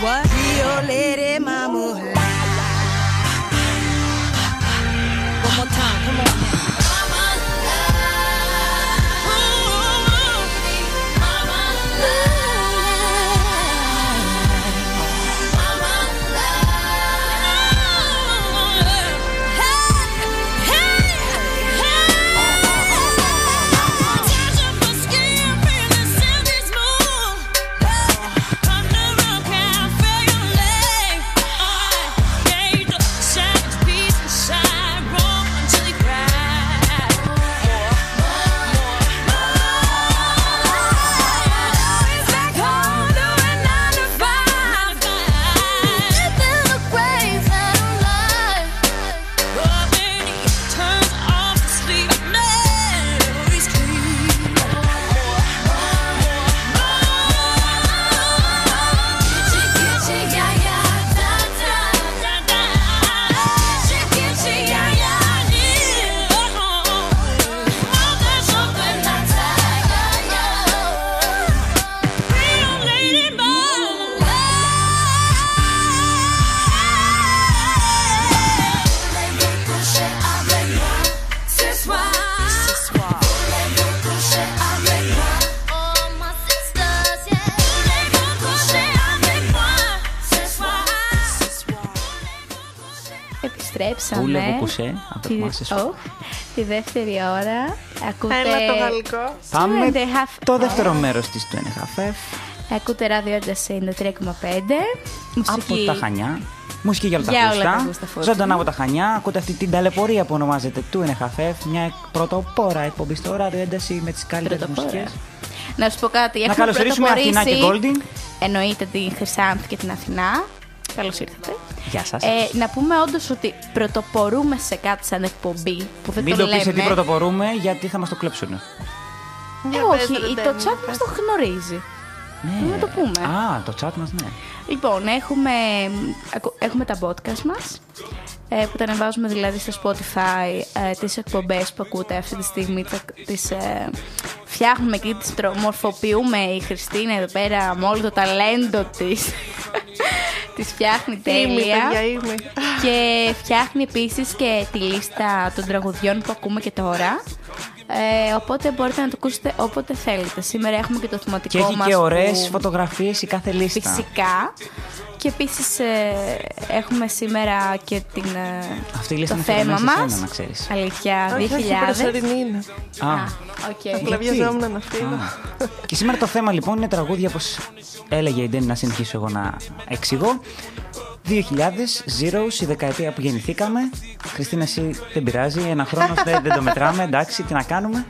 Speaker 10: What? Rio Lady Mama. One more time, come on.
Speaker 7: Mama love, mama love, mama love. Hey, hey, hey. Touch of my skin really sends its mood. Underground cafe au lait. They just savage beats and shy roll until you cry.
Speaker 6: Βούλευε
Speaker 4: Επιστρέψαμε.
Speaker 6: κουσέ από το
Speaker 4: Τη-
Speaker 6: μάσες.
Speaker 4: Οχ, τη δεύτερη ώρα. Ακούτε...
Speaker 8: Έλα το γαλλικό.
Speaker 6: Πάμε
Speaker 4: and a half
Speaker 6: το
Speaker 4: hour.
Speaker 6: δεύτερο μέρος της του NHF
Speaker 4: Ακούτε ράδιο Έντζα 93,5.
Speaker 6: από
Speaker 4: Μουσική.
Speaker 6: τα Χανιά. Μουσική για όλα
Speaker 4: Για
Speaker 6: τα
Speaker 4: όλα τα
Speaker 6: χούστα.
Speaker 4: γούστα, Φώτη.
Speaker 6: Ζωντανά από τα Χανιά. Ακούτε αυτή την ταλαιπωρία που ονομάζεται του NHF. Μια πρωτοπόρα εκπομπή στο ράδιο ένταση με τις καλύτερες
Speaker 4: Πρωτοπόρα.
Speaker 6: μουσικές.
Speaker 4: Να σου πω κάτι.
Speaker 6: Να
Speaker 4: Έχουμε
Speaker 6: καλωσορίσουμε
Speaker 4: πρωτοπορήσει-
Speaker 6: Αθηνά και Golding.
Speaker 4: Εννοείται την Χρυσάνθη και την Αθηνά. Καλώς ήρθατε.
Speaker 6: Γεια σας.
Speaker 4: Ε, να πούμε όντως ότι πρωτοπορούμε σε κάτι σαν εκπομπή που δεν
Speaker 6: Μην
Speaker 4: το
Speaker 6: το
Speaker 4: λέμε.
Speaker 6: πεις τι πρωτοπορούμε γιατί θα μας το κλέψουν.
Speaker 4: Ε,
Speaker 8: Για πες,
Speaker 4: όχι,
Speaker 8: ρε,
Speaker 4: το
Speaker 8: Ντέμι,
Speaker 4: chat μας
Speaker 8: πες.
Speaker 4: το γνωρίζει. Να το πούμε.
Speaker 6: Ναι. Α, το chat μας, ναι.
Speaker 4: Λοιπόν, έχουμε, ακου- έχουμε τα podcast μας ε, που τα ανεβάζουμε δηλαδή στο Spotify ε, τις εκπομπές που ακούτε αυτή τη στιγμή τα, τις ε, φτιάχνουμε και τις τρο- μορφοποιούμε η Χριστίνα εδώ πέρα με όλο το ταλέντο της τις φτιάχνει
Speaker 8: Είμαι,
Speaker 4: τέλεια
Speaker 8: παιδιά, είμαι.
Speaker 4: και φτιάχνει επίσης και τη λίστα των τραγουδιών που ακούμε και τώρα Ε, οπότε μπορείτε να το ακούσετε όποτε θέλετε. Σήμερα έχουμε και το
Speaker 6: Και
Speaker 4: θυματικό μας.
Speaker 6: έχει και ωραίες
Speaker 4: που-
Speaker 6: φωτογραφίες η κάθε λίστα.
Speaker 4: Φυσικά. Και επίσης έχουμε σήμερα και την, ε,
Speaker 6: Αυτή η λίστα
Speaker 4: το
Speaker 6: είναι
Speaker 4: θέμα
Speaker 6: αφιερωμένη σε
Speaker 4: μας.
Speaker 6: σένα, να ξέρεις.
Speaker 4: Αλήθεια, 2000.
Speaker 8: Όχι, όχι, προσωρινή είναι.
Speaker 4: Α, οκ.
Speaker 6: Γιατί?
Speaker 8: Κλαβιαζόμουν να φύγω.
Speaker 6: Α. Και σήμερα το θέμα λοιπόν είναι τραγούδια όπως έλεγε η Ντένι να συνεχίσω εγώ να εξηγώ. 2000, Zeros, η δεκαετία που γεννηθήκαμε. Χριστίνα, εσύ δεν πειράζει, ένα χρόνος δεν, δεν το μετράμε, εντάξει, τι να κάνουμε.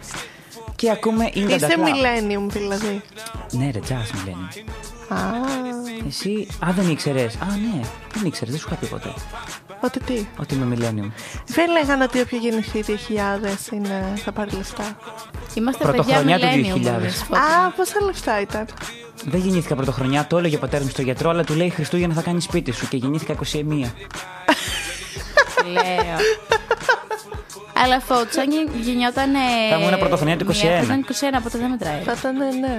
Speaker 6: Και ακούμε In the
Speaker 8: Είστε
Speaker 6: Cloud.
Speaker 8: millennium δηλαδή.
Speaker 6: Ναι, ρε, jazz μου λένε.
Speaker 8: Α,
Speaker 6: Εσύ, α, δεν ήξερες. Α, ναι, δεν ήξερες, δεν σου είχα πει ποτέ.
Speaker 8: ότι τι.
Speaker 6: Ότι είμαι Millennium.
Speaker 8: Δεν λέγανε ότι όποιο γεννηθεί 2000 είναι, θα πάρει λεφτά.
Speaker 4: Είμαστε
Speaker 6: Πρωτοχρονιά του
Speaker 4: παιδιά millennium
Speaker 6: 2000.
Speaker 4: εμείς, Φώτη.
Speaker 8: Α, πόσα λεφτά ήταν.
Speaker 6: Δεν γεννήθηκα πρωτοχρονιά, το έλεγε ο πατέρας μου στο γιατρό, αλλά του λέει Χριστούγεννα θα κάνεις σπίτι σου και γεννήθηκα 21.
Speaker 4: Λέω. Αλλά Φώτσα γεννιόταν.
Speaker 6: Θα ήμουν πρωτοχρονιά του 21.
Speaker 4: Ήταν 21, οπότε δεν μετράει.
Speaker 8: Θα ήταν, ναι, ναι.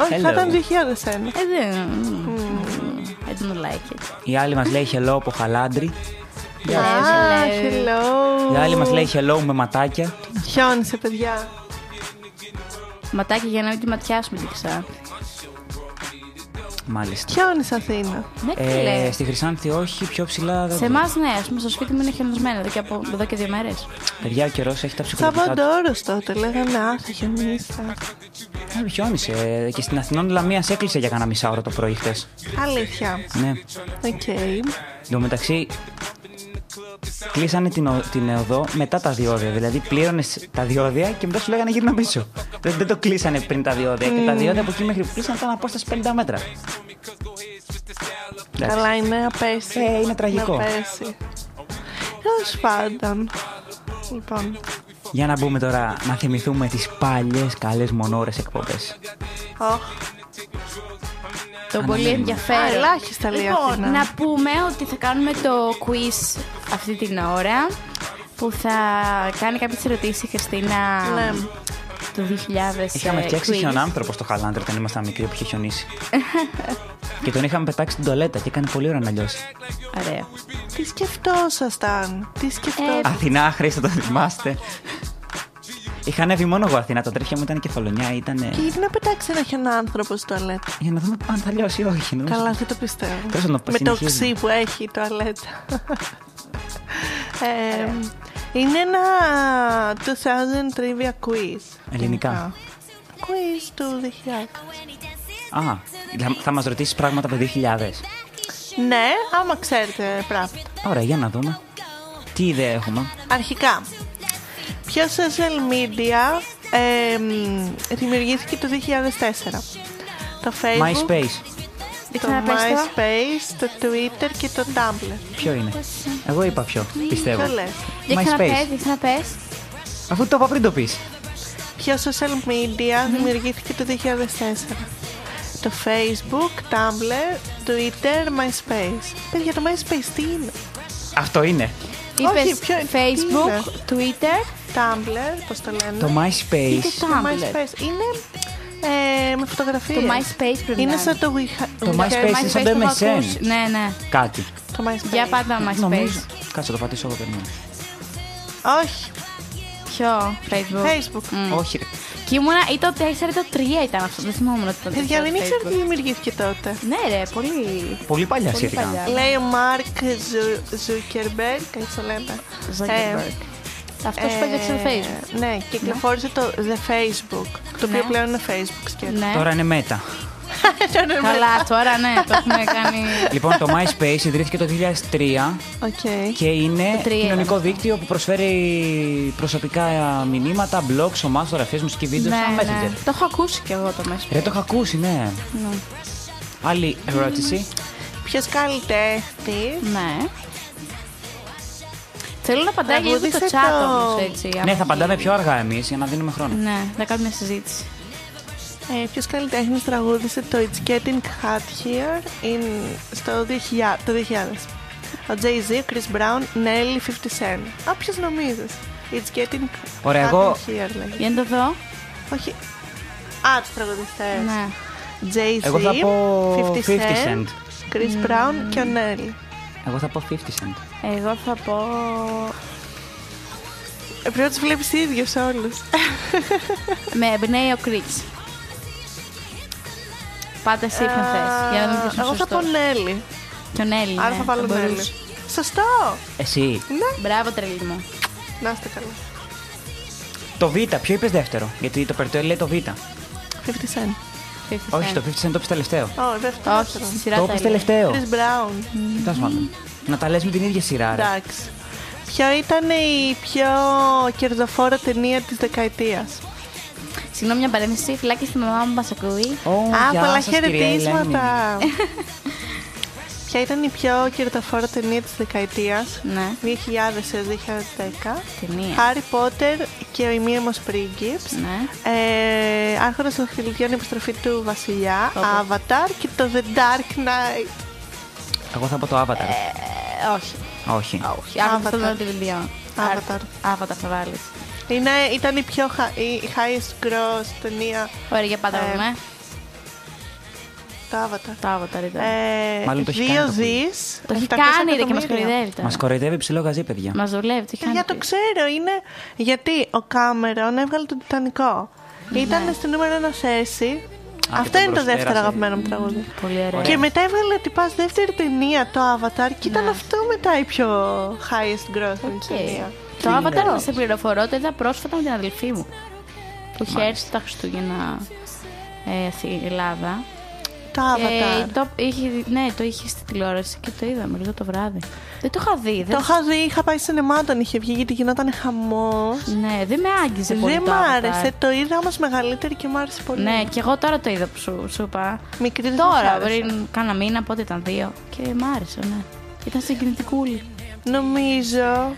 Speaker 8: Όχι, θα
Speaker 6: Hello.
Speaker 8: ήταν 2001.
Speaker 4: Ε, δεν. I don't like it.
Speaker 6: Η άλλη μας λέει hello από χαλάντρι.
Speaker 8: Α, hello.
Speaker 6: Η άλλη μας λέει hello με ματάκια.
Speaker 8: Χιόνισε, παιδιά.
Speaker 4: Ματάκι για να μην τη ματιάσουμε την ξά.
Speaker 6: Μάλιστα.
Speaker 8: Χιόνισε, Αθήνα.
Speaker 4: Ναι, τι
Speaker 6: Ε,
Speaker 4: λες.
Speaker 6: στη Χρυσάνθη όχι, πιο ψηλά. Δεν
Speaker 4: Σε
Speaker 6: ξέρω.
Speaker 4: εμά, ναι, ας πούμε, στο σπίτι μου είναι χιονισμένο εδώ και, από, εδώ και δύο μέρες.
Speaker 6: Παιδιά, ο καιρός έχει τα
Speaker 8: Σαν
Speaker 6: ψυχολογικά του.
Speaker 8: παντόρο τότε. Λέγανε, Α, θα χιονίσει.
Speaker 6: Ε, Χιόνισε. Και στην Αθηνών Λαμία έκλεισε για κανένα μισά ώρα το πρωί χτε.
Speaker 8: Αλήθεια.
Speaker 6: Ναι.
Speaker 8: Οκ.
Speaker 6: Εν τω μεταξύ, κλείσανε την, ο- την οδό μετά τα διόδια. Δηλαδή, πλήρωνες τα διόδια και μετά σου λέγανε γύρνα πίσω. Δεν, δεν το κλείσανε πριν τα διόδια. Και τα διόδια από εκεί μέχρι που κλείσανε ήταν απόσταση 50 μέτρα. Εντάξει.
Speaker 8: Καλά είναι να πέσει.
Speaker 6: Ε, είναι τραγικό.
Speaker 8: Να πέσει. Τέλος πάντων. Λοιπόν.
Speaker 6: Για να μπούμε τώρα να θυμηθούμε τις παλιές καλές μονόρες εκπομπές.
Speaker 8: Οχ.
Speaker 4: Το πολύ
Speaker 6: ναι.
Speaker 4: ενδιαφέρον.
Speaker 8: Α, ελάχιστα λέει
Speaker 4: λοιπόν,
Speaker 8: Αθηνά.
Speaker 4: να πούμε ότι θα κάνουμε το quiz αυτή την ώρα που θα κάνει κάποιες ερωτήσεις η Χριστίνα
Speaker 8: Ναι.
Speaker 4: το 2000
Speaker 6: Είχαμε
Speaker 4: ε,
Speaker 6: φτιάξει
Speaker 4: quiz.
Speaker 6: χιονάνθρωπο στο Χαλάντρο όταν ήμασταν μικροί που είχε χιονίσει. και τον είχαμε πετάξει στην τολέτα και έκανε πολύ ώρα να λιώσει.
Speaker 4: Ωραία.
Speaker 8: Τι σκεφτόσασταν. Τι
Speaker 4: Ε.
Speaker 8: σκεφτόσασταν.
Speaker 6: Αθηνά, άχρηστα το θυμάστε. Είχα ανέβει μόνο εγώ Αθηνά, τα τρέχια μου ήταν κεφαλονιά, ήταν.
Speaker 8: Και γιατί να πετάξει ένα χιονάνθρωπο στο τουαλέτα.
Speaker 6: Για να δούμε αν θα λιώσει ή όχι. νομίζω.
Speaker 8: Καλά, δεν το πιστεύω.
Speaker 6: Τέλος πάντων,
Speaker 8: Με το
Speaker 6: συνεχίζουμε.
Speaker 8: ξύ που έχει η τουαλέτα. Ε, είναι ένα 2000 trivia quiz.
Speaker 6: Ελληνικά.
Speaker 8: Quiz του 2000.
Speaker 6: Α, θα- θα μας ρωτήσεις πράγματα από το 2000.
Speaker 8: Ναι, άμα ξέρετε πράγματα.
Speaker 6: Ωραία, για να δούμε. Τι ιδέα έχουμε.
Speaker 8: Αρχικά, ποιο social media ε, μ, δημιουργήθηκε το 2004. Το Facebook,
Speaker 6: MySpace.
Speaker 8: το
Speaker 4: να πες το.
Speaker 8: MySpace, το Twitter και το Tumblr.
Speaker 6: Ποιο είναι. Εγώ είπα ποιο, πιστεύω.
Speaker 8: Ποιο λες?
Speaker 4: Για ξαναπες,
Speaker 6: MySpace.
Speaker 4: για ξαναπες.
Speaker 6: Αφού το είπα πριν το πεις.
Speaker 8: Ποιο social media
Speaker 4: Mm-hmm.
Speaker 8: δημιουργήθηκε το 2004. Το Facebook, Tumblr, Twitter, MySpace. Παιδιά, το MySpace τι είναι.
Speaker 6: Αυτό είναι.
Speaker 4: Είπες
Speaker 8: ποιο- τι
Speaker 4: Facebook, Twitter,
Speaker 8: Tumblr, πώς το λένε.
Speaker 6: Το
Speaker 4: Ναι. και
Speaker 6: MySpace.
Speaker 4: το Tumblr.
Speaker 8: MySpace. Είναι ε, με φωτογραφίες.
Speaker 4: Το MySpace πρέπει να
Speaker 8: Είναι σαν το Wiha-
Speaker 6: Το
Speaker 8: Wiha-
Speaker 6: MySpace.
Speaker 4: MySpace
Speaker 6: σαν
Speaker 4: Ναι. το έχω
Speaker 6: MSN.
Speaker 4: ακούσει. Ναι, ναι.
Speaker 6: Κάτι.
Speaker 8: Το MySpace.
Speaker 4: Για πάντα
Speaker 6: Νομίζω.
Speaker 4: MySpace.
Speaker 6: Κάτσε το πατήσω εγώ περιμένω.
Speaker 8: Όχι,
Speaker 4: Ποιο, Facebook.
Speaker 8: Facebook.
Speaker 6: Όχι. ρε.
Speaker 4: Και ήμουνα, ή το 4 ή το 3 ήταν αυτό. Δεν θυμόμουν ότι ήταν. το
Speaker 8: Παιδιά, δεν
Speaker 4: Facebook.
Speaker 8: ήξερα τι δημιουργήθηκε τότε.
Speaker 4: Ναι, ρε, πολύ.
Speaker 6: Πολύ παλιά
Speaker 4: Πολύ
Speaker 6: Ε, σχετικά.
Speaker 4: παλιά.
Speaker 8: Λέει ο Μάρκ Ζούκερμπεργκ, έτσι το λένε.
Speaker 4: Zuckerberg. Αυτό
Speaker 8: ε,
Speaker 4: που έπαιξε στο Facebook.
Speaker 8: Ναι, κυκλοφόρησε το The Facebook. Το οποίο
Speaker 4: Ναι.
Speaker 8: πλέον είναι Facebook σκέτο.
Speaker 4: Ναι.
Speaker 6: Τώρα είναι μέτα.
Speaker 4: Καλά, τώρα ναι, το έχουμε κάνει.
Speaker 6: Λοιπόν, το MySpace ιδρύθηκε το 2003
Speaker 8: Οκ.
Speaker 6: και είναι
Speaker 4: Το τρία
Speaker 6: κοινωνικό
Speaker 4: ήταν.
Speaker 6: δίκτυο που προσφέρει προσωπικά μηνύματα, blogs, ομάδες, φωτογραφίες, μουσική βίντεο, σαν
Speaker 4: ναι, ναι.
Speaker 6: Messenger.
Speaker 4: Το έχω ακούσει κι εγώ το μέσα.
Speaker 6: Ρε, το είχα ακούσει, ναι. Άλλη ερώτηση.
Speaker 8: Ποιος καλλιτέχνης.
Speaker 4: Ναι. Θέλω να απαντάει λίγο το
Speaker 8: Τραγούδισε
Speaker 4: chat
Speaker 8: το-
Speaker 4: όμως, έτσι.
Speaker 6: Ναι,
Speaker 4: άμα
Speaker 6: θα απαντάμε
Speaker 4: γίνει.
Speaker 6: πιο αργά εμείς για να δίνουμε χρόνο.
Speaker 4: Ναι, να κάνουμε μια συζήτηση.
Speaker 8: Ε, Ποιος καλλιτέχνης τραγούδισε το It's Getting Hot Here in, στο 2000, το 2000. Ο Jay-Z, Chris Brown, Nelly, 50 Cent. Α, ποιος νομίζεις. It's Getting
Speaker 6: Ωραία,
Speaker 8: Hot
Speaker 6: εγώ-
Speaker 8: Here, λέγεται.
Speaker 4: Για να το δω.
Speaker 8: Όχι. Α, τους τραγουδιστές.
Speaker 4: Ναι.
Speaker 8: Jay-Z,
Speaker 6: Εγώ θα πω
Speaker 8: 50
Speaker 6: 50
Speaker 8: Cent,
Speaker 6: Cent.
Speaker 8: Chris Brown και ο Nelly.
Speaker 6: Εγώ θα πω 50 cent.
Speaker 4: Εγώ θα πω.
Speaker 8: Ε, Πρέπει να τους βλέπεις ίδιο όλους.
Speaker 7: Με εμπνέει ο Κρίτς. Πάντα εσύ ποιο θες, για να μην πεις
Speaker 8: Ε, Εγώ θα πω Νέλη.
Speaker 7: Και ο Νέλη,
Speaker 8: Άρα
Speaker 7: ναι,
Speaker 8: θα βάλω
Speaker 7: μπορούσε.
Speaker 8: Νέλη. Σωστό! Ναι.
Speaker 6: Εσύ.
Speaker 7: Μπράβο, τρελή μου.
Speaker 8: Να είστε καλά.
Speaker 6: Το Β, ποιο είπες δεύτερο. Γιατί το περτουέλ λέει το Β.
Speaker 8: 50 Cent.
Speaker 7: 50
Speaker 6: Όχι,
Speaker 7: Cent.
Speaker 6: το 50 Cent το είπες τελευταίο.
Speaker 8: Ω, δεύτερο.
Speaker 7: Όχι, στη σειρά
Speaker 6: Το
Speaker 7: τα
Speaker 6: είπε
Speaker 7: έλεγα.
Speaker 6: τελευταίο.
Speaker 8: Chris Brown.
Speaker 6: Τέλος πάντων. Να τα λες με την ίδια σειρά. ρε.
Speaker 8: Εντάξει. Ποια ήταν η πιο κερδοφόρα ταινία της δεκαετίας.
Speaker 7: Συγγνώμη, μια παρέμβαση. Φυλάκι στη μαμά μου, μας ακούει.
Speaker 6: Ω,
Speaker 8: Α,
Speaker 6: γεια
Speaker 8: πολλά
Speaker 6: σας, κυρία Ελένη.
Speaker 8: χαιρετίσματα. Ποια ήταν η πιο κερδοφόρα ταινία της δεκαετίας.
Speaker 7: Ναι,
Speaker 8: 2000 έως 2010.
Speaker 7: ταινία.
Speaker 8: Χάρι Πότερ και ο ημίαιμος πρίγκιπς.
Speaker 7: Ναι.
Speaker 8: Ε, Άρχοντας των Χιλιδιών η επιστροφή του Βασιλιά,
Speaker 7: Όπο.
Speaker 8: Avatar και το The Dark Knight.
Speaker 6: Εγώ θα πω το Avatar.
Speaker 7: Ε, όχι.
Speaker 6: Όχι.
Speaker 7: Όχι. Άβατα
Speaker 8: Avatar.
Speaker 7: θα το βιβλίο.
Speaker 8: Avatar.
Speaker 7: Άβατα θα βάλεις.
Speaker 8: Είναι, ήταν η πιο χα- η- η highest gross ταινία,
Speaker 7: Ωραία, για πάντα
Speaker 8: Ε,
Speaker 7: δούμε.
Speaker 8: το Avatar.
Speaker 7: Το Avatar ήταν.
Speaker 8: Ε,
Speaker 6: Μάλλον το έχει
Speaker 8: δύο
Speaker 6: κάνει το
Speaker 8: δις,
Speaker 7: Το έχει
Speaker 8: 700
Speaker 7: κάνει ρε και μα
Speaker 8: εκατομμύρια.
Speaker 7: κοροϊδεύει τώρα.
Speaker 6: Μας κοροϊδεύει ψηλό γαζί, παιδιά.
Speaker 7: Μας δουλεύει, το έχει κάνει.
Speaker 8: Παιδιά, το ξέρω, είναι γιατί ο Κάμερον έβγαλε τον Τιτανικό.
Speaker 7: Ναι.
Speaker 8: Ήταν στη νούμερο ένα θέση.
Speaker 6: Α,
Speaker 8: Αυτό
Speaker 6: και τον
Speaker 8: είναι το δεύτερο
Speaker 6: προσπέρασε.
Speaker 8: αγαπημένο μου τραγούδι.
Speaker 7: Πολύ ωραίο.
Speaker 8: Και μετά έβγαλε τυπά δεύτερη ταινία το Avatar και ήταν αυτό μετά η πιο highest grossing
Speaker 7: Ναι. Οκ.
Speaker 8: ταινία.
Speaker 7: Το Avatar να σε πληροφορώ, το είδα πρόσφατα με την αδελφή μου. Που είχε έρθει τα Χριστούγεννα ε, στην Ελλάδα.
Speaker 8: Το
Speaker 7: Ε,
Speaker 8: Avatar.
Speaker 7: το, είχε, ναι, το είχε στη τηλεόραση και το είδαμε λίγο το βράδυ. Δεν το είχα δει.
Speaker 8: Το
Speaker 7: Δεν,
Speaker 8: είχα δει, είχα πάει σινεμά όταν είχε βγει γιατί γινόταν χαμός.
Speaker 7: Ναι, δεν με άγγιζε πολύ.
Speaker 8: Δεν
Speaker 7: το
Speaker 8: μ'
Speaker 7: Avatar.
Speaker 8: άρεσε, το είδα όμως μεγαλύτερη και μ' άρεσε πολύ.
Speaker 7: Ναι, και εγώ τώρα το είδα που σου, σου είπα.
Speaker 8: Μικρή δεν μας
Speaker 7: Τώρα,
Speaker 8: άρεσε.
Speaker 7: πριν κάνα μήνα, πότε ήταν δύο. Και μ' άρεσε, ναι. Ήταν συγκινητικούλη.
Speaker 8: Νομίζω.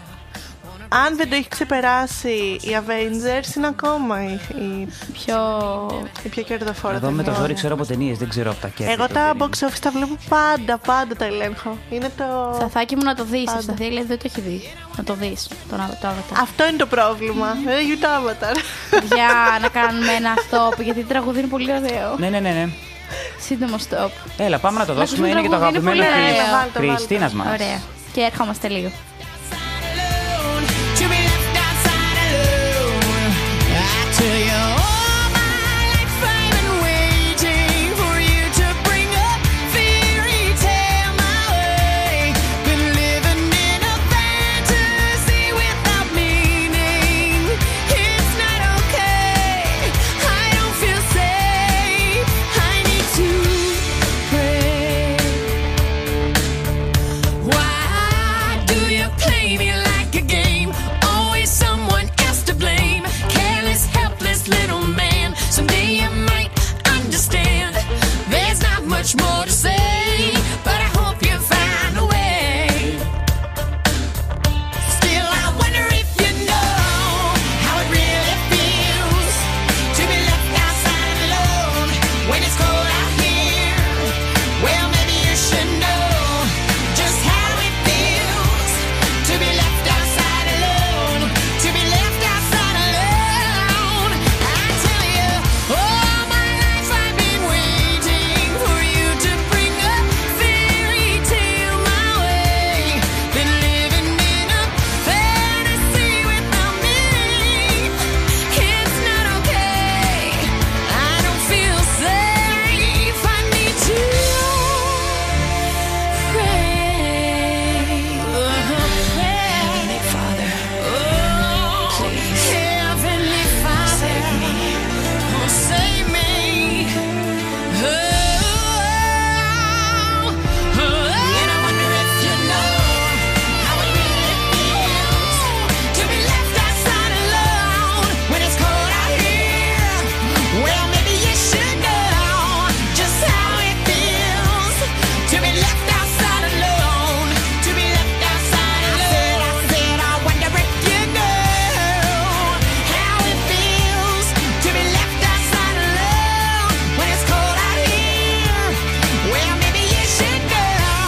Speaker 8: Αν δεν το έχει ξεπεράσει οι Avengers, είναι ακόμα η, η,
Speaker 7: Πιο.
Speaker 8: η πιο κερδοφόρα.
Speaker 6: Εδώ με το
Speaker 8: ταινία.
Speaker 6: ζόρι ξέρω από ταινίες, δεν ξέρω από τα κέρδη.
Speaker 8: Εγώ
Speaker 6: του
Speaker 8: τα
Speaker 6: Βερολίνου.
Speaker 8: box office τα βλέπω πάντα, πάντα τα ελέγχω. Είναι το...
Speaker 7: Σταθάκι μου να το δεις.
Speaker 8: Πάντα.
Speaker 7: Σταθή λέει δεν το έχει δει. Να το δεις. Τον α- το Avatar.
Speaker 8: Αυτό είναι το πρόβλημα. Δεν έχει ούτε avatar.
Speaker 7: Για να κάνουμε ένα stop, γιατί το τραγούδι είναι πολύ ωραίο.
Speaker 6: Ναι, ναι, ναι, ναι.
Speaker 7: Σύντομο stop.
Speaker 6: Έλα, πάμε να το δώσουμε.
Speaker 7: ακούσουμε
Speaker 6: Είναι και το
Speaker 7: τραγούδι, είναι
Speaker 6: αγαπημένο
Speaker 7: πολύ
Speaker 6: της
Speaker 7: ωραίο.
Speaker 8: Βάλτε, βάλτε.
Speaker 6: Χριστίνας μας.
Speaker 7: Ωραία. Και έρχομαστε λίγο.
Speaker 4: To be left outside alone. I tell you, all my life I've been waiting for you to bring a fairy tale my way. Been living in a fantasy without meaning. It's not okay. I don't feel safe. I need to pray. Why do you play me like a game? Always someone else to blame. Careless, helpless little man. Someday you might understand. There's not much more to say, but I hope you find a way. Still, I wonder if you know how it really feels to be left outside alone when it's cold out here. Well, maybe you should know just how it feels to be left outside alone. To be left outside alone. I tell you, all my life I've been waiting for you to bring a fairy tale my way. Been living in a fantasy without meaning. It's not okay. I don't feel safe. I need Oh, well, maybe you should know just how it feels to be left outside alone. To be left outside alone. I said, I wonder if you know how it feels to be left outside alone when it's cold out here. Well, maybe you should know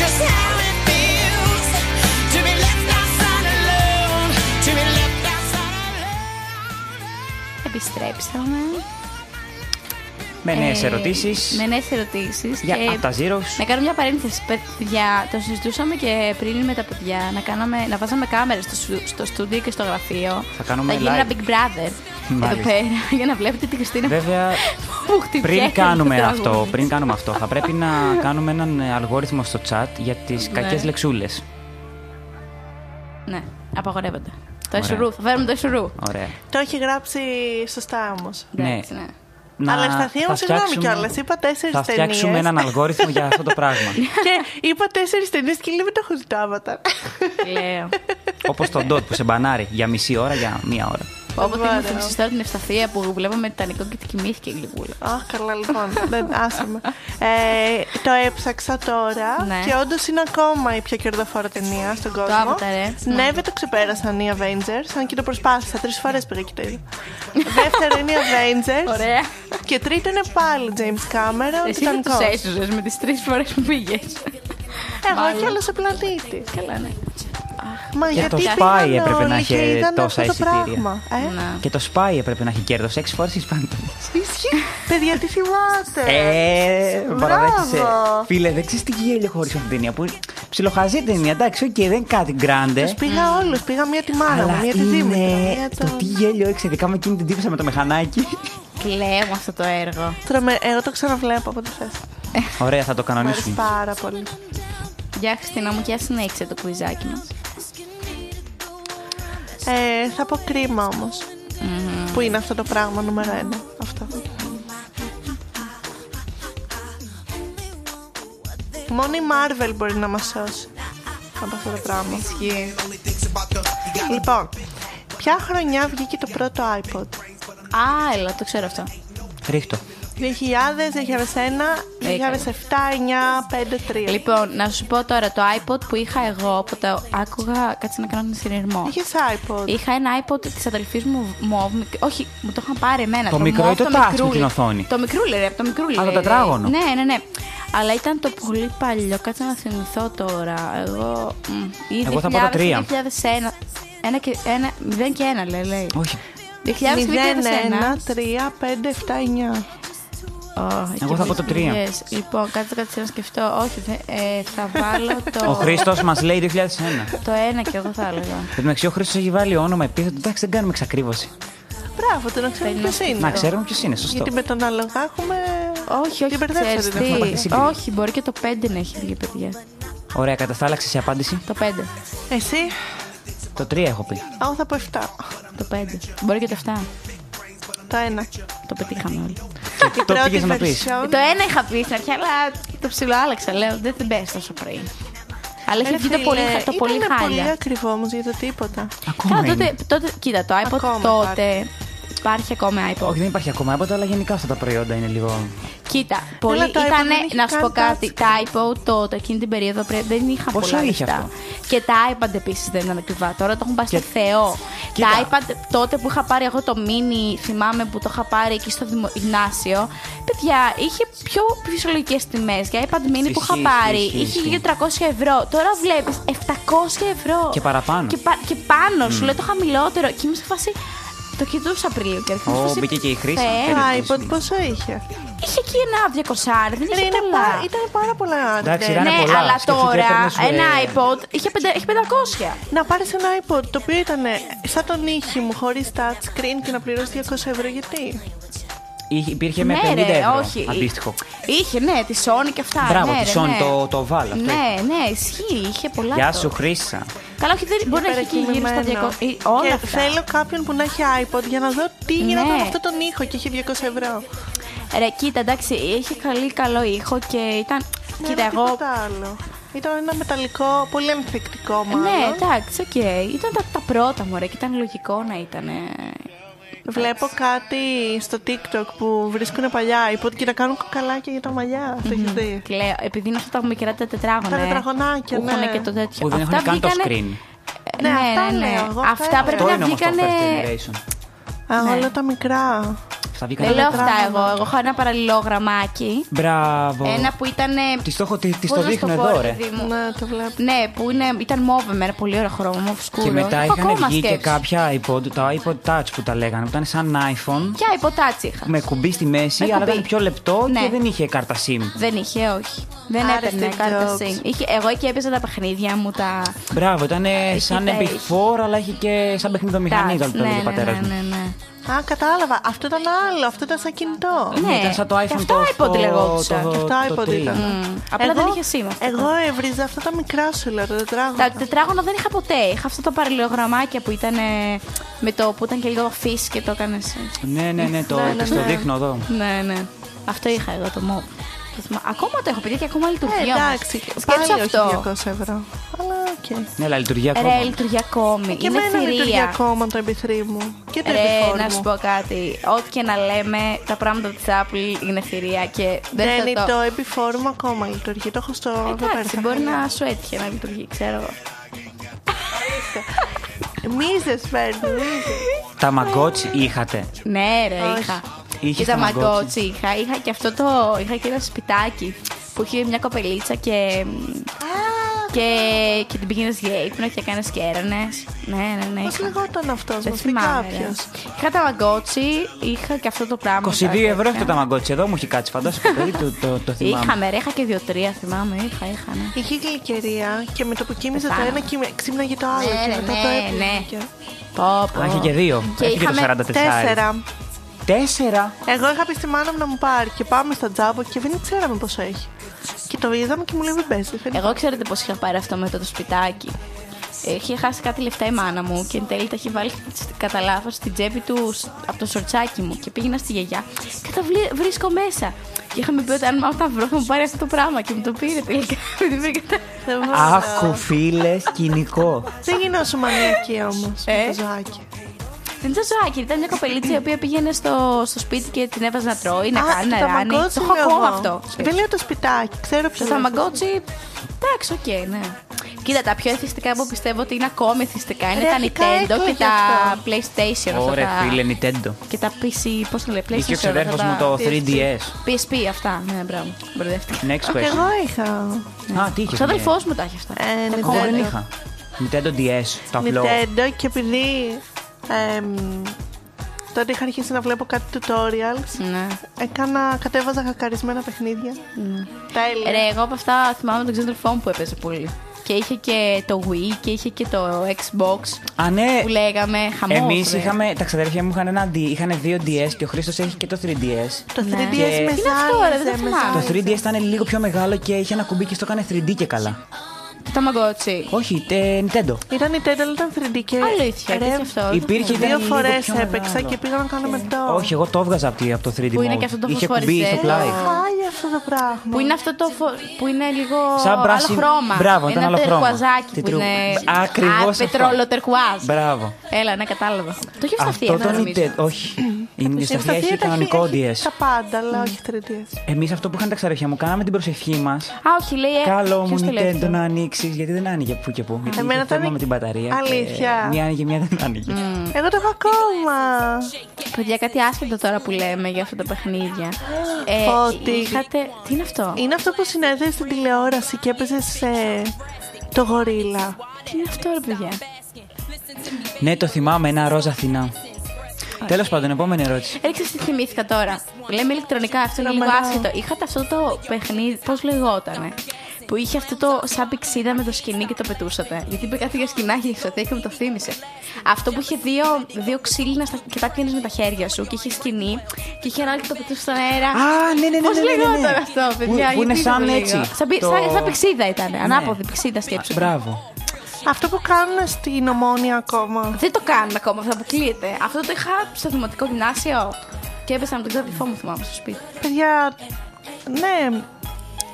Speaker 4: just how it feels to be left outside alone. To be left outside alone.
Speaker 7: Επιστρέψαμε.
Speaker 6: με νέες
Speaker 7: Ε,
Speaker 6: ερωτήσεις.
Speaker 7: Με ε, νέες ερωτήσεις.
Speaker 6: Για απ' τα zeros.
Speaker 7: Να κάνω μια παρένθεση, παιδιά. Το συζητούσαμε και πριν με τα παιδιά. Να, κάναμε, να βάζαμε κάμερες στο, στου- στο στούντιο και στο γραφείο.
Speaker 6: Θα κάνουμε
Speaker 7: γίνει ένα
Speaker 6: live.
Speaker 7: Big Brother εδώ
Speaker 6: Μάλιστα.
Speaker 7: πέρα για να βλέπετε την Κριστίνα
Speaker 6: Βέβαια,
Speaker 7: που χτυπιέται.
Speaker 6: πριν
Speaker 7: στο
Speaker 6: κάνουμε
Speaker 7: ε, τραγούδι.
Speaker 6: αυτό, πριν κάνουμε αυτό, θα πρέπει να κάνουμε έναν ε, αλγόριθμο στο chat για τις
Speaker 7: Ναι.
Speaker 6: κακές λεξούλες.
Speaker 7: Ναι, απαγορεύονται. Το
Speaker 6: Ωραία.
Speaker 7: εσουρού, θα φέρουμε το εσουρού.
Speaker 6: Ωραία.
Speaker 8: Το έχει γράψει σωστά όμως.
Speaker 6: Ναι.
Speaker 7: Εντάξει, ναι.
Speaker 6: Να-
Speaker 8: Αλλά Ευσταθία μου,
Speaker 6: θα
Speaker 8: συγγνώμη
Speaker 6: φτιάξουμε-
Speaker 8: κιόλας. Είπα τέσσερις
Speaker 6: Θα
Speaker 8: ταινίε.
Speaker 6: φτιάξουμε έναν αλγόριθμο για αυτό το πράγμα.
Speaker 8: και είπα τέσσερις ταινίες και λέει, δεν το έχω δει το Avatar.
Speaker 7: Λέω.
Speaker 6: Όπως τον Ντότ που σε μπανάρει για μισή ώρα, για μία ώρα.
Speaker 7: Όποτε
Speaker 8: Βάρε.
Speaker 7: μου θυμηθείς τώρα την Ευσταθία που βλέπαμε Τιτανικό και τη κοιμήθηκε η γλυκούλα.
Speaker 8: Αχ, καλά, λοιπόν. δεν άσε με. Ε, το έψαξα τώρα
Speaker 7: Ναι.
Speaker 8: και όντως είναι ακόμα η πιο κερδοφόρα ταινία στον κόσμο.
Speaker 7: Avatar, ε.
Speaker 8: Ναι, δεν το ξεπέρασαν οι Avengers, αν και το προσπάθησα. Τρεις φορές πήγα και το είδα. Δεύτερο είναι οι Avengers.
Speaker 7: Ωραία.
Speaker 8: Και τρίτο είναι πάλι James Cameron.
Speaker 7: Εσύ δεν
Speaker 8: Τιτανικός.
Speaker 7: τους έσουζες με τις τρεις φορές που πήγες.
Speaker 8: Εγώ και άλλος σε πλανήτη.
Speaker 7: Καλά, ναι.
Speaker 8: Μα
Speaker 6: Και το
Speaker 8: γιατί
Speaker 6: Spy
Speaker 8: πήγαν
Speaker 6: έπρεπε να
Speaker 8: όλοι
Speaker 6: είχε
Speaker 8: και είδαν
Speaker 6: τόσα
Speaker 8: αυτό το
Speaker 6: εισιτήρια.
Speaker 8: πράγμα. Ε,
Speaker 7: Να.
Speaker 6: Και το Spy έπρεπε να έχει κέρδος 6 φορές η Ισπανία.
Speaker 8: Ισχύει. Παιδιά, τι θυμάστε.
Speaker 6: Ε,
Speaker 8: Μπράβο.
Speaker 6: παραδέχεσαι. Φίλε, δεν ξέρεις τι γέλιο χωρίς αυτή την ταινία. Που ψιλοχαζή ταινία, εντάξει, οκ, δεν είναι κάτι γκράντε.
Speaker 8: Τους πήγα όλους. Πήγα μία τη μάνα μου,
Speaker 6: Αλλά
Speaker 8: μία τη Δήμητρα.
Speaker 6: είναι
Speaker 8: μία
Speaker 6: το
Speaker 8: τον-
Speaker 6: τι γέλιο έχει, ειδικά με εκείνη την τύπησα με το μεχανάκι.
Speaker 7: Κλαίω με αυτό το έργο.
Speaker 8: Τρομε- Εγώ το ξαναβλέπω από τη θέση.
Speaker 6: Ωραία, θα το
Speaker 8: Μ' αρέσει
Speaker 6: κανονίσουμε.
Speaker 8: πάρα πολύ.
Speaker 7: Γεια Χριστίνα μου και ας συνέχισε το κουιζάκι μας.
Speaker 8: Ε, θα πω κρίμα όμως. Που είναι αυτό το πράγμα νούμερο ένα. Αυτό. Μόνο η Marvel μπορεί να μας σώσει από αυτό το πράγμα. Λοιπόν, ποια χρονιά βγήκε το πρώτο iPod?
Speaker 7: Α, έλα, το ξέρω αυτό.
Speaker 6: Ρίχτω.
Speaker 8: 2000, 2001, 2007, 9, 5, 3.
Speaker 7: Λοιπόν, να σου πω τώρα το iPod που είχα εγώ που το άκουγα. Κάτσε να κάνω έναν συνειρμό.
Speaker 8: Είχες iPod.
Speaker 7: Είχα ένα iPod της αδελφής μου μόβ. μικ- Όχι, μου Ε, το είχαν πάρει εμένα.
Speaker 6: Το μικρό
Speaker 7: μόβ,
Speaker 6: ή το touch με
Speaker 7: μικρούλι.
Speaker 6: την οθόνη?
Speaker 7: Το μικρούλι, ρε, από το μικρούλι.
Speaker 6: Α, το
Speaker 7: ρε.
Speaker 6: τετράγωνο.
Speaker 7: Ναι, ναι, ναι. Αλλά ήταν το πολύ παλιό. Κάτσε να θυμηθώ τώρα. Εγώ. μ, ή
Speaker 6: Εγώ θα πω το
Speaker 7: 2000,
Speaker 6: τρία.
Speaker 7: 2001. Ένα και ένα. Μηδέν και ένα, λέει. λέει.
Speaker 6: Όχι.
Speaker 7: 2000,
Speaker 8: 01,
Speaker 7: 2001.
Speaker 8: 3, 5, 7, 9.
Speaker 7: Ω, εκεί
Speaker 6: Εγώ θα πω το τρία.
Speaker 7: πήγες. Λοιπόν, κάτσε κάτι να σκεφτώ. Όχι, δε- ε, θα βάλω το.
Speaker 6: Ο Χρήστος μας λέει 2001.
Speaker 7: Το ένα και εγώ θα έλεγα.
Speaker 6: Εν τω μεταξύ, ο Χρήστος έχει βάλει όνομα επίθετο. Εντάξει, δεν κάνουμε εξακρίβωση.
Speaker 8: Μπράβο, το να ξέρουμε ποιος είναι.
Speaker 6: Να ξέρουμε ποιος είναι, σωστό.
Speaker 8: Γιατί με τον αλογά έχουμε.
Speaker 7: Όχι, όχι.
Speaker 8: Την μπερδέψατε,
Speaker 7: ξέρεις
Speaker 8: δεν έχω
Speaker 6: πάθει
Speaker 7: τι.
Speaker 6: σύγκριση.
Speaker 7: Όχι, μπορεί και το 5 να έχει βγει, παιδιά.
Speaker 6: Ωραία, κατά τα άλλα, ξέρεις η απάντηση.
Speaker 7: Το 5.
Speaker 8: Εσύ,
Speaker 6: Το 3 έχω πει.
Speaker 8: εγώ θα πω 7.
Speaker 7: Το 5. Μπορεί και το 7.
Speaker 8: Το ένα.
Speaker 7: Το πετύχαμε όλοι.
Speaker 6: το
Speaker 8: Πρώτη
Speaker 6: πήγες να πεις.
Speaker 8: version.
Speaker 7: το 1 είχα πει στην αρχή, αλλά το ψηλό άλλαξα. Λέω δεν την πες τόσο πριν. Αλλά είχε
Speaker 8: Ρε
Speaker 7: βγει το
Speaker 8: φίλε,
Speaker 7: πολύ, το
Speaker 8: ήταν
Speaker 7: πολύ
Speaker 8: πολύ
Speaker 7: χάλια.
Speaker 8: ακριβό όμως για το τίποτα.
Speaker 6: Ακόμα
Speaker 7: Καλά,
Speaker 6: είναι.
Speaker 7: τότε, τότε, κοίτα, το iPod
Speaker 8: Ακόμα
Speaker 7: τότε. Υπάρχει ακόμα iPod.
Speaker 6: Όχι, δεν υπάρχει ακόμα από αλλά γενικά αυτά τα προϊόντα είναι λίγο.
Speaker 7: Κοίτα, πολύ
Speaker 8: το iPod
Speaker 7: ήταν,
Speaker 8: δεν είχε
Speaker 7: να σου πω
Speaker 8: καν
Speaker 7: κάτι,
Speaker 8: touch.
Speaker 7: τα iPod τότε, εκείνη την περίοδο πρέ- δεν είχαν
Speaker 6: Πόσο
Speaker 7: πολλά
Speaker 6: είχε
Speaker 7: λεφτά.
Speaker 6: αυτό?
Speaker 7: Και τα iPad επίσης δεν ήταν ακριβά. Τώρα το έχουν πάει στο
Speaker 6: Και-
Speaker 7: Θεό.
Speaker 6: Κοίτα.
Speaker 7: Τα iPad τότε που είχα πάρει εγώ το mini, θυμάμαι που το είχα πάρει εκεί στο δημο- γυμνάσιο. Παιδιά, είχε πιο φυσιολογικές τιμές. Για iPad mini που είχα
Speaker 6: Ισχύει,
Speaker 7: πάρει
Speaker 6: ισχύει,
Speaker 7: είχε
Speaker 6: ισχύει.
Speaker 7: γύρω 300 ευρώ. Τώρα βλέπεις 700 ευρώ.
Speaker 6: Και παραπάνω.
Speaker 7: Και, πα- και πάνω, σου λέω το χαμηλότερο. Και ήμουν σε φάση. Το κοιτούσα πριν και αρχίζω.
Speaker 6: Ω,
Speaker 7: φάση,
Speaker 6: μπήκε και η χρήση.
Speaker 7: «Θεέ
Speaker 6: Τέλεια.
Speaker 8: Το
Speaker 7: μου,
Speaker 8: iPod πόσο είχε.
Speaker 7: Είχε εκεί ένα 200, δεν
Speaker 8: Ρε,
Speaker 7: είχε
Speaker 8: είναι
Speaker 7: πολλά.
Speaker 8: πά- Ήταν πάρα πολλά.
Speaker 6: Εντάξει,
Speaker 8: ρε.
Speaker 6: ήταν-
Speaker 7: Ναι,
Speaker 6: πολλά.
Speaker 7: αλλά
Speaker 6: Σκεφτείτε,
Speaker 7: τώρα
Speaker 6: έπαιρνες, ε,
Speaker 7: ένα iPod είχε πεντα- έχει 500.
Speaker 8: Να πάρεις ένα iPod το οποίο ήταν σαν τον ήχη μου, χωρίς touch screen και να πληρώσεις 200 ευρώ. Γιατί.
Speaker 6: Είχε- Υπήρχε με 50
Speaker 7: Ναι, ρε,
Speaker 6: ευρώ
Speaker 7: όχι.
Speaker 6: αντίστοιχο.
Speaker 7: Είχε, ναι, τη Sony και αυτά.
Speaker 6: Μπράβο,
Speaker 7: ναι,
Speaker 6: τη
Speaker 7: ρε,
Speaker 6: Sony,
Speaker 7: ναι.
Speaker 6: το- το βάλα αυτό.
Speaker 7: Ναι, ναι, ισχύει, είχε πολλά.
Speaker 6: Γεια
Speaker 7: αυτό.
Speaker 6: σου, Χρήσα.
Speaker 7: Καλά, όχι, δεν μπορεί να έχει και γύρω στα 200. ή- Όλα
Speaker 8: Και
Speaker 7: αυτά. Ναι.
Speaker 8: θέλω κάποιον που να έχει iPod για να δω τι γινόταν με αυτόν τον ήχο και είχε 200 ευρώ.
Speaker 7: Ρε, κοίτα, εντάξει, είχε καλή, καλό ήχο και ήταν.
Speaker 8: Ναι,
Speaker 7: Κοίτα,
Speaker 8: αλλά
Speaker 7: εγώ.
Speaker 8: τίποτα άλλο. Ήταν ένα μεταλλικό, πολύ ανθεκτικό μάλλον.
Speaker 7: Ναι, εντάξει, οκ. Ήταν τα, τα πρώτα μου, και ήταν λογικό να ήταν.
Speaker 8: Βλέπω κάτι στο TikTok που βρίσκουν παλιά iPod και να κάνουν κοκαλάκια για τα μαλλιά. Το έχει δει.
Speaker 7: Κλαίω, επειδή είναι αυτά τα μικρά τα τετράγωνα.
Speaker 8: Τα
Speaker 7: ε,
Speaker 8: τετραγωνάκια,
Speaker 7: που είχαν
Speaker 8: ναι.
Speaker 7: και το
Speaker 6: Που
Speaker 7: τέτοιο.
Speaker 6: δεν
Speaker 7: Αυτά
Speaker 6: έχουν καν το
Speaker 7: βγήκανε-
Speaker 6: screen.
Speaker 7: Ε,
Speaker 8: Ναι, αυτά λέω εγώ,
Speaker 7: Αυτά
Speaker 8: αυτά
Speaker 7: πρέπει
Speaker 6: Αυτό
Speaker 7: να
Speaker 6: είναι όμως το
Speaker 7: βγήκανε.
Speaker 6: first generation.
Speaker 8: Α,
Speaker 7: Ναι.
Speaker 8: όλα τα μικρά.
Speaker 6: Αυτά βγήκαν.
Speaker 7: Δεν λέω αυτά
Speaker 8: μετράμε.
Speaker 7: εγώ. Εγώ είχα ένα παραλληλό γραμμάκι.
Speaker 6: Μπράβο.
Speaker 7: Ε, Ένα που ήταν. ε,
Speaker 6: Τη το, έχω- τη- της
Speaker 7: πώς
Speaker 6: το
Speaker 7: να σου
Speaker 6: δείχνω
Speaker 7: πω,
Speaker 6: εδώ,
Speaker 7: ρε
Speaker 6: ρε.
Speaker 7: παιδί μου.
Speaker 8: Ναι, το βλέπω.
Speaker 7: Ναι, που είναι, ήταν μόβε με ένα πολύ ωραίο χρώμα, μόβ σκούρο.
Speaker 6: Και μετά
Speaker 7: Έχω
Speaker 6: είχαν
Speaker 7: ακόμα
Speaker 6: βγει και
Speaker 7: σκέψεις.
Speaker 6: κάποια iPod, τα iPod Touch που τα λέγανε, που ήταν σαν iPhone
Speaker 7: Ποια υποτάτσι είχα.
Speaker 6: με κουμπί στη μέση,
Speaker 7: Με
Speaker 6: αλλά
Speaker 7: κουμπί.
Speaker 6: ήταν πιο λεπτό
Speaker 7: Ναι.
Speaker 6: και δεν είχε κάρτα SIM.
Speaker 7: Δεν είχε, όχι. Δεν
Speaker 8: Άρα
Speaker 7: έπαιρνε
Speaker 8: Steve
Speaker 7: κάρτα
Speaker 8: Jobs.
Speaker 7: SIM. Είχε, εγώ εκεί έπαιζα τα παιχνίδια μου, τα.
Speaker 6: Μπράβο, ήταν σαν
Speaker 7: τα-
Speaker 6: MP4, αλλά είχε και σαν παιχνιδομηχανή
Speaker 7: Ε, Touch.
Speaker 6: ήταν το
Speaker 7: ναι,
Speaker 6: έλεγε ο
Speaker 7: ναι,
Speaker 6: πατέρα
Speaker 7: ναι,
Speaker 6: μου.
Speaker 7: ναι, ναι.
Speaker 8: Α, κατάλαβα. Αυτό ήταν άλλο. Αυτό ήταν σαν κινητό.
Speaker 7: Ναι,
Speaker 6: Ήταν σαν το
Speaker 7: και
Speaker 6: iPhone
Speaker 7: αυτό
Speaker 6: το
Speaker 7: iPod
Speaker 6: το-
Speaker 7: λεγόταν.
Speaker 6: το-
Speaker 8: Και αυτό
Speaker 6: το
Speaker 8: iPod
Speaker 6: τρία.
Speaker 8: ήταν.
Speaker 6: Μμμ.
Speaker 7: Μμ. Απλά δεν είχε σήμα. αυτό.
Speaker 8: Εγώ έβριζα αυτά τα μικρά σου, λέω, τα τετράγωνα.
Speaker 7: Τα τετράγωνα δεν είχα ποτέ. Είχα αυτό το παραλληλογραμμάκια που ήταν ε, με το που ήταν και λίγο φύση και το έκανες.
Speaker 6: Ναι, ναι, ναι, το,
Speaker 8: Ναι, ναι,
Speaker 6: της το
Speaker 8: ναι.
Speaker 6: δείχνω εδώ.
Speaker 7: Ναι, ναι. Αυτό είχα εγώ το μόβ. Το θυμά- Ακόμα το έχω παιδιά και ακόμα λειτουργεί.
Speaker 8: Ε,
Speaker 7: όμως.
Speaker 8: εντάξει,
Speaker 7: Σκέψου
Speaker 8: πάλι όχι
Speaker 7: αυτό.
Speaker 8: 200 ευρώ. Αλλά οκ.
Speaker 6: Ναι, αλλά λειτουργεί ακόμα.
Speaker 7: Ρε, λειτουργεί ακόμη.
Speaker 8: Ε, Και
Speaker 7: Είναι
Speaker 8: εμένα λειτουργεί
Speaker 7: θηρία.
Speaker 8: ακόμα το MP3 μου. Και το
Speaker 7: Ρε,
Speaker 8: MP4
Speaker 7: να σου
Speaker 8: μου.
Speaker 7: πω κάτι. Ό,τι και να λέμε, τα πράγματα της Apple είναι θηρία και δεν
Speaker 8: Δεν
Speaker 7: θα
Speaker 8: είναι το MP4 μου ακόμα λειτουργεί. Το έχω στο. εδώ πέρα
Speaker 7: Εντάξει,
Speaker 8: στα
Speaker 7: μπορεί
Speaker 8: χέρια.
Speaker 7: να σου έτυχε να λειτουργεί, ξέρω εγώ.
Speaker 8: Μίζες παίρνει, μίζες.
Speaker 6: Τα μαγκότσι είχατε.
Speaker 7: Ναι, ρε,
Speaker 8: Όχι.
Speaker 7: είχα.
Speaker 6: Είχες
Speaker 7: και τα
Speaker 6: Tamagotchi?
Speaker 7: μαγκότσι είχα. Είχα και αυτό το. Είχα και ένα σπιτάκι που είχε μια κοπελίτσα και. και, και την πήγαινες για ύπνο και έκανες και έρευνες. Ναι, ναι, ναι.
Speaker 8: Πώς
Speaker 7: είχα.
Speaker 8: λεγόταν αυτός,
Speaker 7: Δεν
Speaker 8: μας πει
Speaker 7: θυμάμαι. ρε.
Speaker 8: κάποιος.
Speaker 7: Είχα τα μαγκότσι, είχα και αυτό το
Speaker 6: 22
Speaker 7: πράγμα.
Speaker 6: ευρώ έχει το
Speaker 7: τα
Speaker 6: ταμαγκότσι. Εδώ μου έχει κάτσει, φαντάζομαι. παιδί, το, το, το θυμάμαι.
Speaker 7: Είχαμε, ρε, είχα και δύο-τρία, θυμάμαι. Είχα, είχα, ναι.
Speaker 8: Είχε γλυκερία και με το που κοίμιζε το
Speaker 7: Πεθάνω.
Speaker 8: ένα κύμα- ξύμναγε το άλλο.
Speaker 7: Ναι,
Speaker 8: και
Speaker 7: ρε,
Speaker 8: μετά
Speaker 7: ναι,
Speaker 8: το έπινε
Speaker 7: ναι.
Speaker 8: και-
Speaker 7: Πω, πω.
Speaker 6: Α, είχε και δύο.
Speaker 7: Και
Speaker 6: έχει και το
Speaker 7: είχαμε
Speaker 6: 44.
Speaker 8: Τέσσερα.
Speaker 6: Τέσσερα.
Speaker 8: Εγώ είχα πει στη μάνα μου να μου πάρει και πάμε στα τζάμπο και δεν ξέραμε πόσο έχει. Και το είδαμε και μου λέει μην πέσει.
Speaker 7: Εγώ ξέρετε πώς είχα πάρει αυτό με το, το σπιτάκι. Ε, Είχε χάσει κάτι λεφτά η μάνα μου και εν τέλει τα είχε βάλει σ- κατά λάθος στην τσέπη του σ- από το σορτσάκι μου και πήγαινα στη γιαγιά και τα βλέ- βρίσκω μέσα. Και είχαμε πει ότι αν μάθω τα βρω θα μου πάρει αυτό το πράγμα και μου το πήρε τελικά. Δεν την βρήκα τα-
Speaker 6: Άκου φίλε, κοινικό.
Speaker 8: Δεν γινόσου μανιακή όμω.
Speaker 7: Ε.
Speaker 8: Με το ζωάκι.
Speaker 7: Δεν ήταν ζωάκι, ήταν μια κοπελίτσα η οποία πήγαινε στο, στο σπίτι και την έβαζε να τρώει, να
Speaker 8: Α,
Speaker 7: κάνει,
Speaker 8: και
Speaker 7: να
Speaker 8: τα
Speaker 7: ράνει.
Speaker 8: Tamagotchi
Speaker 7: Το έχω
Speaker 8: λέω
Speaker 7: ακόμα
Speaker 8: εγώ.
Speaker 7: αυτό.
Speaker 8: Δεν λέω το σπιτάκι, ξέρω ποιο.
Speaker 7: Το Tamagotchi. Εντάξει, οκ, ναι. Κοίτα, τα πιο εθιστικά που πιστεύω ότι είναι ακόμη εθιστικά είναι
Speaker 8: Ρε,
Speaker 7: τα
Speaker 8: αρχικά
Speaker 7: Nintendo
Speaker 8: έχω
Speaker 7: και
Speaker 8: γι'
Speaker 7: τα
Speaker 8: αυτό.
Speaker 7: PlayStation. αυτά
Speaker 6: Ωραία,
Speaker 7: τα-
Speaker 6: φίλε, Nintendo.
Speaker 7: Και τα PC, πώς το λέει, PlayStation.
Speaker 6: Είχε ο
Speaker 7: αυτά
Speaker 6: ξεδέρφο
Speaker 7: τα-
Speaker 6: μου το 3DS.
Speaker 7: PSP, αυτά. Ναι, μπράβο. Μπερδεύτηκα.
Speaker 6: Next
Speaker 8: Και
Speaker 6: question.
Speaker 8: εγώ είχα.
Speaker 6: Α, τι είχε.
Speaker 7: Ο αδελφό μου τα έχει αυτά.
Speaker 8: Ε,
Speaker 7: Τα
Speaker 8: Nintendo.
Speaker 6: Εγώ
Speaker 7: κόμματα.
Speaker 6: δεν είχα. Nintendo DS, το απλό.
Speaker 8: Nintendo και επειδή. εμ, Τότε είχα αρχίσει να βλέπω κάτι tutorials.
Speaker 7: Ναι.
Speaker 8: Έκανα, κατέβαζα χακαρισμένα παιχνίδια. Τέλεια.
Speaker 7: Ρε, εγώ από αυτά θυμάμαι τον ξεδερφό μου που έπαιζε πολύ. Και είχε και το Wii και είχε και το Xbox
Speaker 6: Α, ναι.
Speaker 7: που λέγαμε χαμός.
Speaker 6: Εμείς είχαμε, τα ξαδέρφια μου είχαν, ένα, είχαν δύο DS και ο Χρήστος έχει και το 3DS.
Speaker 8: Το 3DS
Speaker 7: Ναι.
Speaker 8: με ζάλιζε.
Speaker 6: Και-
Speaker 7: Είναι αυτό, ρε, δεν το
Speaker 8: με
Speaker 7: θυμάμαι.
Speaker 6: Το
Speaker 8: ζάλιζε.
Speaker 6: 3DS ήταν λίγο πιο μεγάλο και είχε ένα κουμπί και στο έκανε 3D και καλά.
Speaker 7: Το Magochi.
Speaker 6: Όχι, τε, Nintendo.
Speaker 8: Ήταν η Nintendo, ήταν 3D και...
Speaker 7: Αλήθεια,
Speaker 8: Ε, Ρε,
Speaker 7: υπήρχε αυτό. δεν το
Speaker 6: Υπήρχε
Speaker 7: θυμάμαι.
Speaker 6: ήταν
Speaker 8: Δύο
Speaker 6: λίγο
Speaker 8: φορές
Speaker 6: πιο
Speaker 8: έπαιξα
Speaker 6: μεγάλο. Ε,
Speaker 8: και πήγα να κάνω μετά.
Speaker 6: Όχι, εγώ το έβγαζα από τη- από το 3D
Speaker 7: Που είναι
Speaker 6: mode.
Speaker 7: και αυτό το
Speaker 6: Είχε κουμπί
Speaker 7: φωσφορισμένο.
Speaker 6: στο πλάι.
Speaker 8: Ε, Χάλια αυτό το πράγμα.
Speaker 7: Που είναι αυτό το φω... που είναι λίγο
Speaker 6: Σαν πράσινο-
Speaker 7: άλλο χρώμα.
Speaker 6: Μπράβο, ήταν
Speaker 7: ένα
Speaker 6: άλλο χρώμα.
Speaker 7: τερκουαζάκι
Speaker 6: Τι
Speaker 7: που
Speaker 6: τρου-
Speaker 7: είναι.
Speaker 6: Ακριβώς
Speaker 7: Α,
Speaker 6: αυτό.
Speaker 7: Πετρόλο τερκουάζ.
Speaker 6: Μπράβο.
Speaker 7: Έλα, ναι, κατάλαβα. Το έχει στα αυτιά,
Speaker 6: Αυτό το
Speaker 7: δεν νομίζω.
Speaker 6: Nintendo. Όχι. Η
Speaker 8: Στην
Speaker 6: Νισταθία
Speaker 8: Ευσταθία
Speaker 6: έχει
Speaker 8: τα
Speaker 6: κανονικό
Speaker 8: έχει- έχει
Speaker 6: DS.
Speaker 8: Τα πάντα, αλλά όχι 3DS.
Speaker 6: Εμείς αυτό που είχαν τα ξαδέρφια μου, κάναμε την προσευχή μας.
Speaker 7: Α, όχι, λέει. ε,
Speaker 6: Καλό μου
Speaker 7: ποιος το λέει
Speaker 6: Nintendo
Speaker 7: αυτό?
Speaker 6: να ανοίξει, γιατί δεν άνοιγε που και που. Γιατί
Speaker 8: Εμένα
Speaker 6: είχε
Speaker 8: ήταν
Speaker 6: θέμα με την μπαταρία. και
Speaker 8: αλήθεια.
Speaker 6: Μία άνοιγε, μία δεν άνοιγε.
Speaker 7: Mm.
Speaker 8: Εγώ το έχω ακόμα.
Speaker 7: Παιδιά, κάτι άσχετο τώρα που λέμε για αυτά τα παιχνίδια. Ε,
Speaker 8: Ότι-
Speaker 7: είχατε. Τι είναι αυτό.
Speaker 8: Είναι αυτό που συνέδεσαι στην τηλεόραση και έπαιζες σε το γορίλα.
Speaker 7: Τι είναι αυτό, ρε παιδιά.
Speaker 6: Ναι, το θυμάμαι, ένα ροζ Αθηνά. Τέλος πάντων, επόμενη ερώτηση.
Speaker 7: Έριξε τι θυμήθηκα τώρα. Λέμε ηλεκτρονικά, αυτό είναι λίγο
Speaker 8: Τρομερό.
Speaker 7: άσχετο. Είχατε αυτό το παιχνίδι, πώς λεγότανε. Που είχε αυτό το σαν πηξίδα με το σκηνή και το πετούσατε. Γιατί είπε κάτι για σκηνάκι και ξαφνικά και μου το θύμισε. Αυτό που είχε δύο, δύο ξύλινα στα, και τα πιάνει με τα χέρια σου και είχε σκηνή και είχε ένα άλλο και το πετούσες στον αέρα.
Speaker 6: Α, ναι, ναι, ναι,
Speaker 7: Πώς
Speaker 6: ναι, ναι, ναι, ναι.
Speaker 7: λεγόταν αυτό,
Speaker 6: Που-
Speaker 7: παιδιά.
Speaker 6: που είναι
Speaker 7: γιατί
Speaker 6: σαν
Speaker 7: λίγο.
Speaker 6: έτσι,
Speaker 7: Σαν, πι-
Speaker 6: το- Ναι.
Speaker 7: σαν, σαν πηξίδα ήταν. Ανάποδη πηξίδα σκέψη.
Speaker 6: Μπράβο.
Speaker 8: Αυτό που κάνουν στην ομόνια ακόμα.
Speaker 7: Δεν το κάνουν ακόμα, θα αποκλείεται. Αυτό το είχα στο δημοτικό γυμνάσιο και έπεσα με τον ξαδερφό μου, θυμάμαι, στο σπίτι.
Speaker 8: Παιδιά, ναι,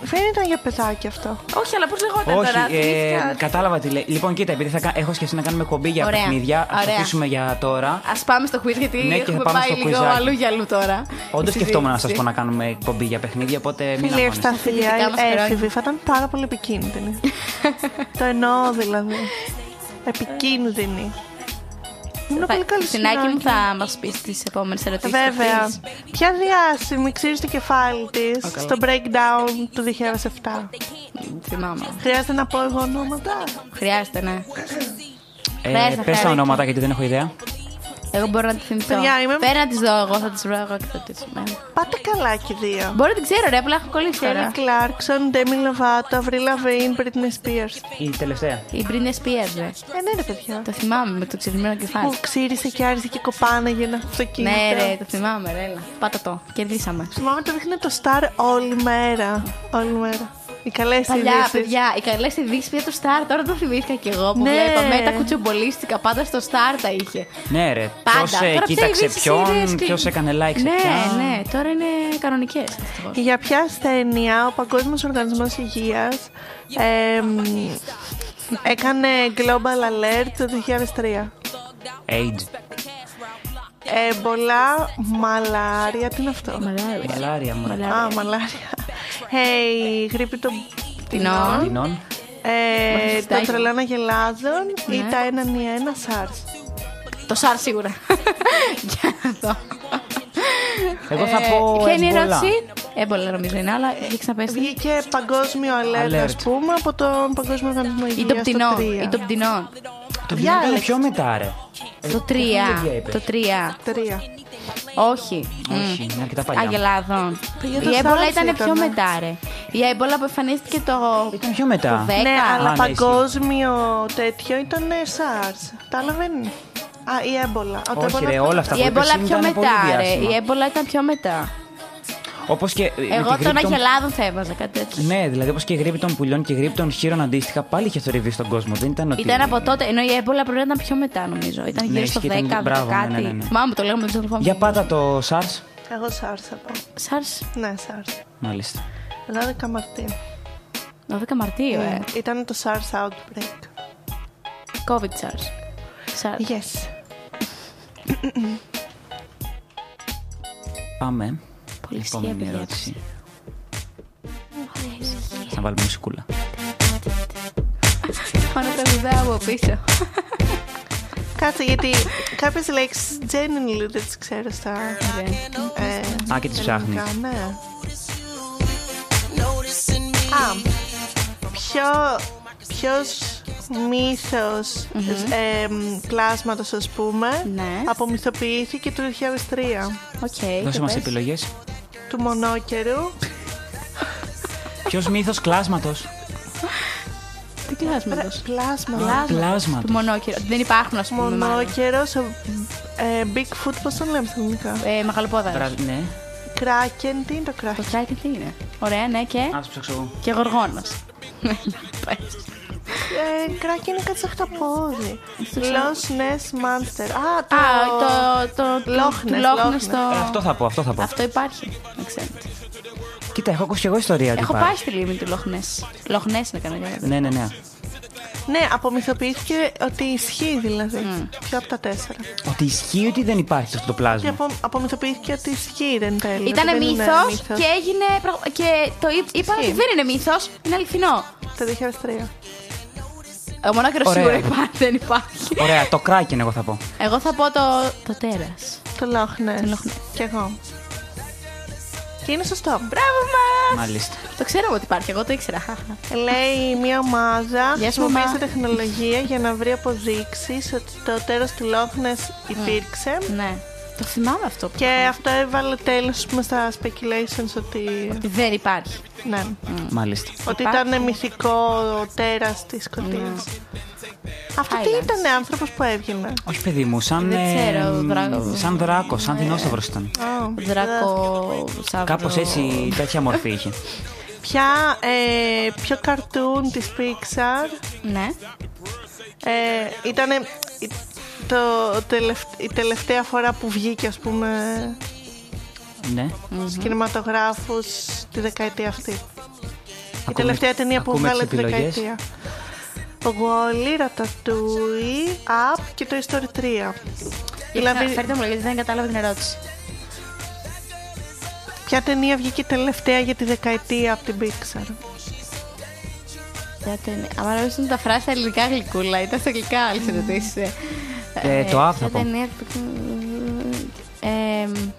Speaker 8: δεν ήταν για παιδάκι αυτό.
Speaker 7: Όχι, αλλά πώς λεγόταν
Speaker 6: Όχι,
Speaker 7: τώρα.
Speaker 6: ε,
Speaker 7: θυμήθηκα.
Speaker 6: κατάλαβα τι λέει. Λοιπόν, κοίτα, επειδή θα, κα- έχω σκεφτεί να κάνουμε κομπή για
Speaker 7: Ωραία.
Speaker 6: παιχνίδια, ας
Speaker 7: Ωραία.
Speaker 6: αφήσουμε για τώρα.
Speaker 7: Ας πάμε στο quiz γιατί
Speaker 6: Ναι, και
Speaker 7: έχουμε
Speaker 6: πάμε
Speaker 7: πάει
Speaker 6: στο
Speaker 7: λίγο
Speaker 6: κουιζάκι.
Speaker 7: αλλού για αλλού τώρα.
Speaker 6: Όντως
Speaker 7: Η
Speaker 6: σκεφτόμουν να σας
Speaker 7: συζήτηση.
Speaker 6: πω να κάνουμε κομπή για παιχνίδια, οπότε μην
Speaker 8: Φίλε, η
Speaker 6: αγχώνεστε.
Speaker 8: Ευσταθία,
Speaker 7: Φοιτητικά
Speaker 8: η
Speaker 7: μας χρόνια.
Speaker 8: έφηβη, θα ήταν πάρα πολύ επικίνδυνη. το εννοώ δηλαδή. Επικίνδυνη. Ήμουν
Speaker 4: Θα-
Speaker 8: πολύ καλή
Speaker 4: Χριστινάκη μου,
Speaker 8: συγγνώμη.
Speaker 4: θα μας πεις τις επόμενες ερωτήσεις.
Speaker 8: Βέβαια. Ποια διάσημη ξύρισε το κεφάλι της στο breakdown του 2007.
Speaker 4: Θυμάμαι.
Speaker 8: Χρειάζεται να πω εγώ ονόματα.
Speaker 4: Χρειάζεται, ναι.
Speaker 6: Ε,
Speaker 4: Χρειάζεται,
Speaker 6: Πες τα
Speaker 4: χρειάζεται.
Speaker 6: ονόματα γιατί δεν έχω ιδέα.
Speaker 4: Εγώ μπορώ να τη θυμηθώ.
Speaker 8: Παιδιά, είμαι-
Speaker 4: Πέρα να της δω εγώ, θα της βρω εγώ και θα τη ναι.
Speaker 8: Πάτε καλά και οι δύο.
Speaker 4: Μπορεί να την ξέρω, ρε, απλά έχω κολλήσει
Speaker 8: Kelly
Speaker 4: τώρα.
Speaker 8: Clarkson, Demi Lovato, Avril Lavigne, Britney Spears.
Speaker 6: Η τελευταία.
Speaker 4: Η Britney Spears, ρε.
Speaker 8: Ε, ναι, ρε παιδιά.
Speaker 4: Το θυμάμαι με το ξεφυμένο κεφάλι.
Speaker 8: Που ξύρισε και άρισε και κοπάναγε ένα αυτοκίνητο.
Speaker 4: Ναι, ρε, το θυμάμαι, ρε. έλα. Πάτα το. Κερδίσαμε.
Speaker 8: Θυμάμαι το δείχνει το Star όλη μέρα. Όλη μέρα. Οι καλές
Speaker 4: Παλιά,
Speaker 8: ειδήσεις.
Speaker 4: παιδιά, οι καλές ειδήσεις πια του Star. Τώρα το θυμήθηκα κι εγώ που
Speaker 8: Ναι.
Speaker 4: βλέπαμε. Τα κουτσομπολίστηκα πάντα στο Star τα είχε.
Speaker 6: Ναι, ρε.
Speaker 4: Πάντα.
Speaker 6: Ποιος, ε,
Speaker 4: Τώρα
Speaker 6: κοίταξε
Speaker 4: ειδήσεις είδες
Speaker 6: ποιον,
Speaker 4: και-
Speaker 6: ποιος έκανε like σε
Speaker 4: ναι,
Speaker 6: ποιον.
Speaker 4: Ναι, τώρα είναι κανονικές.
Speaker 8: Και για ποια ασθένεια ο Παγκόσμιος Οργανισμός Υγείας έκανε Global Alert το 2003.
Speaker 6: AIDS.
Speaker 8: Εμπολά, μαλάρια, τι είναι αυτό.
Speaker 6: Μαλάρια, μωρά.
Speaker 8: Α, μαλάρια. Hey, γρήπη των
Speaker 4: Τινό.
Speaker 6: Τινών.
Speaker 8: ε,
Speaker 4: Μαθητάκι.
Speaker 8: των τρελών αγελάδων ή τα έναν ή ένα SARS.
Speaker 4: Το Σάρ σίγουρα. Για να δω.
Speaker 6: Εγώ θα
Speaker 4: Ε,
Speaker 6: πω
Speaker 4: Ποια είναι η
Speaker 6: Ebola.
Speaker 4: ερώτηση. Έμπολα νομίζω είναι, αλλά έχει ξαναπέσει.
Speaker 8: Βγήκε παγκόσμιο alert,
Speaker 6: Alert.
Speaker 8: ας πούμε, από τον Παγκόσμιο Οργανισμό
Speaker 4: Ή το
Speaker 8: Υγείας το
Speaker 4: πτηνό.
Speaker 8: 3.
Speaker 4: Ή το πτηνό.
Speaker 6: Το βγήκε
Speaker 8: Alex.
Speaker 6: πιο μετά, ρε.
Speaker 4: Το
Speaker 6: Ε, ίδια
Speaker 4: 3.
Speaker 6: είπες.
Speaker 4: Το 3.
Speaker 8: Τρία.
Speaker 4: Όχι.
Speaker 6: Όχι, είναι αρκετά παλιά.
Speaker 4: Αγελάδων.
Speaker 8: Παιδιά, το
Speaker 4: Η έμπολα
Speaker 8: SARS
Speaker 4: ήταν πιο
Speaker 8: ήταν.
Speaker 4: μετά, ρε. Η έμπολα που εμφανίστηκε το.
Speaker 6: Ήταν πιο μετά.
Speaker 4: Το 10.
Speaker 8: Ναι,
Speaker 4: Δέκα.
Speaker 8: αλλά
Speaker 6: Α, ναι,
Speaker 8: παγκόσμιο τέτοιο ήταν ε, SARS. Τα άλλα δεν είναι. Α, η έμπολα. Ο, το
Speaker 6: Όχι,
Speaker 8: έμπολα-
Speaker 6: ρε, όλα αυτά
Speaker 4: Η
Speaker 6: που είπες
Speaker 4: έμπολα πιο
Speaker 6: ήταν πολύ
Speaker 4: μετά, ρε. Η
Speaker 6: διάσημα.
Speaker 4: έμπολα ήταν πιο μετά.
Speaker 6: Όπως και. ε, με τη
Speaker 4: Εγώ
Speaker 6: γρήπη
Speaker 4: τον
Speaker 6: των-
Speaker 4: Αγελάδων θα έβαζα κάτι τέτοιο.
Speaker 6: Ναι, δηλαδή όπως και η γρήπη των πουλιών και η γρήπη των χείρων αντίστοιχα πάλι είχε θορυβεί στον κόσμο. Δεν ήταν ότι.
Speaker 4: Ήταν από τότε, ενώ η έμπολα πρέπει να ήταν πιο μετά νομίζω. Ήταν
Speaker 6: Ναι,
Speaker 4: γύρω στο 10,
Speaker 6: ισχύει, ήταν-
Speaker 4: 10
Speaker 6: μπράβο, ναι,
Speaker 4: κάτι.
Speaker 6: ναι, ναι, ναι.
Speaker 4: Θυμάμαι το λέγαμε με του αδελφού μου.
Speaker 6: Για πάτα το SARS.
Speaker 8: Εγώ SARS θα πω.
Speaker 4: Σάρς,
Speaker 8: Ναι, SARS.
Speaker 6: Μάλιστα.
Speaker 8: 12 Μαρτίου. Ναι,
Speaker 4: 12 Μαρτίου, ε.
Speaker 8: Ήταν το SARS outbreak.
Speaker 4: COVID SARS. SARS.
Speaker 8: Yes.
Speaker 6: Πάμε.
Speaker 4: Πολύ ισχυρή
Speaker 6: Επόμενη
Speaker 4: παιδιά.
Speaker 6: ερώτηση. Θα βάλουμε μουσικούλα.
Speaker 4: Πάνω τα βιδά από πίσω.
Speaker 8: Κάτσε γιατί κάποιες λέξεις genuinely δεν τις ξέρω στα ε,
Speaker 6: Α, και τις ψάχνεις.
Speaker 8: ελληνικά, Ναι. Α, ποιο, ποιος μύθος ε, μ, πλάσματος ας πούμε
Speaker 4: Ναι.
Speaker 8: απομυθοποιήθηκε το 2003
Speaker 4: Οκ.
Speaker 6: Δώσε
Speaker 4: και
Speaker 6: μα
Speaker 4: πες.
Speaker 6: επιλογές.
Speaker 8: του μονόκερου
Speaker 6: Ποιος μύθος κλάσματος.
Speaker 4: Τι κλάσματος.
Speaker 8: πλάσμα
Speaker 4: Πλάσμα.
Speaker 6: Πλάσματο.
Speaker 4: Του μονόκυρο. Δεν υπάρχουν, ας πούμε. μάλλον.
Speaker 8: μονόκερος ο, ε, Bigfoot πώς τον λέμε στα ελληνικά
Speaker 4: Ε, Μεγαλοπόδαρος.
Speaker 6: Ναι,
Speaker 8: Kraken, τι είναι το
Speaker 4: Το
Speaker 8: Kraken
Speaker 4: τσάκι τι είναι. Ωραία, ναι, και.
Speaker 6: ας το ψάξω εγώ.
Speaker 4: Και γοργόνος.
Speaker 8: Ε, κράκι είναι κάτι σαν χταπόδι. Lost Nest Monster. Α, το.
Speaker 4: Α, το. το
Speaker 8: Loch Ness,
Speaker 4: του
Speaker 8: Loch Ness.
Speaker 4: στο.
Speaker 6: Ε, Αυτό θα πω, αυτό θα πω.
Speaker 4: Αυτό υπάρχει. Δεν ξέρω.
Speaker 6: Κοίτα, έχω ακούσει και εγώ ιστορία. ότι
Speaker 4: Έχω πάει
Speaker 6: υπάρχει.
Speaker 4: στη λίμνη του Λοχνέ. Λοχνέ είναι κανένα.
Speaker 6: Ναι, ναι, ναι.
Speaker 8: Ναι, απομυθοποιήθηκε ότι ισχύει δηλαδή. Ποιο από τα τέσσερα.
Speaker 6: Ότι ισχύει ότι δεν υπάρχει αυτό το
Speaker 8: Και
Speaker 6: πλάσμα.
Speaker 8: απο, απομυθοποιήθηκε ότι ισχύει δεν τέλει.
Speaker 4: Ήταν
Speaker 8: ότι δεν είναι
Speaker 4: μύθος
Speaker 8: μύθος.
Speaker 4: και έγινε. πραγμα- Και το είπ- είπαν ότι δεν είναι μύθος, είναι αληθινό.
Speaker 8: Το 2003.
Speaker 4: Ο μονάκρο
Speaker 6: Ωραία.
Speaker 4: σίγουρα υπάρχει, δεν υπάρχει.
Speaker 6: Ωραία, το κράκεν εγώ θα πω.
Speaker 4: Εγώ θα πω το, το τέρα.
Speaker 8: Το Loch Ness.
Speaker 4: Loch Ness.
Speaker 8: Κι εγώ. Και είναι σωστό.
Speaker 4: Μπράβο μας!
Speaker 6: Μάλιστα.
Speaker 4: Το ξέραμε ότι υπάρχει, εγώ το ήξερα. χαχα.
Speaker 8: Λέει μια ομάδα
Speaker 4: Γεια σου,
Speaker 8: χρησιμοποίησε
Speaker 4: μαμά.
Speaker 8: τεχνολογία για να βρει αποδείξεις ότι το τέρας του Loch Ness υπήρξε.
Speaker 4: ναι. Το θυμάμαι αυτό. που
Speaker 8: Και αυτό έβαλε τέλος ας πούμε, στα speculations ότι
Speaker 4: ότι δεν υπάρχει.
Speaker 8: Ναι.
Speaker 6: Μάλιστα.
Speaker 8: Ότι
Speaker 4: Υπάρχει.
Speaker 8: ήταν μυθικό τέρας της σκοτία.
Speaker 6: Ναι.
Speaker 8: Αυτό τι
Speaker 4: Highlands.
Speaker 8: ήταν άνθρωπος που έβγαινε.
Speaker 6: Όχι, παιδί μου, σαν.
Speaker 4: Δεν
Speaker 6: ε,
Speaker 4: ξέρω, Ε, δράκο.
Speaker 6: Σαν δράκο, σαν δεινόσαυρος ήταν.
Speaker 4: Δράκο, σαύρο.
Speaker 6: Κάπως έτσι τέτοια μορφή είχε.
Speaker 8: Ποια, ε, ποιο καρτούν της Pixar
Speaker 4: Ναι.
Speaker 8: ε, ήταν το, τελευ- η τελευταία φορά που βγήκε, ας πούμε,
Speaker 6: ναι.
Speaker 8: στους κινηματογράφους τη δεκαετία αυτή. η
Speaker 6: Ακούμε-
Speaker 8: τελευταία ταινία που
Speaker 6: ακούμε
Speaker 8: βγάλε
Speaker 6: τις
Speaker 8: τη
Speaker 6: επιλογές.
Speaker 8: δεκαετία. Wally, Ratatouille, Up και το Story 3.
Speaker 4: Δηλαδή...
Speaker 8: Δηλαδή-
Speaker 4: Φέρτε μου γιατί δεν κατάλαβα την ερώτηση.
Speaker 8: Ποια ταινία βγήκε τελευταία για τη δεκαετία από την Pixar.
Speaker 4: Για το είναι. Αν αρέσουν τα φράση στα ελληνικά γλυκούλα, ήταν στα αγγλικά άλλες ερωτήσεις.
Speaker 6: Ε, το άνθρωπο.
Speaker 4: Σαν ταινία του- εμ,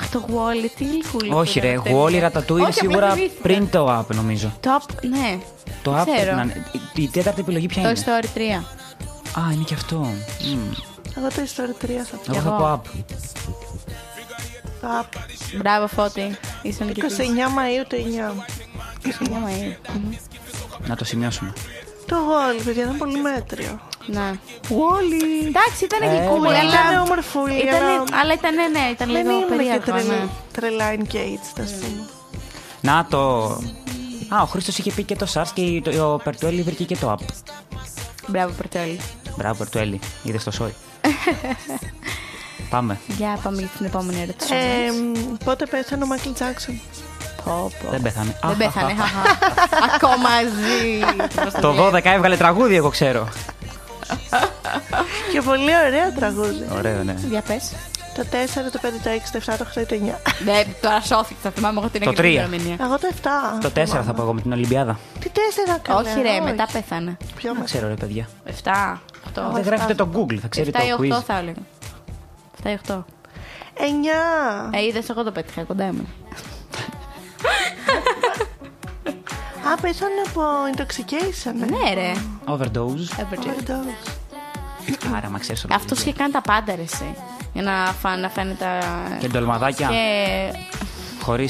Speaker 4: Αχ, το Wall, τι γλυκούλη. που
Speaker 6: Όχι,
Speaker 4: ήταν
Speaker 6: ρε.
Speaker 4: αυτή.
Speaker 6: Εγώ όλη ρατατού είναι
Speaker 4: Όχι, απλά
Speaker 6: σίγουρα
Speaker 4: θυμήθηκα.
Speaker 6: πριν το app, νομίζω.
Speaker 4: Το απ, ναι.
Speaker 6: Το
Speaker 4: Δεν
Speaker 6: app πρέπει
Speaker 4: ξέρω.
Speaker 6: να είναι. Η- Η τέταρτη επιλογή ποια
Speaker 4: Το
Speaker 6: είναι.
Speaker 4: Story 3.
Speaker 6: Α, είναι και αυτό. Μμμ.
Speaker 8: Εγώ το Story 3 θα
Speaker 6: Εγώ θα
Speaker 4: εγώ.
Speaker 6: πω app.
Speaker 8: πω.
Speaker 4: Μπράβο, Φώτη. Ήσουν και
Speaker 8: 29 Μαΐου το 9.
Speaker 6: Να το σημειώσουμε.
Speaker 8: Το Wall, παιδιά, ήταν πολύ μέτριο.
Speaker 4: Ναι.
Speaker 8: Wally!
Speaker 4: Εντάξει, ήταν
Speaker 6: Ε,
Speaker 4: γλυκούλη,
Speaker 8: Ήταν
Speaker 4: αλλά...
Speaker 8: όμορφουλη, αλλά
Speaker 4: Ήταν, αλλά ήταν, ναι, ήταν
Speaker 8: δεν
Speaker 4: λίγο
Speaker 8: είναι και
Speaker 4: περίεργο.
Speaker 8: τρελ-
Speaker 4: ναι.
Speaker 8: τρελά engaged, ας πούμε.
Speaker 6: Να το. Α, ο Χρήστος είχε πει και το SAS και το- ο Περτουέλη βρήκε και το app.
Speaker 4: Μπράβο, Πορτέλη.
Speaker 6: Μπράβο, Περτουέλη. Είδες το σόι. Πάμε.
Speaker 4: Για πάμε για την επόμενη ερώτηση.
Speaker 8: Ε, μ, πότε πέθανε ο Μάικλ Τζάξον.
Speaker 4: Πω, πω.
Speaker 6: Δεν πέθανε.
Speaker 4: Λοιπόν, Δεν πέθανε. χαχα. Ακόμα ζει.
Speaker 6: Το 12 έβγαλε τραγούδι, εγώ ξέρω.
Speaker 8: Και πολύ ωραία τραγούδι.
Speaker 6: Ωραίο, ναι.
Speaker 4: Για πες.
Speaker 8: Το 4, το 5, το 6, το 7, το 8, το 9.
Speaker 4: Ναι, τώρα σώθηκα. Θα θυμάμαι εγώ την
Speaker 6: Το
Speaker 4: ακριβή
Speaker 6: τρία.
Speaker 4: ημερομηνία.
Speaker 8: Εγώ το 7.
Speaker 6: Το 4 θα πω εγώ με την Ολυμπιάδα.
Speaker 8: Τι 4 καλά.
Speaker 4: Όχι, ρε, μετά πέθανε.
Speaker 8: Πιο
Speaker 6: Δεν
Speaker 8: μετά.
Speaker 6: ξέρω, ρε παιδιά.
Speaker 4: 7, 8.
Speaker 6: Δεν γράφετε το Google, θα
Speaker 4: 7 ή
Speaker 6: ξέρει το
Speaker 4: 8
Speaker 6: quiz.
Speaker 4: θα έλεγα. 7 ή 8.
Speaker 8: 9.
Speaker 4: Ε, είδες, εγώ το πέτυχα κοντά μου.
Speaker 8: Α, πέθανε από intoxication. ε.
Speaker 4: Ναι, ρε.
Speaker 6: Overdose.
Speaker 4: Overdue.
Speaker 8: Overdose.
Speaker 6: Άρα, μα ξέρεις όλο.
Speaker 4: Αυτός είχε κάνει τα πάντα ρε εσύ. Για να, φα... να φαίνεται.
Speaker 6: Και ντολμαδάκια.
Speaker 4: Και
Speaker 6: Χωρίς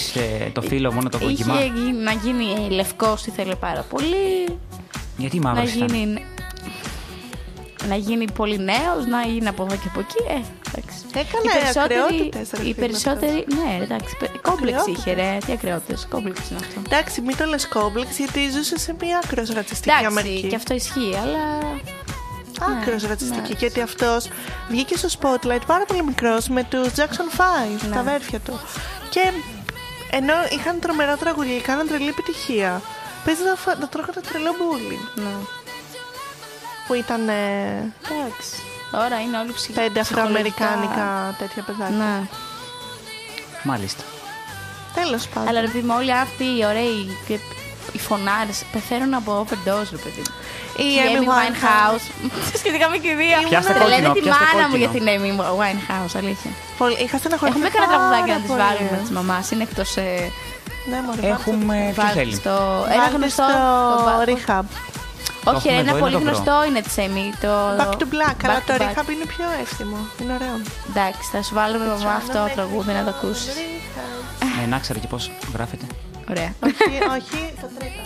Speaker 6: το φίλο, μόνο το κόκκιμα.
Speaker 4: είχε γι- να γίνει ε, λευκός, ήθελε πάρα πολύ.
Speaker 6: Γιατί
Speaker 4: να
Speaker 6: μαύρο ήταν.
Speaker 4: γίνει. Να γίνει πολύ νέος, να γίνει από εδώ και από εκεί. Ε, εντάξει.
Speaker 8: Έκανε ακρεότητες, ρε, φίλε,
Speaker 4: Οι περισσότεροι. Ναι, ρε, εντάξει. πε- Κόμπλεξ
Speaker 8: Ακρεότητες.
Speaker 4: είχε, ρε. Τι ακρεότητες, Κόμπλεξ είναι αυτό.
Speaker 8: Εντάξει, μην το λες κόμπλεξ, γιατί ζούσε σε μια άκρος ρατσιστική
Speaker 4: Εντάξει,
Speaker 8: Αμερική.
Speaker 4: και αυτό ισχύει, αλλά.
Speaker 8: Άκρος
Speaker 4: Ναι,
Speaker 8: ρατσιστική,
Speaker 4: ναι.
Speaker 8: γιατί αυτός βγήκε στο spotlight πάρα πολύ μικρός με τους Jackson 5,
Speaker 4: Ναι.
Speaker 8: τα αδέρφια του. Και ενώ είχαν τρομερά τραγουδία, κάναν τρελή επιτυχία. Παίζει να, φα... να τρώγανε τρελό bullying.
Speaker 4: Ναι.
Speaker 8: Που ήταν ε,
Speaker 4: Εντάξει. Τώρα είναι όλοι ψυχ-
Speaker 8: πέντε
Speaker 4: ψυχολογικά.
Speaker 8: αφροαμερικάνικα τέτοια παιδάκια.
Speaker 4: Ναι.
Speaker 6: Μάλιστα.
Speaker 4: Ε,
Speaker 8: Τέλος πάντων.
Speaker 4: Αλλά ρε παιδί μου, όλοι αυτοί οι ωραίοι και οι φωνάρες πεθαίνουν από overdose, ρε παιδί μου.
Speaker 8: Η
Speaker 4: Η Amy
Speaker 8: Amy
Speaker 4: Winehouse. Σχετικά με και δύο.
Speaker 6: Πιάστε
Speaker 4: Τρελαίνε
Speaker 6: κόκκινο,
Speaker 4: τη
Speaker 6: πιάστε
Speaker 4: μάνα μου για
Speaker 6: κόκκινο.
Speaker 4: την Amy Winehouse, αλήθεια.
Speaker 8: Πολύ... Είχα στεναχωρηθεί
Speaker 4: Έχουμε κανένα
Speaker 8: πάρα
Speaker 4: τραγουδάκι να τις
Speaker 8: πολύ.
Speaker 4: βάλουμε της μαμάς. Είναι εκτός... ε,
Speaker 8: Ναι, μωρέ, βάλτε
Speaker 6: Έχουμε. Ποιο
Speaker 4: βάλτε
Speaker 6: θέλει.
Speaker 4: στο-
Speaker 8: το.
Speaker 4: Ένα
Speaker 8: Βάλτε
Speaker 4: γνωστό...
Speaker 8: στο
Speaker 4: το-
Speaker 8: rehab.
Speaker 4: Όχι,
Speaker 6: έχουμε
Speaker 4: ένα
Speaker 6: εδώ,
Speaker 4: πολύ
Speaker 6: είναι το βρω.
Speaker 4: γνωστό είναι της Amy. Το...
Speaker 8: Back to black, αλλά
Speaker 4: Back
Speaker 8: το
Speaker 4: to Back.
Speaker 8: rehab είναι πιο εύθυμο. Είναι ωραίο.
Speaker 4: Εντάξει, θα σου βάλουμε μαμά αυτό το τραγούδι να το ακούσεις.
Speaker 6: Ναι, να ξέρω και πώς γράφεται.
Speaker 4: Ωραία.
Speaker 8: όχι, όχι, το τρίτο.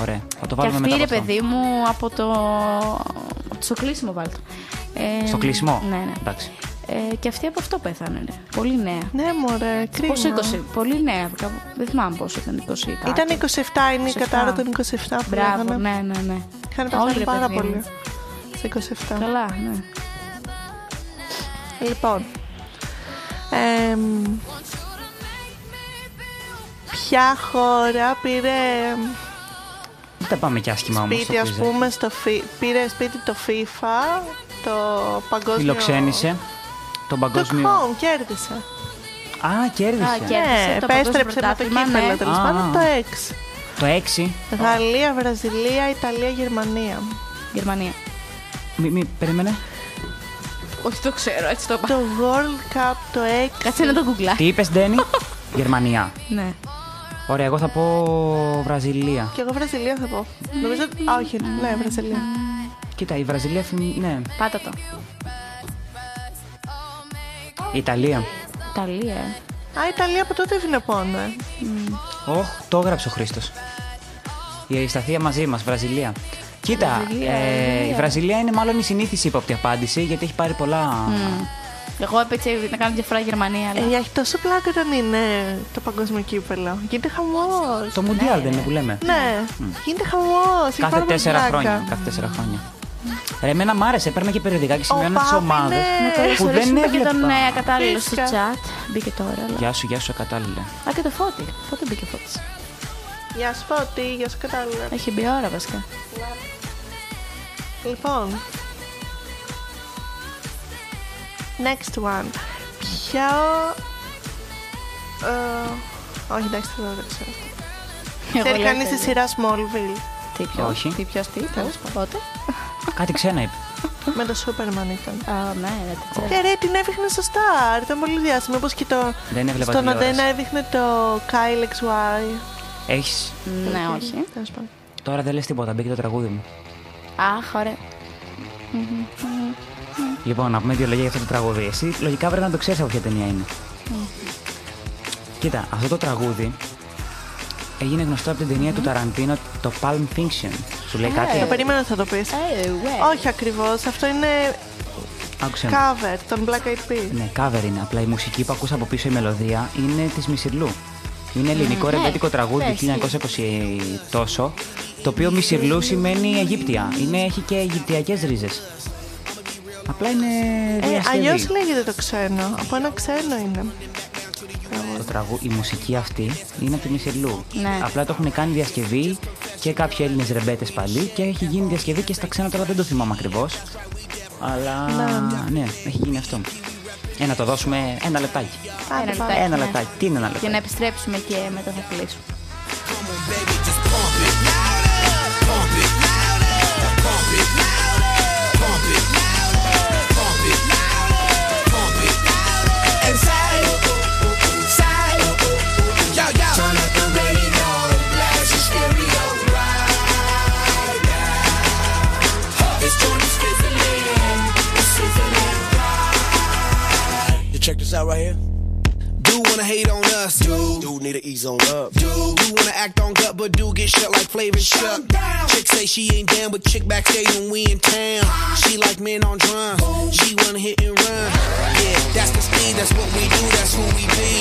Speaker 6: Ωραία. Θα
Speaker 4: Και
Speaker 6: το βάλουμε μετά.
Speaker 4: αυτή ρε
Speaker 6: από αυτό.
Speaker 4: παιδί μου από το. από το κλείσιμο βάλτε. Ε,
Speaker 6: Στο κλεισμό.
Speaker 4: Ναι, ναι.
Speaker 6: Εντάξει.
Speaker 4: Ε, και αυτή από αυτό πέθανε. Ρε. Πολύ νέα.
Speaker 8: Ναι, μωρέ, κρίμα.
Speaker 4: Πόσο 20, πολύ νέα. κάπου- Δεν θυμάμαι πόσο ήταν 20 ή κάτι.
Speaker 8: Ήταν 27, είναι η
Speaker 4: 27.
Speaker 8: κατάρα των 27 που
Speaker 4: Μπράβο,
Speaker 8: λέγανε.
Speaker 4: ναι, ναι, ναι.
Speaker 8: Είχαν
Speaker 4: Όλοι,
Speaker 8: πάθει
Speaker 4: ρε
Speaker 8: πάρα
Speaker 4: παιδί μου.
Speaker 8: πολύ. Σε 27.
Speaker 4: Καλά, ναι.
Speaker 8: Λοιπόν. εμ, ποια χώρα πήρε εμ,
Speaker 6: Δεν τα πάμε κι άσχημα όμως.
Speaker 8: σπίτι, ας πούμε, στο φι- πήρε σπίτι το FIFA, το παγκόσμιο...
Speaker 6: ε. Φιλοξένησε τον
Speaker 8: Το
Speaker 6: παγκόσμιο.
Speaker 8: home, κέρδισε.
Speaker 6: Α, κέρδισε.
Speaker 4: Α, κέρδισε.
Speaker 8: Ναι,
Speaker 4: το παγκόσμιο
Speaker 8: επέστρεψε με το
Speaker 4: πρωτάθλημα, ναι.
Speaker 8: κύπελο τέλο
Speaker 6: Α,
Speaker 8: πάντων
Speaker 6: α.
Speaker 8: το 6.
Speaker 6: Το 6.
Speaker 8: Γαλλία, Βραζιλία, Ιταλία, Γερμανία.
Speaker 4: Γερμανία.
Speaker 6: Μη, μη, περίμενε.
Speaker 4: Όχι, το ξέρω, έτσι το είπα.
Speaker 8: Το World Cup το 6.
Speaker 4: Κάτσε να το γκουγκλά.
Speaker 6: Τι είπες, Ντένι. Γερμανία.
Speaker 4: Ναι.
Speaker 6: Ωραία, εγώ θα πω Βραζιλία.
Speaker 8: Και εγώ Βραζιλία θα πω.
Speaker 4: Mm.
Speaker 8: Νομίζω ότι. Α, όχι, ναι, Βραζιλία.
Speaker 6: Κοίτα, η Βραζιλία. φημι- Ναι.
Speaker 4: Πάτα το.
Speaker 6: Ιταλία.
Speaker 4: Ιταλία. ε.
Speaker 8: Α, Ιταλία από τότε έβγαινε πόνο. ε.
Speaker 6: Οχ, το έγραψε ο Χρήστος. Η Αρισταθία μαζί μας, Βραζιλία. Κοίτα,
Speaker 4: Βραζιλία,
Speaker 6: ε, η
Speaker 4: Βραζιλία.
Speaker 6: Βραζιλία είναι μάλλον η συνήθιση ύποπτη απάντηση γιατί έχει πάρει πολλά.
Speaker 4: Εγώ έπαιξε να κάνω διαφορά Γερμανία. Αλλά...
Speaker 8: Ε, έχει τόσο πλάκα όταν είναι το παγκόσμιο κύπελο. Γίνεται χαμός.
Speaker 6: Το Μουντιάλ δεν είναι που λέμε.
Speaker 8: Ναι, γίνεται χαμός.
Speaker 6: Κάθε τέσσερα χρόνια. Κάθε τέσσερα χρόνια. Ρε, εμένα μ' άρεσε. Παίρνα και περιοδικά και σημειώνω τις
Speaker 8: Πάπη,
Speaker 6: ομάδες.
Speaker 8: ναι. Να
Speaker 6: Που δεν
Speaker 4: Μπήκε
Speaker 6: έβλεπα.
Speaker 4: τον ε, κατάλληλο στο
Speaker 8: Φύσκα.
Speaker 4: chat. Μπήκε τώρα. Αλλά...
Speaker 6: Γεια σου, γεια σου, κατάλληλα.
Speaker 4: Α, και το φώτι. Πότε μπήκε ο φώτης.
Speaker 8: Γεια σου, Φώτη, γεια σου, κατάλληλα.
Speaker 4: Έχει μπει ώρα βασικά.
Speaker 8: Λοιπόν. Next one. Ποιο. Ε, όχι, εντάξει, θα το ρωτήσω.
Speaker 4: Εγώ
Speaker 8: Ξέρει
Speaker 4: λέω
Speaker 8: κανείς τη
Speaker 4: τέλεια.
Speaker 8: σειρά Smallville.
Speaker 4: Τι πιο,
Speaker 6: Όχι.
Speaker 4: Τι ποιος τι, τέλος πάντων. Πότε.
Speaker 6: Κάτι ξένα είπε.
Speaker 8: Με το Σούπερμαν ήταν.
Speaker 4: Α, ναι, ναι, το ξέρω.
Speaker 8: Και ρε, την έδειχνε σωστά. Ήταν πολύ διάσημη. Όπως και το.
Speaker 6: Δεν έβλεπα
Speaker 8: Στον
Speaker 6: τηλεόραση.
Speaker 8: Αντένα έδειχνε το Kyle XY.
Speaker 6: Έχεις.
Speaker 4: Ναι, όχι.
Speaker 8: Τέλος πάντων.
Speaker 6: Τώρα δεν λες τίποτα. Μπήκε το τραγούδι μου.
Speaker 4: Αχ, ωραία.
Speaker 6: Λοιπόν, να πούμε δύο λόγια για αυτό το τραγούδι. Εσύ λογικά πρέπει να το ξέρεις από ποια ταινία είναι. Κοίτα, αυτό το τραγούδι έγινε γνωστό από την ταινία του Ταραντίνο, το Palm Fiction. Σου λέει κάτι.
Speaker 8: Το περίμενα ότι θα το πεις.
Speaker 4: Ε, ουε.
Speaker 8: Όχι ακριβώς. Αυτό
Speaker 6: Ε,
Speaker 8: είναι
Speaker 6: Άκουσε με.
Speaker 8: cover των Black Eyed Peas.
Speaker 6: Ναι, cover είναι. Απλά η μουσική που ακούσα από πίσω, η μελωδία, είναι της Μισιρλού. Είναι ελληνικό ρεμπέτικο τραγούδι του 1920 τόσο, το οποίο Μισιρλού σημαίνει Αιγύπτια. Είναι, έχει και αιγυπτιακές ρίζες. Απλά Ναι, είναι
Speaker 8: Ε,
Speaker 6: διασκευή.
Speaker 8: Αλλιώς λέγεται το ξένο. Από ένα ξένο είναι.
Speaker 6: Το τραγού, η μουσική αυτή είναι από τη Μισελού.
Speaker 4: Ναι.
Speaker 6: Απλά το έχουν κάνει διασκευή και κάποιοι Έλληνες ρεμπέτες πάλι και έχει γίνει διασκευή και στα ξένα τώρα δεν το θυμάμαι ακριβώς. Αλλά ναι. έχει γίνει αυτό. Ε, να το δώσουμε ένα λεπτάκι.
Speaker 8: Άντε,
Speaker 4: Ένα
Speaker 8: πάμε.
Speaker 4: λεπτάκι.
Speaker 6: Ένα
Speaker 4: ναι.
Speaker 6: λεπτάκι. Τι είναι ένα
Speaker 4: Και
Speaker 6: λεπτάκι.
Speaker 4: να επιστρέψουμε και μετά θα κλείσουμε.
Speaker 2: You Check this out right here. Do wanna hate on us? Do do need to ease on up? Do do wanna act on gut, but do get shut like flavor shut. Chick say she ain't down, but chick backstage when we in town. She like men on drum. She wanna hit and run. Yeah, that's the speed. That's what we do. That's who we be.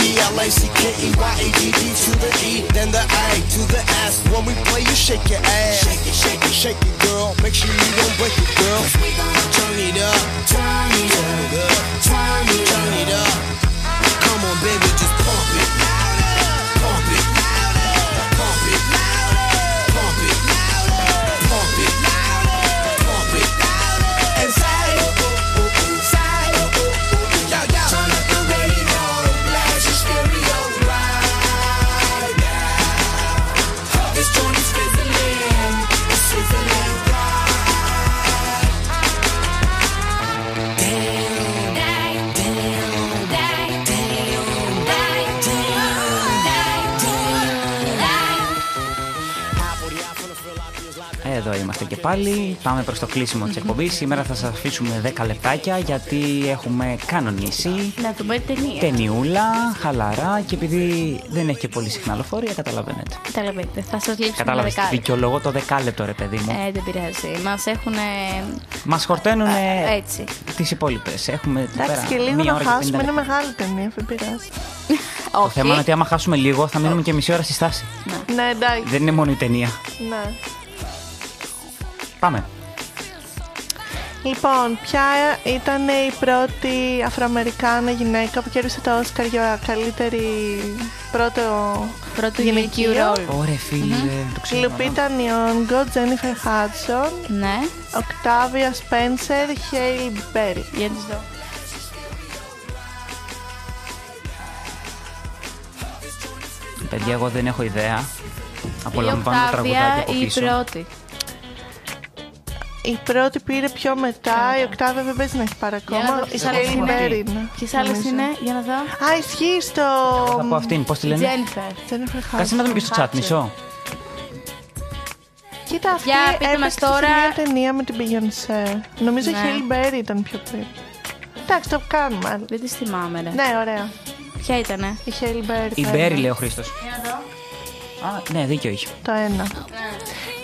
Speaker 2: B L A C K E Y A D D to the E, then the A to the S. When we play, you shake your ass. Shake it, shake it, shake it, girl. Make sure you don't break it, girl. Turn it up, turn it up, turn it up, turn it up. Come on, baby, just pump it. Pump it. Pump it. Pump it. Pump it. Pump it. And side, side, yo, yo. Turn up the radio, blast your stereo right now. This joint is fizzling, it's fizzling right down.
Speaker 6: Εδώ είμαστε και πάλι. Πάμε προς το κλείσιμο της εκπομπής. Σήμερα θα σας αφήσουμε 10 λεπτάκια γιατί έχουμε κανονίσει.
Speaker 4: Να δούμε ταινία.
Speaker 6: Ταινιούλα, χαλαρά και επειδή δεν έχει και πολύ συχνά λεωφορεία, καταλαβαίνετε.
Speaker 4: Καταλαβαίνετε, θα σας λείψουμε ένα
Speaker 6: Κατάλαβε.
Speaker 4: δεκάλεπτο.
Speaker 6: Δικαιολογώ το δεκάλεπτο, ρε παιδί μου.
Speaker 4: Ε, δεν πειράζει. Μας έχουν.
Speaker 6: Μα χορταίνουν
Speaker 4: έτσι.
Speaker 6: τις υπόλοιπες. Έχουμε εδώ πέρα
Speaker 8: Εντάξει, και λίγο
Speaker 6: μία
Speaker 8: να
Speaker 6: ώρα και
Speaker 8: χάσουμε.
Speaker 6: 50
Speaker 8: Είναι
Speaker 4: ναι.
Speaker 6: λεπτά.
Speaker 8: μεγάλη ταινία, δεν πειράζει.
Speaker 6: Το θέμα είναι ότι άμα χάσουμε λίγο, θα μείνουμε και μισή ώρα στη στάση.
Speaker 8: Ναι, εντάξει.
Speaker 6: Δεν είναι μόνο η ταινία.
Speaker 8: Ναι.
Speaker 6: Πάμε.
Speaker 8: Λοιπόν, ποια ήταν η πρώτη Αφροαμερικάνα γυναίκα που κέρδισε το Όσκαρ για καλύτερη πρώτο
Speaker 4: Πρώτο
Speaker 8: γυναικείο
Speaker 4: γυναικείου ρόλου.
Speaker 6: Ωραία, φίλε. Το ξέρω.
Speaker 8: Λουπίτα Νιόγκο, Τζένιφερ Χάτσον,
Speaker 4: Ναι,
Speaker 8: Οκτάβια Σπένσερ, Χέιλι Μπέρι.
Speaker 4: για να τις δω.
Speaker 6: Παιδιά, εγώ δεν έχω ιδέα. Απολαμβάνω τα
Speaker 4: η
Speaker 6: τραγουδάκια
Speaker 4: Οκτάβια
Speaker 6: από
Speaker 4: η
Speaker 6: πίσω.
Speaker 4: πρώτη.
Speaker 8: Η πρώτη πήρε πιο μετά, η Οκτάβια δεν παίζει να έχει πάρει
Speaker 4: Για να
Speaker 8: ακόμα.
Speaker 4: δω
Speaker 8: Η
Speaker 4: ποιες άλλες
Speaker 8: Χέιλι
Speaker 4: είναι.
Speaker 8: Μπέρι είναι.
Speaker 4: Ποιες άλλες
Speaker 8: νομίζω.
Speaker 4: είναι, για να δω.
Speaker 8: Α, ισχύει στο.
Speaker 6: Θα πω αυτήν, πώς τη λένε.
Speaker 4: Τζένιφερ.
Speaker 8: Τζένιφερ
Speaker 6: Κάτσε να δούμε και στο chat, μισό.
Speaker 8: Κοίτα, αυτή
Speaker 4: Για πείτε
Speaker 8: έπαιξε
Speaker 4: μας
Speaker 8: σε
Speaker 4: τώρα.
Speaker 8: μια ταινία με την Beyoncé. Νομίζω η
Speaker 4: Ναι.
Speaker 8: Halle Berry ήταν πιο πριν. Εντάξει, το κάνουμε. αλλά-
Speaker 4: Δεν τη θυμάμαι, ρε.
Speaker 8: Ναι, ωραία.
Speaker 4: Ποια ήτανε.
Speaker 8: Η Halle Berry.
Speaker 6: Η
Speaker 8: το
Speaker 6: Μπέρι,
Speaker 8: ένα.
Speaker 6: λέει ο Χρήστος. Α, ναι, δίκιο είχε.
Speaker 8: Το ένα.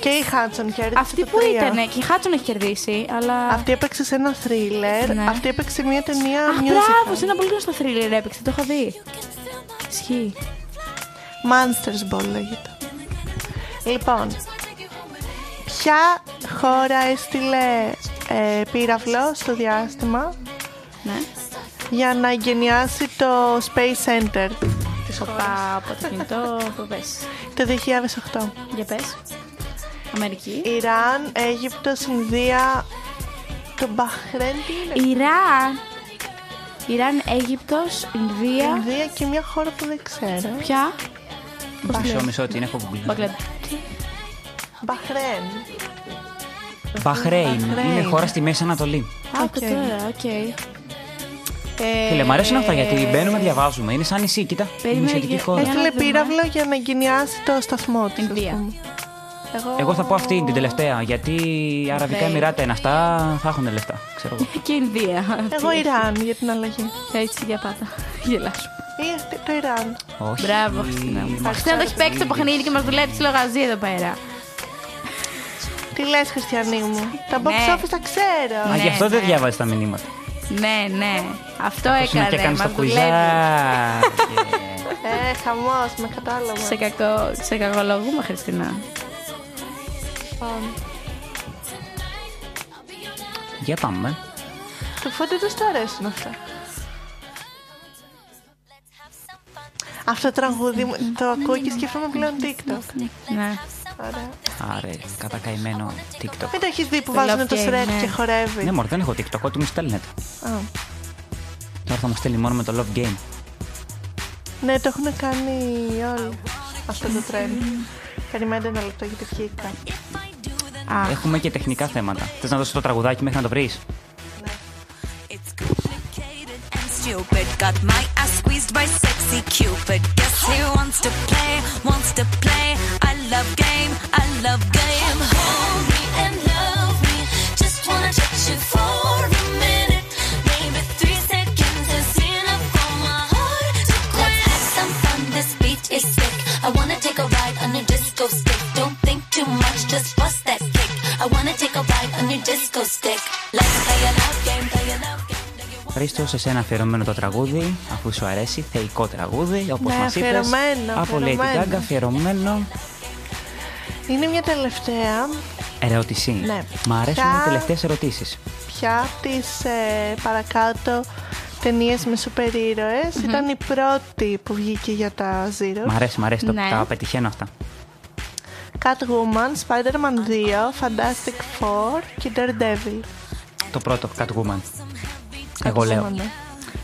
Speaker 8: Και η Χάτσον κέρδισε
Speaker 4: Αυτή
Speaker 8: το
Speaker 4: που
Speaker 8: τρία.
Speaker 4: ήτανε και η Χάτσον έχει κερδίσει, αλλά.
Speaker 8: Αυτή έπαιξε σε ένα thriller.
Speaker 4: Ναι.
Speaker 8: Αυτή έπαιξε σε μια ταινία
Speaker 4: Αχ,
Speaker 8: musical.
Speaker 4: μπράβο, σε ένα πολύ γνωστό θρύλερ έπαιξε, το είχα δει. Ισχύει.
Speaker 8: Monsters Ball λέγεται. Λοιπόν, ποια χώρα έστειλε ε, πύραυλο στο διάστημα
Speaker 4: Ναι.
Speaker 8: για να εγκαινιάσει το Space Center
Speaker 4: Οπα, από το κινητό, το πες.
Speaker 8: το 2008.
Speaker 4: Για πες. Αμερική.
Speaker 8: Ιράν, Αίγυπτος, Ινδία, το Μπαχρέν, τι είναι.
Speaker 4: Ιράν. Ιράν, Αίγυπτος, Ινδία.
Speaker 8: Ινδία και μια χώρα που δεν ξέρω.
Speaker 4: Ποια.
Speaker 6: Μισό, μισό, την έχω Google.
Speaker 4: Μπαγκλαντ.
Speaker 8: Μπαχρέν.
Speaker 6: Μπαχρέιν.
Speaker 8: Μπαχρέιν.
Speaker 6: Είναι χώρα στη Μέση Ανατολή.
Speaker 4: Άκου τώρα, οκ. Ε,
Speaker 6: Φίλε, μου αρέσουν αυτά γιατί μπαίνουμε, διαβάζουμε. Είναι σαν νησί, κοίτα.
Speaker 4: Περίμενε,
Speaker 6: Νησιωτική
Speaker 4: για-
Speaker 6: χώρα.
Speaker 4: για-
Speaker 8: Έστειλε
Speaker 4: δούμε.
Speaker 8: πύραυλο για να εγκαινιάσει το σταθμό τη.
Speaker 4: Ινδία.
Speaker 6: Εγώ θα πω αυτή την τελευταία, γιατί οι Αραβικά
Speaker 4: Βέι.
Speaker 6: Εμμυράτα είναι αυτά, θα έχουν λεφτά, ξέρω εγώ.
Speaker 4: Και Ινδία.
Speaker 8: Εγώ Ιράν για την αλλαγή.
Speaker 4: Έτσι για πάτα. Γελάσου.
Speaker 8: Ή αυτή- το Ιράν.
Speaker 6: Όχι.
Speaker 4: Μπράβο, Χριστίνα μου.
Speaker 6: Μα-
Speaker 4: Χριστίνα το έχει παίξει το παιχνίδι και μας δουλεύει τη λογαζία εδώ πέρα.
Speaker 8: Τι λες, Χριστιανή μου. Τα box
Speaker 4: Ναι.
Speaker 8: office τα ξέρω.
Speaker 6: Α, γι' αυτό
Speaker 4: Ναι,
Speaker 6: δεν
Speaker 4: ναι.
Speaker 6: διαβάζει τα μηνύματα.
Speaker 4: Ναι, ναι. Αυτό
Speaker 6: Σου να και
Speaker 4: έκανες.
Speaker 6: κάνει
Speaker 4: Μα
Speaker 6: το
Speaker 4: δουλεύει.
Speaker 6: κουιζάκι.
Speaker 8: Ε, χαμός, με κατάλαβα.
Speaker 4: Σε, κακο... σε κακολογούμε, Χριστίνα.
Speaker 8: Λοιπόν,
Speaker 6: Για πάμε.
Speaker 8: Του φόντι του το αρέσουν αυτά. Αυτό το τραγούδι μου το ακούω και σκέφτομαι πλέον TikTok.
Speaker 4: Ναι.
Speaker 8: Ωραία.
Speaker 6: Άρε, κατακαημένο TikTok.
Speaker 8: Μην το έχεις δει που
Speaker 4: Love
Speaker 8: βάζουν το
Speaker 4: Game, ναι.
Speaker 8: Shrek και
Speaker 6: Ναι,
Speaker 8: χορεύει.
Speaker 6: μωρέ, δεν έχω TikTok, ό,τι μου στέλνετε.
Speaker 8: Α.
Speaker 6: Τώρα θα μου στέλνει μόνο με το Love Game.
Speaker 8: Ναι, το έχουν κάνει όλοι αυτό το τρένο. Περιμένετε ένα λεπτό γιατί βγήκα.
Speaker 4: Α,
Speaker 6: Έχουμε και τεχνικά θέματα. Θες να δώσει το τραγουδάκι μέχρι να το βρεις.
Speaker 7: It's complicated and stupid. Got my ass squeezed by sexy Cupid. Guess who wants to play? Wants to play? I love game. I love game. Hold me and love me. Just wanna touch you for a minute. Maybe three seconds is enough for my heart to quit. Let's have some fun. This beat is sick. I wanna take a ride on your disco stick. Don't think too much. Just bust that kick. I wanna take a ride on your disco stick. Let's play a love game. Play a love game.
Speaker 6: Χρήστο, σε σένα αφιερωμένο το τραγούδι, αφού σου αρέσει, θεϊκό τραγούδι, όπως
Speaker 8: Ναι,
Speaker 6: μας είπες.
Speaker 8: αφιερωμένο,
Speaker 6: Από Lady
Speaker 8: αφιερωμένο.
Speaker 6: Gaga, αφιερωμένο.
Speaker 8: Είναι μια τελευταία
Speaker 6: Ερώτηση.
Speaker 8: Ναι.
Speaker 6: Μ' αρέσουν οι
Speaker 8: Θα-
Speaker 6: τελευταίες ερωτήσεις.
Speaker 8: πια τις ε, παρακάτω ταινίες με σούπερ ήρωες. Ήταν η πρώτη που βγήκε για τα Zero.
Speaker 6: Μ' αρέσει, μ' αρέσει, το,
Speaker 4: Ναι.
Speaker 6: τα πετυχαίνω αυτά.
Speaker 8: Catwoman, Spider-Man 2, Fantastic Four και Daredevil.
Speaker 6: Το πρώτο, Catwoman. Εγώ λέω.
Speaker 8: Catwoman, ναι.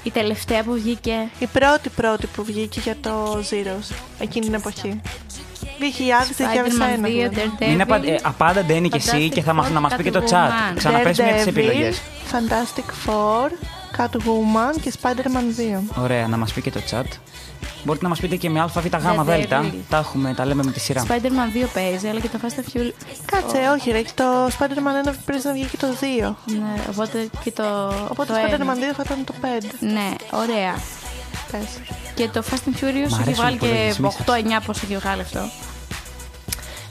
Speaker 4: η τελευταία που βγήκε.
Speaker 8: Η πρώτη πρώτη που βγήκε για το Zeros εκείνη την εποχή. 2000-2001.
Speaker 4: Spider-Man 2,
Speaker 8: δηλαδή.
Speaker 6: Μην απα...
Speaker 4: Daredevil.
Speaker 6: ε, απάντα Ντένι και εσύ
Speaker 4: Fantastic
Speaker 6: και θα μα,
Speaker 4: Four,
Speaker 6: να μας πει και το chat.
Speaker 4: Catwoman.
Speaker 6: Ξαναπες με
Speaker 8: Daredevil,
Speaker 6: τις επιλογές.
Speaker 8: Fantastic Four, Catwoman και Spider-Man 2.
Speaker 6: Ωραία, να μας πει και το chat. Μπορείτε να μας πείτε και με ΑΒΓ.
Speaker 4: Daredevil.
Speaker 6: Τα έχουμε, τα λέμε με τη σειρά.
Speaker 4: Spider-Man 2 παίζει, αλλά και το Fast and Furious.
Speaker 8: Κάτσε, όχι, ρε, και το Spider-Man 1 πρέπει να βγει και το 2.
Speaker 4: Ναι, οπότε και το.
Speaker 8: Οπότε
Speaker 4: το
Speaker 8: το
Speaker 4: ένα.
Speaker 8: Spider-Man 2 θα ήταν το 5.
Speaker 4: Ναι, ωραία.
Speaker 8: Πες.
Speaker 4: Και το Fast and
Speaker 6: Μ'
Speaker 4: Furious έχει
Speaker 6: αρέσουν
Speaker 4: βάλει
Speaker 6: πολύ,
Speaker 4: και
Speaker 6: τις μίσες.
Speaker 4: 8-9 πόσο έχει βγάλει αυτό.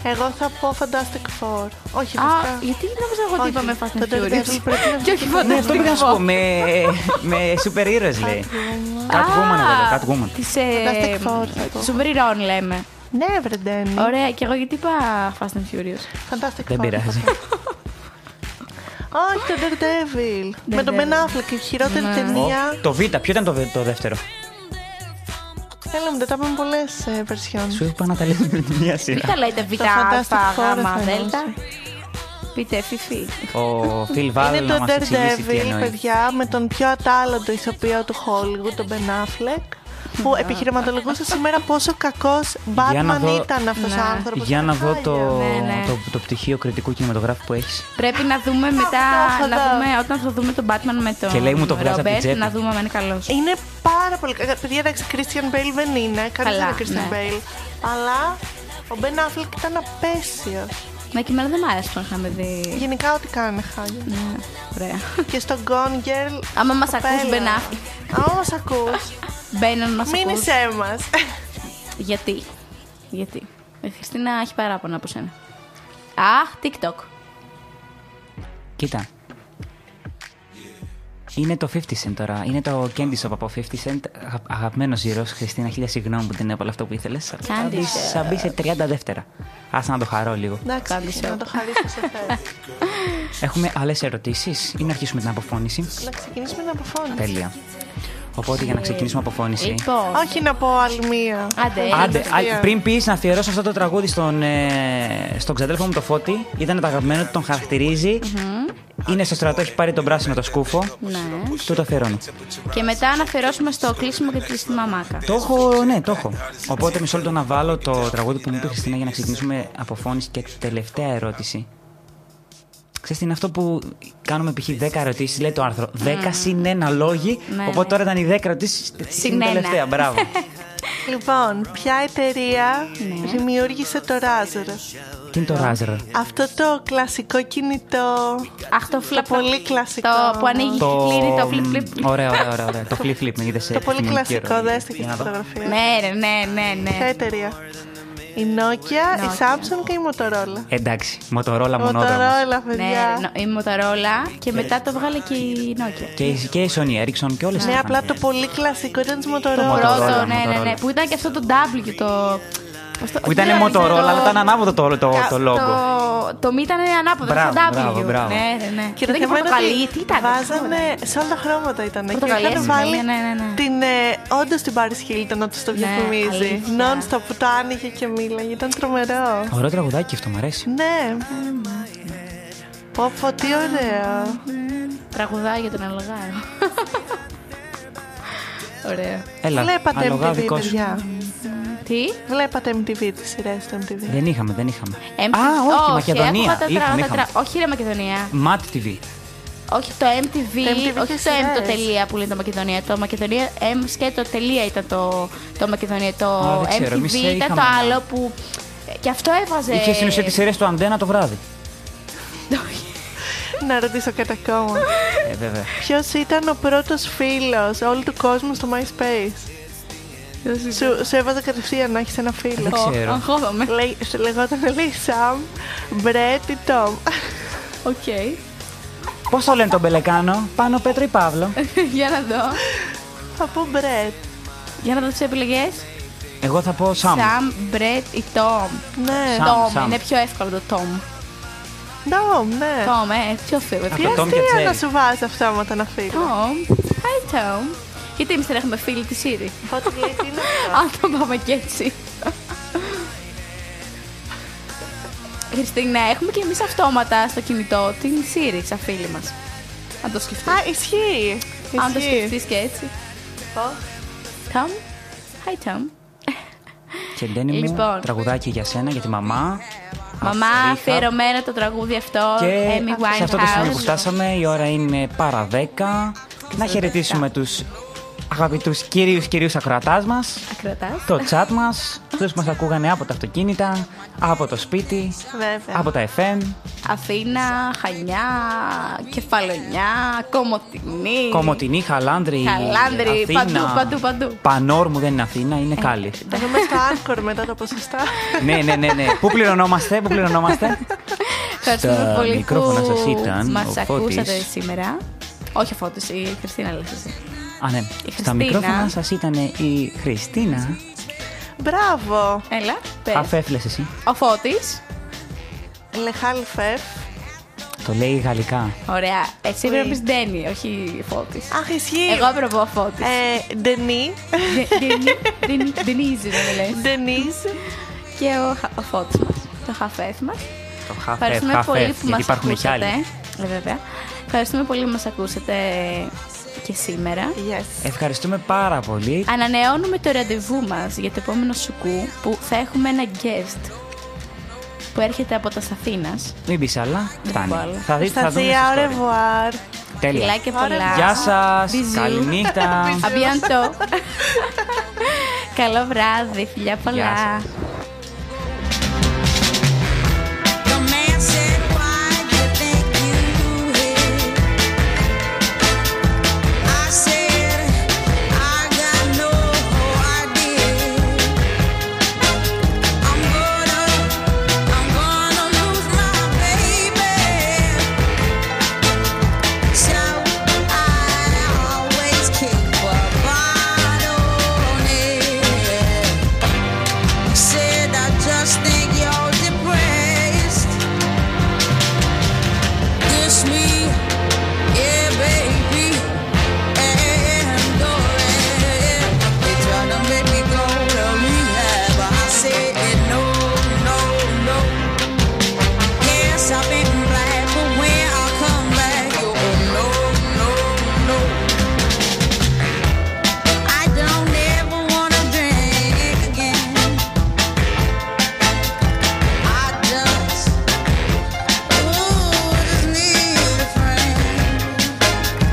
Speaker 8: Εγώ θα πω Fantastic Four. Όχι,
Speaker 4: Α,
Speaker 8: βασικά.
Speaker 4: γιατί νόμιζα εγώ ότι
Speaker 8: Όχι,
Speaker 4: είπαμε Fast and
Speaker 8: το Daredevil
Speaker 4: Furious.
Speaker 8: πρέπει να
Speaker 4: Και όχι Fast
Speaker 6: Ναι, αυτό πήγα
Speaker 4: and
Speaker 6: να σου πω.
Speaker 4: Furious.
Speaker 6: Με, με σούπερ ήρωε λέει.
Speaker 8: Ναι,
Speaker 6: Catwoman, εγώ λέω. Catwoman.
Speaker 4: Τις
Speaker 8: Fantastic Four θα πω.
Speaker 4: σούπερ ηρών λέμε.
Speaker 8: Ναι, βρε, Ντένι.
Speaker 4: Ωραία, και εγώ γιατί είπα Fast and Furious.
Speaker 8: Fantastic
Speaker 6: Δεν
Speaker 8: Four.
Speaker 6: πειράζει.
Speaker 8: Όχι, το Daredevil. Με τον Ben Affleck, η χειρότερη
Speaker 4: Ναι.
Speaker 8: ταινία.
Speaker 6: Το Β, ποιο ήταν το, β- το δεύτερο.
Speaker 8: Έλα μου, δεν τα είπαμε πολλέ βερσιόν.
Speaker 6: Σου είπα να τα λέμε με τη μία
Speaker 4: Μην
Speaker 6: σειρά.
Speaker 4: τα λέτε β,
Speaker 8: Το Fantastic
Speaker 4: α,
Speaker 8: Four
Speaker 4: γ,
Speaker 8: θα
Speaker 4: δέλτα. Πείτε φιφί.
Speaker 6: Ο Φιλ Βάλλον
Speaker 8: Είναι
Speaker 6: να
Speaker 8: το
Speaker 6: μας εξηγήσει τι
Speaker 8: Daredevil,
Speaker 6: εννοεί.
Speaker 8: παιδιά, με τον πιο ατάλλαντο ηθοποιό του Hollywood, τον Ben Affleck, που επιχειρηματολογούσε σήμερα πόσο κακός
Speaker 6: Για να
Speaker 8: Batman
Speaker 6: δω-
Speaker 8: ήταν αυτός
Speaker 4: Ναι.
Speaker 8: ο άνθρωπος.
Speaker 6: Για να δω το,
Speaker 4: Ναι, ναι.
Speaker 6: το, το πτυχίο κριτικού κινηματογράφου που έχεις.
Speaker 4: Πρέπει να δούμε μετά,
Speaker 8: θα
Speaker 4: να
Speaker 8: τα-
Speaker 4: δούμε, Ναι, όταν θα δούμε τον Batman με τον
Speaker 6: Και λέει, μου το βγάζει από την
Speaker 4: Robert,
Speaker 6: τσέπη.
Speaker 4: να δούμε αν είναι καλός.
Speaker 8: Είναι πάρα πολύ κακό. Παιδιά, εντάξει, Christian Bale δεν είναι. Κανεί δεν
Speaker 4: Καλά,
Speaker 8: είναι Christian
Speaker 4: ναι.
Speaker 8: Bale. Αλλά ο Ben Affleck ήταν απέσιος.
Speaker 4: Μα και εμένα δεν μ' άρεσε που τον είχαμε δει.
Speaker 8: Γενικά, ό,τι κάνανε χάλια.
Speaker 4: Ναι, Ωραία.
Speaker 8: Και στο Gone Girl.
Speaker 4: Άμα μας
Speaker 8: κοπέλα.
Speaker 4: ακούς, Μπεν Αφ-
Speaker 8: Άμα μας ακούς,
Speaker 4: Μπαίνω να μας
Speaker 8: μείνει
Speaker 4: ακούς.
Speaker 8: σε μα.
Speaker 4: Γιατί. Γιατί. Η Χριστίνα έχει παράπονα από σένα. Αχ, TikTok.
Speaker 6: Κοίτα. Είναι το 50 Cent τώρα. Είναι το Candy Shop από 50 Cent. Αγαπημένος γύρος. Χριστίνα, χίλια συγγνώμη που δεν έβαλα αυτό που ήθελες.
Speaker 4: Candy
Speaker 6: Θα μπεις σε 30 δεύτερα. Άσε να το χαρώ λίγο.
Speaker 8: Εντάξει,
Speaker 4: Κάντησε.
Speaker 8: να το χαρίσω σε θέλω.
Speaker 6: Έχουμε άλλες ερωτήσεις ή να αρχίσουμε την αποφώνηση.
Speaker 8: Να ξεκινήσουμε την αποφώνηση.
Speaker 6: Τέλεια. Οπότε για να ξεκινήσουμε αποφώνηση.
Speaker 4: Λοιπόν,
Speaker 8: Όχι να πω άλλη μία.
Speaker 4: άντε.
Speaker 6: Άντε,
Speaker 8: Τελευταία.
Speaker 6: α, πριν πεις να αφιερώσω αυτό το τραγούδι στον, ε, στον ξαδέλφο μου το Φώτη, ήταν το αγαπημένο του, τον χαρακτηριζει Είναι στο στρατό, έχει πάρει τον πράσινο το σκούφο.
Speaker 4: Ναι.
Speaker 6: Του το αφιερώνω.
Speaker 4: Και μετά να αφιερώσουμε στο κλείσιμο και τη μαμάκα.
Speaker 6: Το έχω, ναι, το έχω. Οπότε μισό λεπτό να βάλω το τραγούδι που μου είπε η Χριστίνα για να ξεκινήσουμε αποφώνηση και τελευταία ερώτηση. Ξέρεις τι είναι αυτό που κάνουμε π.χ. 10 ερωτήσεις, λέει το άρθρο. 10 συν 1 λόγοι.
Speaker 7: Ναι,
Speaker 6: οπότε
Speaker 7: ναι.
Speaker 6: τώρα ήταν οι 10 ερωτήσεις.
Speaker 7: Συν
Speaker 6: Συν
Speaker 7: ένα.
Speaker 6: τελευταία, μπράβο.
Speaker 8: Λοιπόν, ποια εταιρεία
Speaker 7: Ναι.
Speaker 8: δημιούργησε το Razer.
Speaker 6: τι είναι το Razer.
Speaker 8: Αυτό το κλασικό κινητό.
Speaker 7: Αχ, το flip.
Speaker 8: πολύ κλασικό.
Speaker 7: Το που ανοίγει και κλείνει το flip flip.
Speaker 6: Ωραίο, ωραίο, ωραίο. ωραίο. το flip flip με είδες σε.
Speaker 8: Το πολύ
Speaker 6: επιστημονική
Speaker 8: κλασικό,
Speaker 6: ερώτηση.
Speaker 8: δέστε και
Speaker 6: Για
Speaker 8: στη
Speaker 6: να δω.
Speaker 8: φωτογραφία.
Speaker 7: Ναι, ρε, ναι, ναι,
Speaker 8: Ποια
Speaker 7: ναι.
Speaker 8: εταιρεία. Η Nokia, η Samsung και η Motorola.
Speaker 6: Εντάξει, Motorola μονόδρομος.
Speaker 8: Motorola,
Speaker 7: Ναι,
Speaker 8: παιδιά.
Speaker 7: νο- η Motorola και μετά το βγάλε και η Nokia.
Speaker 6: Και, η- και η Sony Ericsson και όλες
Speaker 8: Ναι, απλά το πολύ κλασικό ήταν της
Speaker 6: Motorola.
Speaker 8: Motorola.
Speaker 7: Πρώτο, ναι, ναι, ναι.
Speaker 6: Motorola.
Speaker 7: Που ήταν και αυτό το W, το. πώς το-
Speaker 6: Που ήταν
Speaker 7: δεν
Speaker 6: Motorola,
Speaker 7: ξέρω.
Speaker 6: αλλά ήταν ανάποδο το, το, το logo.
Speaker 7: Το, το μη ήταν ανάποδο,
Speaker 6: Μπράβο,
Speaker 7: ήταν W.
Speaker 6: μπράβο, μπράβο.
Speaker 7: Ναι, ναι, ναι.
Speaker 8: Και
Speaker 7: ήταν και
Speaker 8: θέμα είναι
Speaker 7: πορτοκαλί,
Speaker 8: ότι
Speaker 7: τι ήταν.
Speaker 8: Βάζανε σε όλα τα χρώματα ήταν. Και
Speaker 7: Πορτοκαλί,
Speaker 8: είχαν
Speaker 7: ναι,
Speaker 8: βάλει
Speaker 7: ναι, ναι, ναι.
Speaker 8: την. Ε, Όντως την Paris Hilton να τους το διαφημίζει.
Speaker 7: αλήθεια.
Speaker 8: Non-stop που το άνοιγε και μίλαγε. Ήταν τρομερό.
Speaker 6: Ωραίο τραγουδάκι αυτό, μου αρέσει.
Speaker 8: Ναι. Πω πω τι ωραίο.
Speaker 7: Τραγουδάει για τον αλογάρο. Ωραία.
Speaker 6: Έλα,
Speaker 8: Βλέπατε
Speaker 6: αλογά
Speaker 8: MTV,
Speaker 6: δικό σου.
Speaker 8: παιδιά.
Speaker 7: Τι?
Speaker 8: Βλέπατε MTV, τις σειρές του MTV.
Speaker 6: Δεν είχαμε, δεν είχαμε.
Speaker 7: MTV.
Speaker 6: Α, όχι,
Speaker 7: ακούγα
Speaker 6: Μακεδονία.
Speaker 7: τα τρα-
Speaker 6: Είχαμε,
Speaker 7: τα
Speaker 6: είχαμε.
Speaker 7: τρα- Όχι, ρε Μακεδονία.
Speaker 6: Mat TV.
Speaker 7: Όχι το MTV,
Speaker 8: Το MTV
Speaker 7: όχι
Speaker 8: τις
Speaker 7: το M το
Speaker 8: σειρές.
Speaker 7: τελεία που λέει το Μακεδονία. Το Μακεδονία M σκέτο τελεία ήταν το, το Μακεδονία. Το
Speaker 6: Α, δεν ξέρω,
Speaker 7: MTV
Speaker 6: εμείς
Speaker 7: ήταν
Speaker 6: είχαμε
Speaker 7: το
Speaker 6: ένα.
Speaker 7: άλλο που. Και αυτό έβαζε.
Speaker 6: Είχες στην ουσία τη σειρές του Αντένα το βράδυ.
Speaker 8: Να ρωτήσω κάτι ακόμα.
Speaker 6: Ε, βέβαια.
Speaker 8: Ποιος ήταν ο πρώτος φίλος όλου του κόσμου στο MySpace. Σου, σου έβαζε κατευθείαν να έχεις ένα φίλο.
Speaker 6: Δεν ξέρω.
Speaker 7: Αγχώδομαι.
Speaker 8: Λέει, σου λεγόταν λέει Sam, Brett ή Tom.
Speaker 7: Οκ.
Speaker 6: Πώς το λένε τον Μπελεκάνο, πάνω Πέτρο ή Παύλο.
Speaker 7: Για να δω.
Speaker 8: Θα πω Brett.
Speaker 7: Για να δω τις επιλογές.
Speaker 6: Εγώ θα πω Σάμ.
Speaker 7: Sam, Brett ή Tom.
Speaker 8: Ναι.
Speaker 6: Sam.
Speaker 7: Tom,
Speaker 6: Sam.
Speaker 7: είναι πιο εύκολο το Tom.
Speaker 8: Tom, ναι.
Speaker 7: Tom, ε, πιο φίλο.
Speaker 6: Από
Speaker 8: Τι
Speaker 6: το Tom και
Speaker 8: αστείο να
Speaker 6: Jerry.
Speaker 8: σου βάζει αυτόματα ένα φίλο.
Speaker 7: Tom, hi Tom. Γιατί εμείς δεν έχουμε φίλη τη Siri.
Speaker 8: Ό,τι λέει τι είναι αυτό.
Speaker 7: Αν το πάμε και έτσι. Χριστίνα, έχουμε και εμείς αυτόματα στο κινητό την Siri σαν φίλη μας. Αν το σκεφτείς.
Speaker 8: Α, ισχύει.
Speaker 7: Αν το
Speaker 8: Ισχύει.
Speaker 7: σκεφτείς και έτσι. Tom, hi Tom.
Speaker 6: Και Ντένι μου,
Speaker 7: Λοιπόν.
Speaker 6: τραγουδάκι για σένα, για τη μαμά.
Speaker 7: Μαμά,
Speaker 6: Αυτά είχα.
Speaker 7: αφιερωμένο το τραγούδι αυτό,
Speaker 6: Και
Speaker 7: Amy
Speaker 6: σε αυτό το σημείο που
Speaker 7: Winehouse.
Speaker 6: φτάσαμε, η ώρα είναι παρά 10. Να χαιρετήσουμε τους αγαπητούς κύριους κυρίους ακροατάς μας,
Speaker 7: Ακρατάς.
Speaker 6: το chat μας, τους που μας ακούγανε από τα αυτοκίνητα, από το σπίτι,
Speaker 8: Βέβαια.
Speaker 6: από τα FM,
Speaker 7: Αθήνα, Χανιά, Κεφαλονιά, Κομωτινή.
Speaker 6: Κομωτινή, Χαλάνδρη,
Speaker 7: Χαλάνδρη,
Speaker 6: Αθήνα.
Speaker 7: παντού, παντού, παντού. Ε.
Speaker 6: Πανόρμου δεν είναι Αθήνα, είναι Κάλλη.
Speaker 8: Θα δούμε στο Anchor μετά τα ποσοστά.
Speaker 6: ναι, ναι, ναι, ναι. Πού πληρωνόμαστε, πού πληρωνόμαστε.
Speaker 7: Ευχαριστούμε
Speaker 6: Στα
Speaker 7: πολύ
Speaker 6: μικρόφωνα
Speaker 7: που
Speaker 6: σας ήταν
Speaker 7: μας
Speaker 6: ο Φώτης.
Speaker 7: ακούσατε σήμερα. Όχι ο Φώτης, η Χριστίνα λες εσύ.
Speaker 6: Α, ναι. Στα
Speaker 7: Χριστίνα.
Speaker 6: μικρόφωνα σας ήταν η Χριστίνα.
Speaker 8: Μπράβο.
Speaker 7: Έλα, πες.
Speaker 6: Αφέφλες εσύ.
Speaker 7: Ο Φώτης.
Speaker 8: Λεχάλ Φεφ.
Speaker 6: Το λέει γαλλικά.
Speaker 7: Ωραία. Εσύ
Speaker 8: Ui.
Speaker 7: πρέπει να πεις Ντένι, όχι Φώτης.
Speaker 8: Αχ, ισχύει.
Speaker 7: Εγώ έπρεπε να πω Φώτης.
Speaker 8: Ε, Ντενί.
Speaker 7: Ντε- Ντενί- Ντενί- Ντενίζι δεν λες.
Speaker 8: Ντενίζ.
Speaker 7: Και ο, Χα- ο Φώτης μας, το χαφέφ μας.
Speaker 6: Το χαφέ,
Speaker 7: Ευχαριστούμε
Speaker 6: χαφέ,
Speaker 7: πολύ που
Speaker 6: ε, γιατί
Speaker 7: μας
Speaker 6: υπάρχουν και άλλοι.
Speaker 7: ακούσατε. Ε, βέβαια. Ευχαριστούμε πολύ που μας ακούσατε και σήμερα.
Speaker 6: Ε,
Speaker 8: Yes.
Speaker 6: Ευχαριστούμε πάρα πολύ.
Speaker 7: Ανανεώνουμε το ραντεβού μας για το επόμενο σουκού που θα έχουμε ένα guest που έρχεται από τας Αθήνας.
Speaker 6: Μην πεις άλλα.
Speaker 7: πω άλλα.
Speaker 6: Φτάνει. Θα δείτε, θα δούμε
Speaker 8: Στασία,
Speaker 6: στο story.
Speaker 8: ρεβουάρ.
Speaker 6: Τέλεια.
Speaker 7: Φιλάκια πολλά.
Speaker 6: Γεια σας.
Speaker 7: Bisous.
Speaker 6: Καληνύχτα.
Speaker 7: À bientôt. Καλό βράδυ, φιλιά πολλά.
Speaker 6: Γεια σας.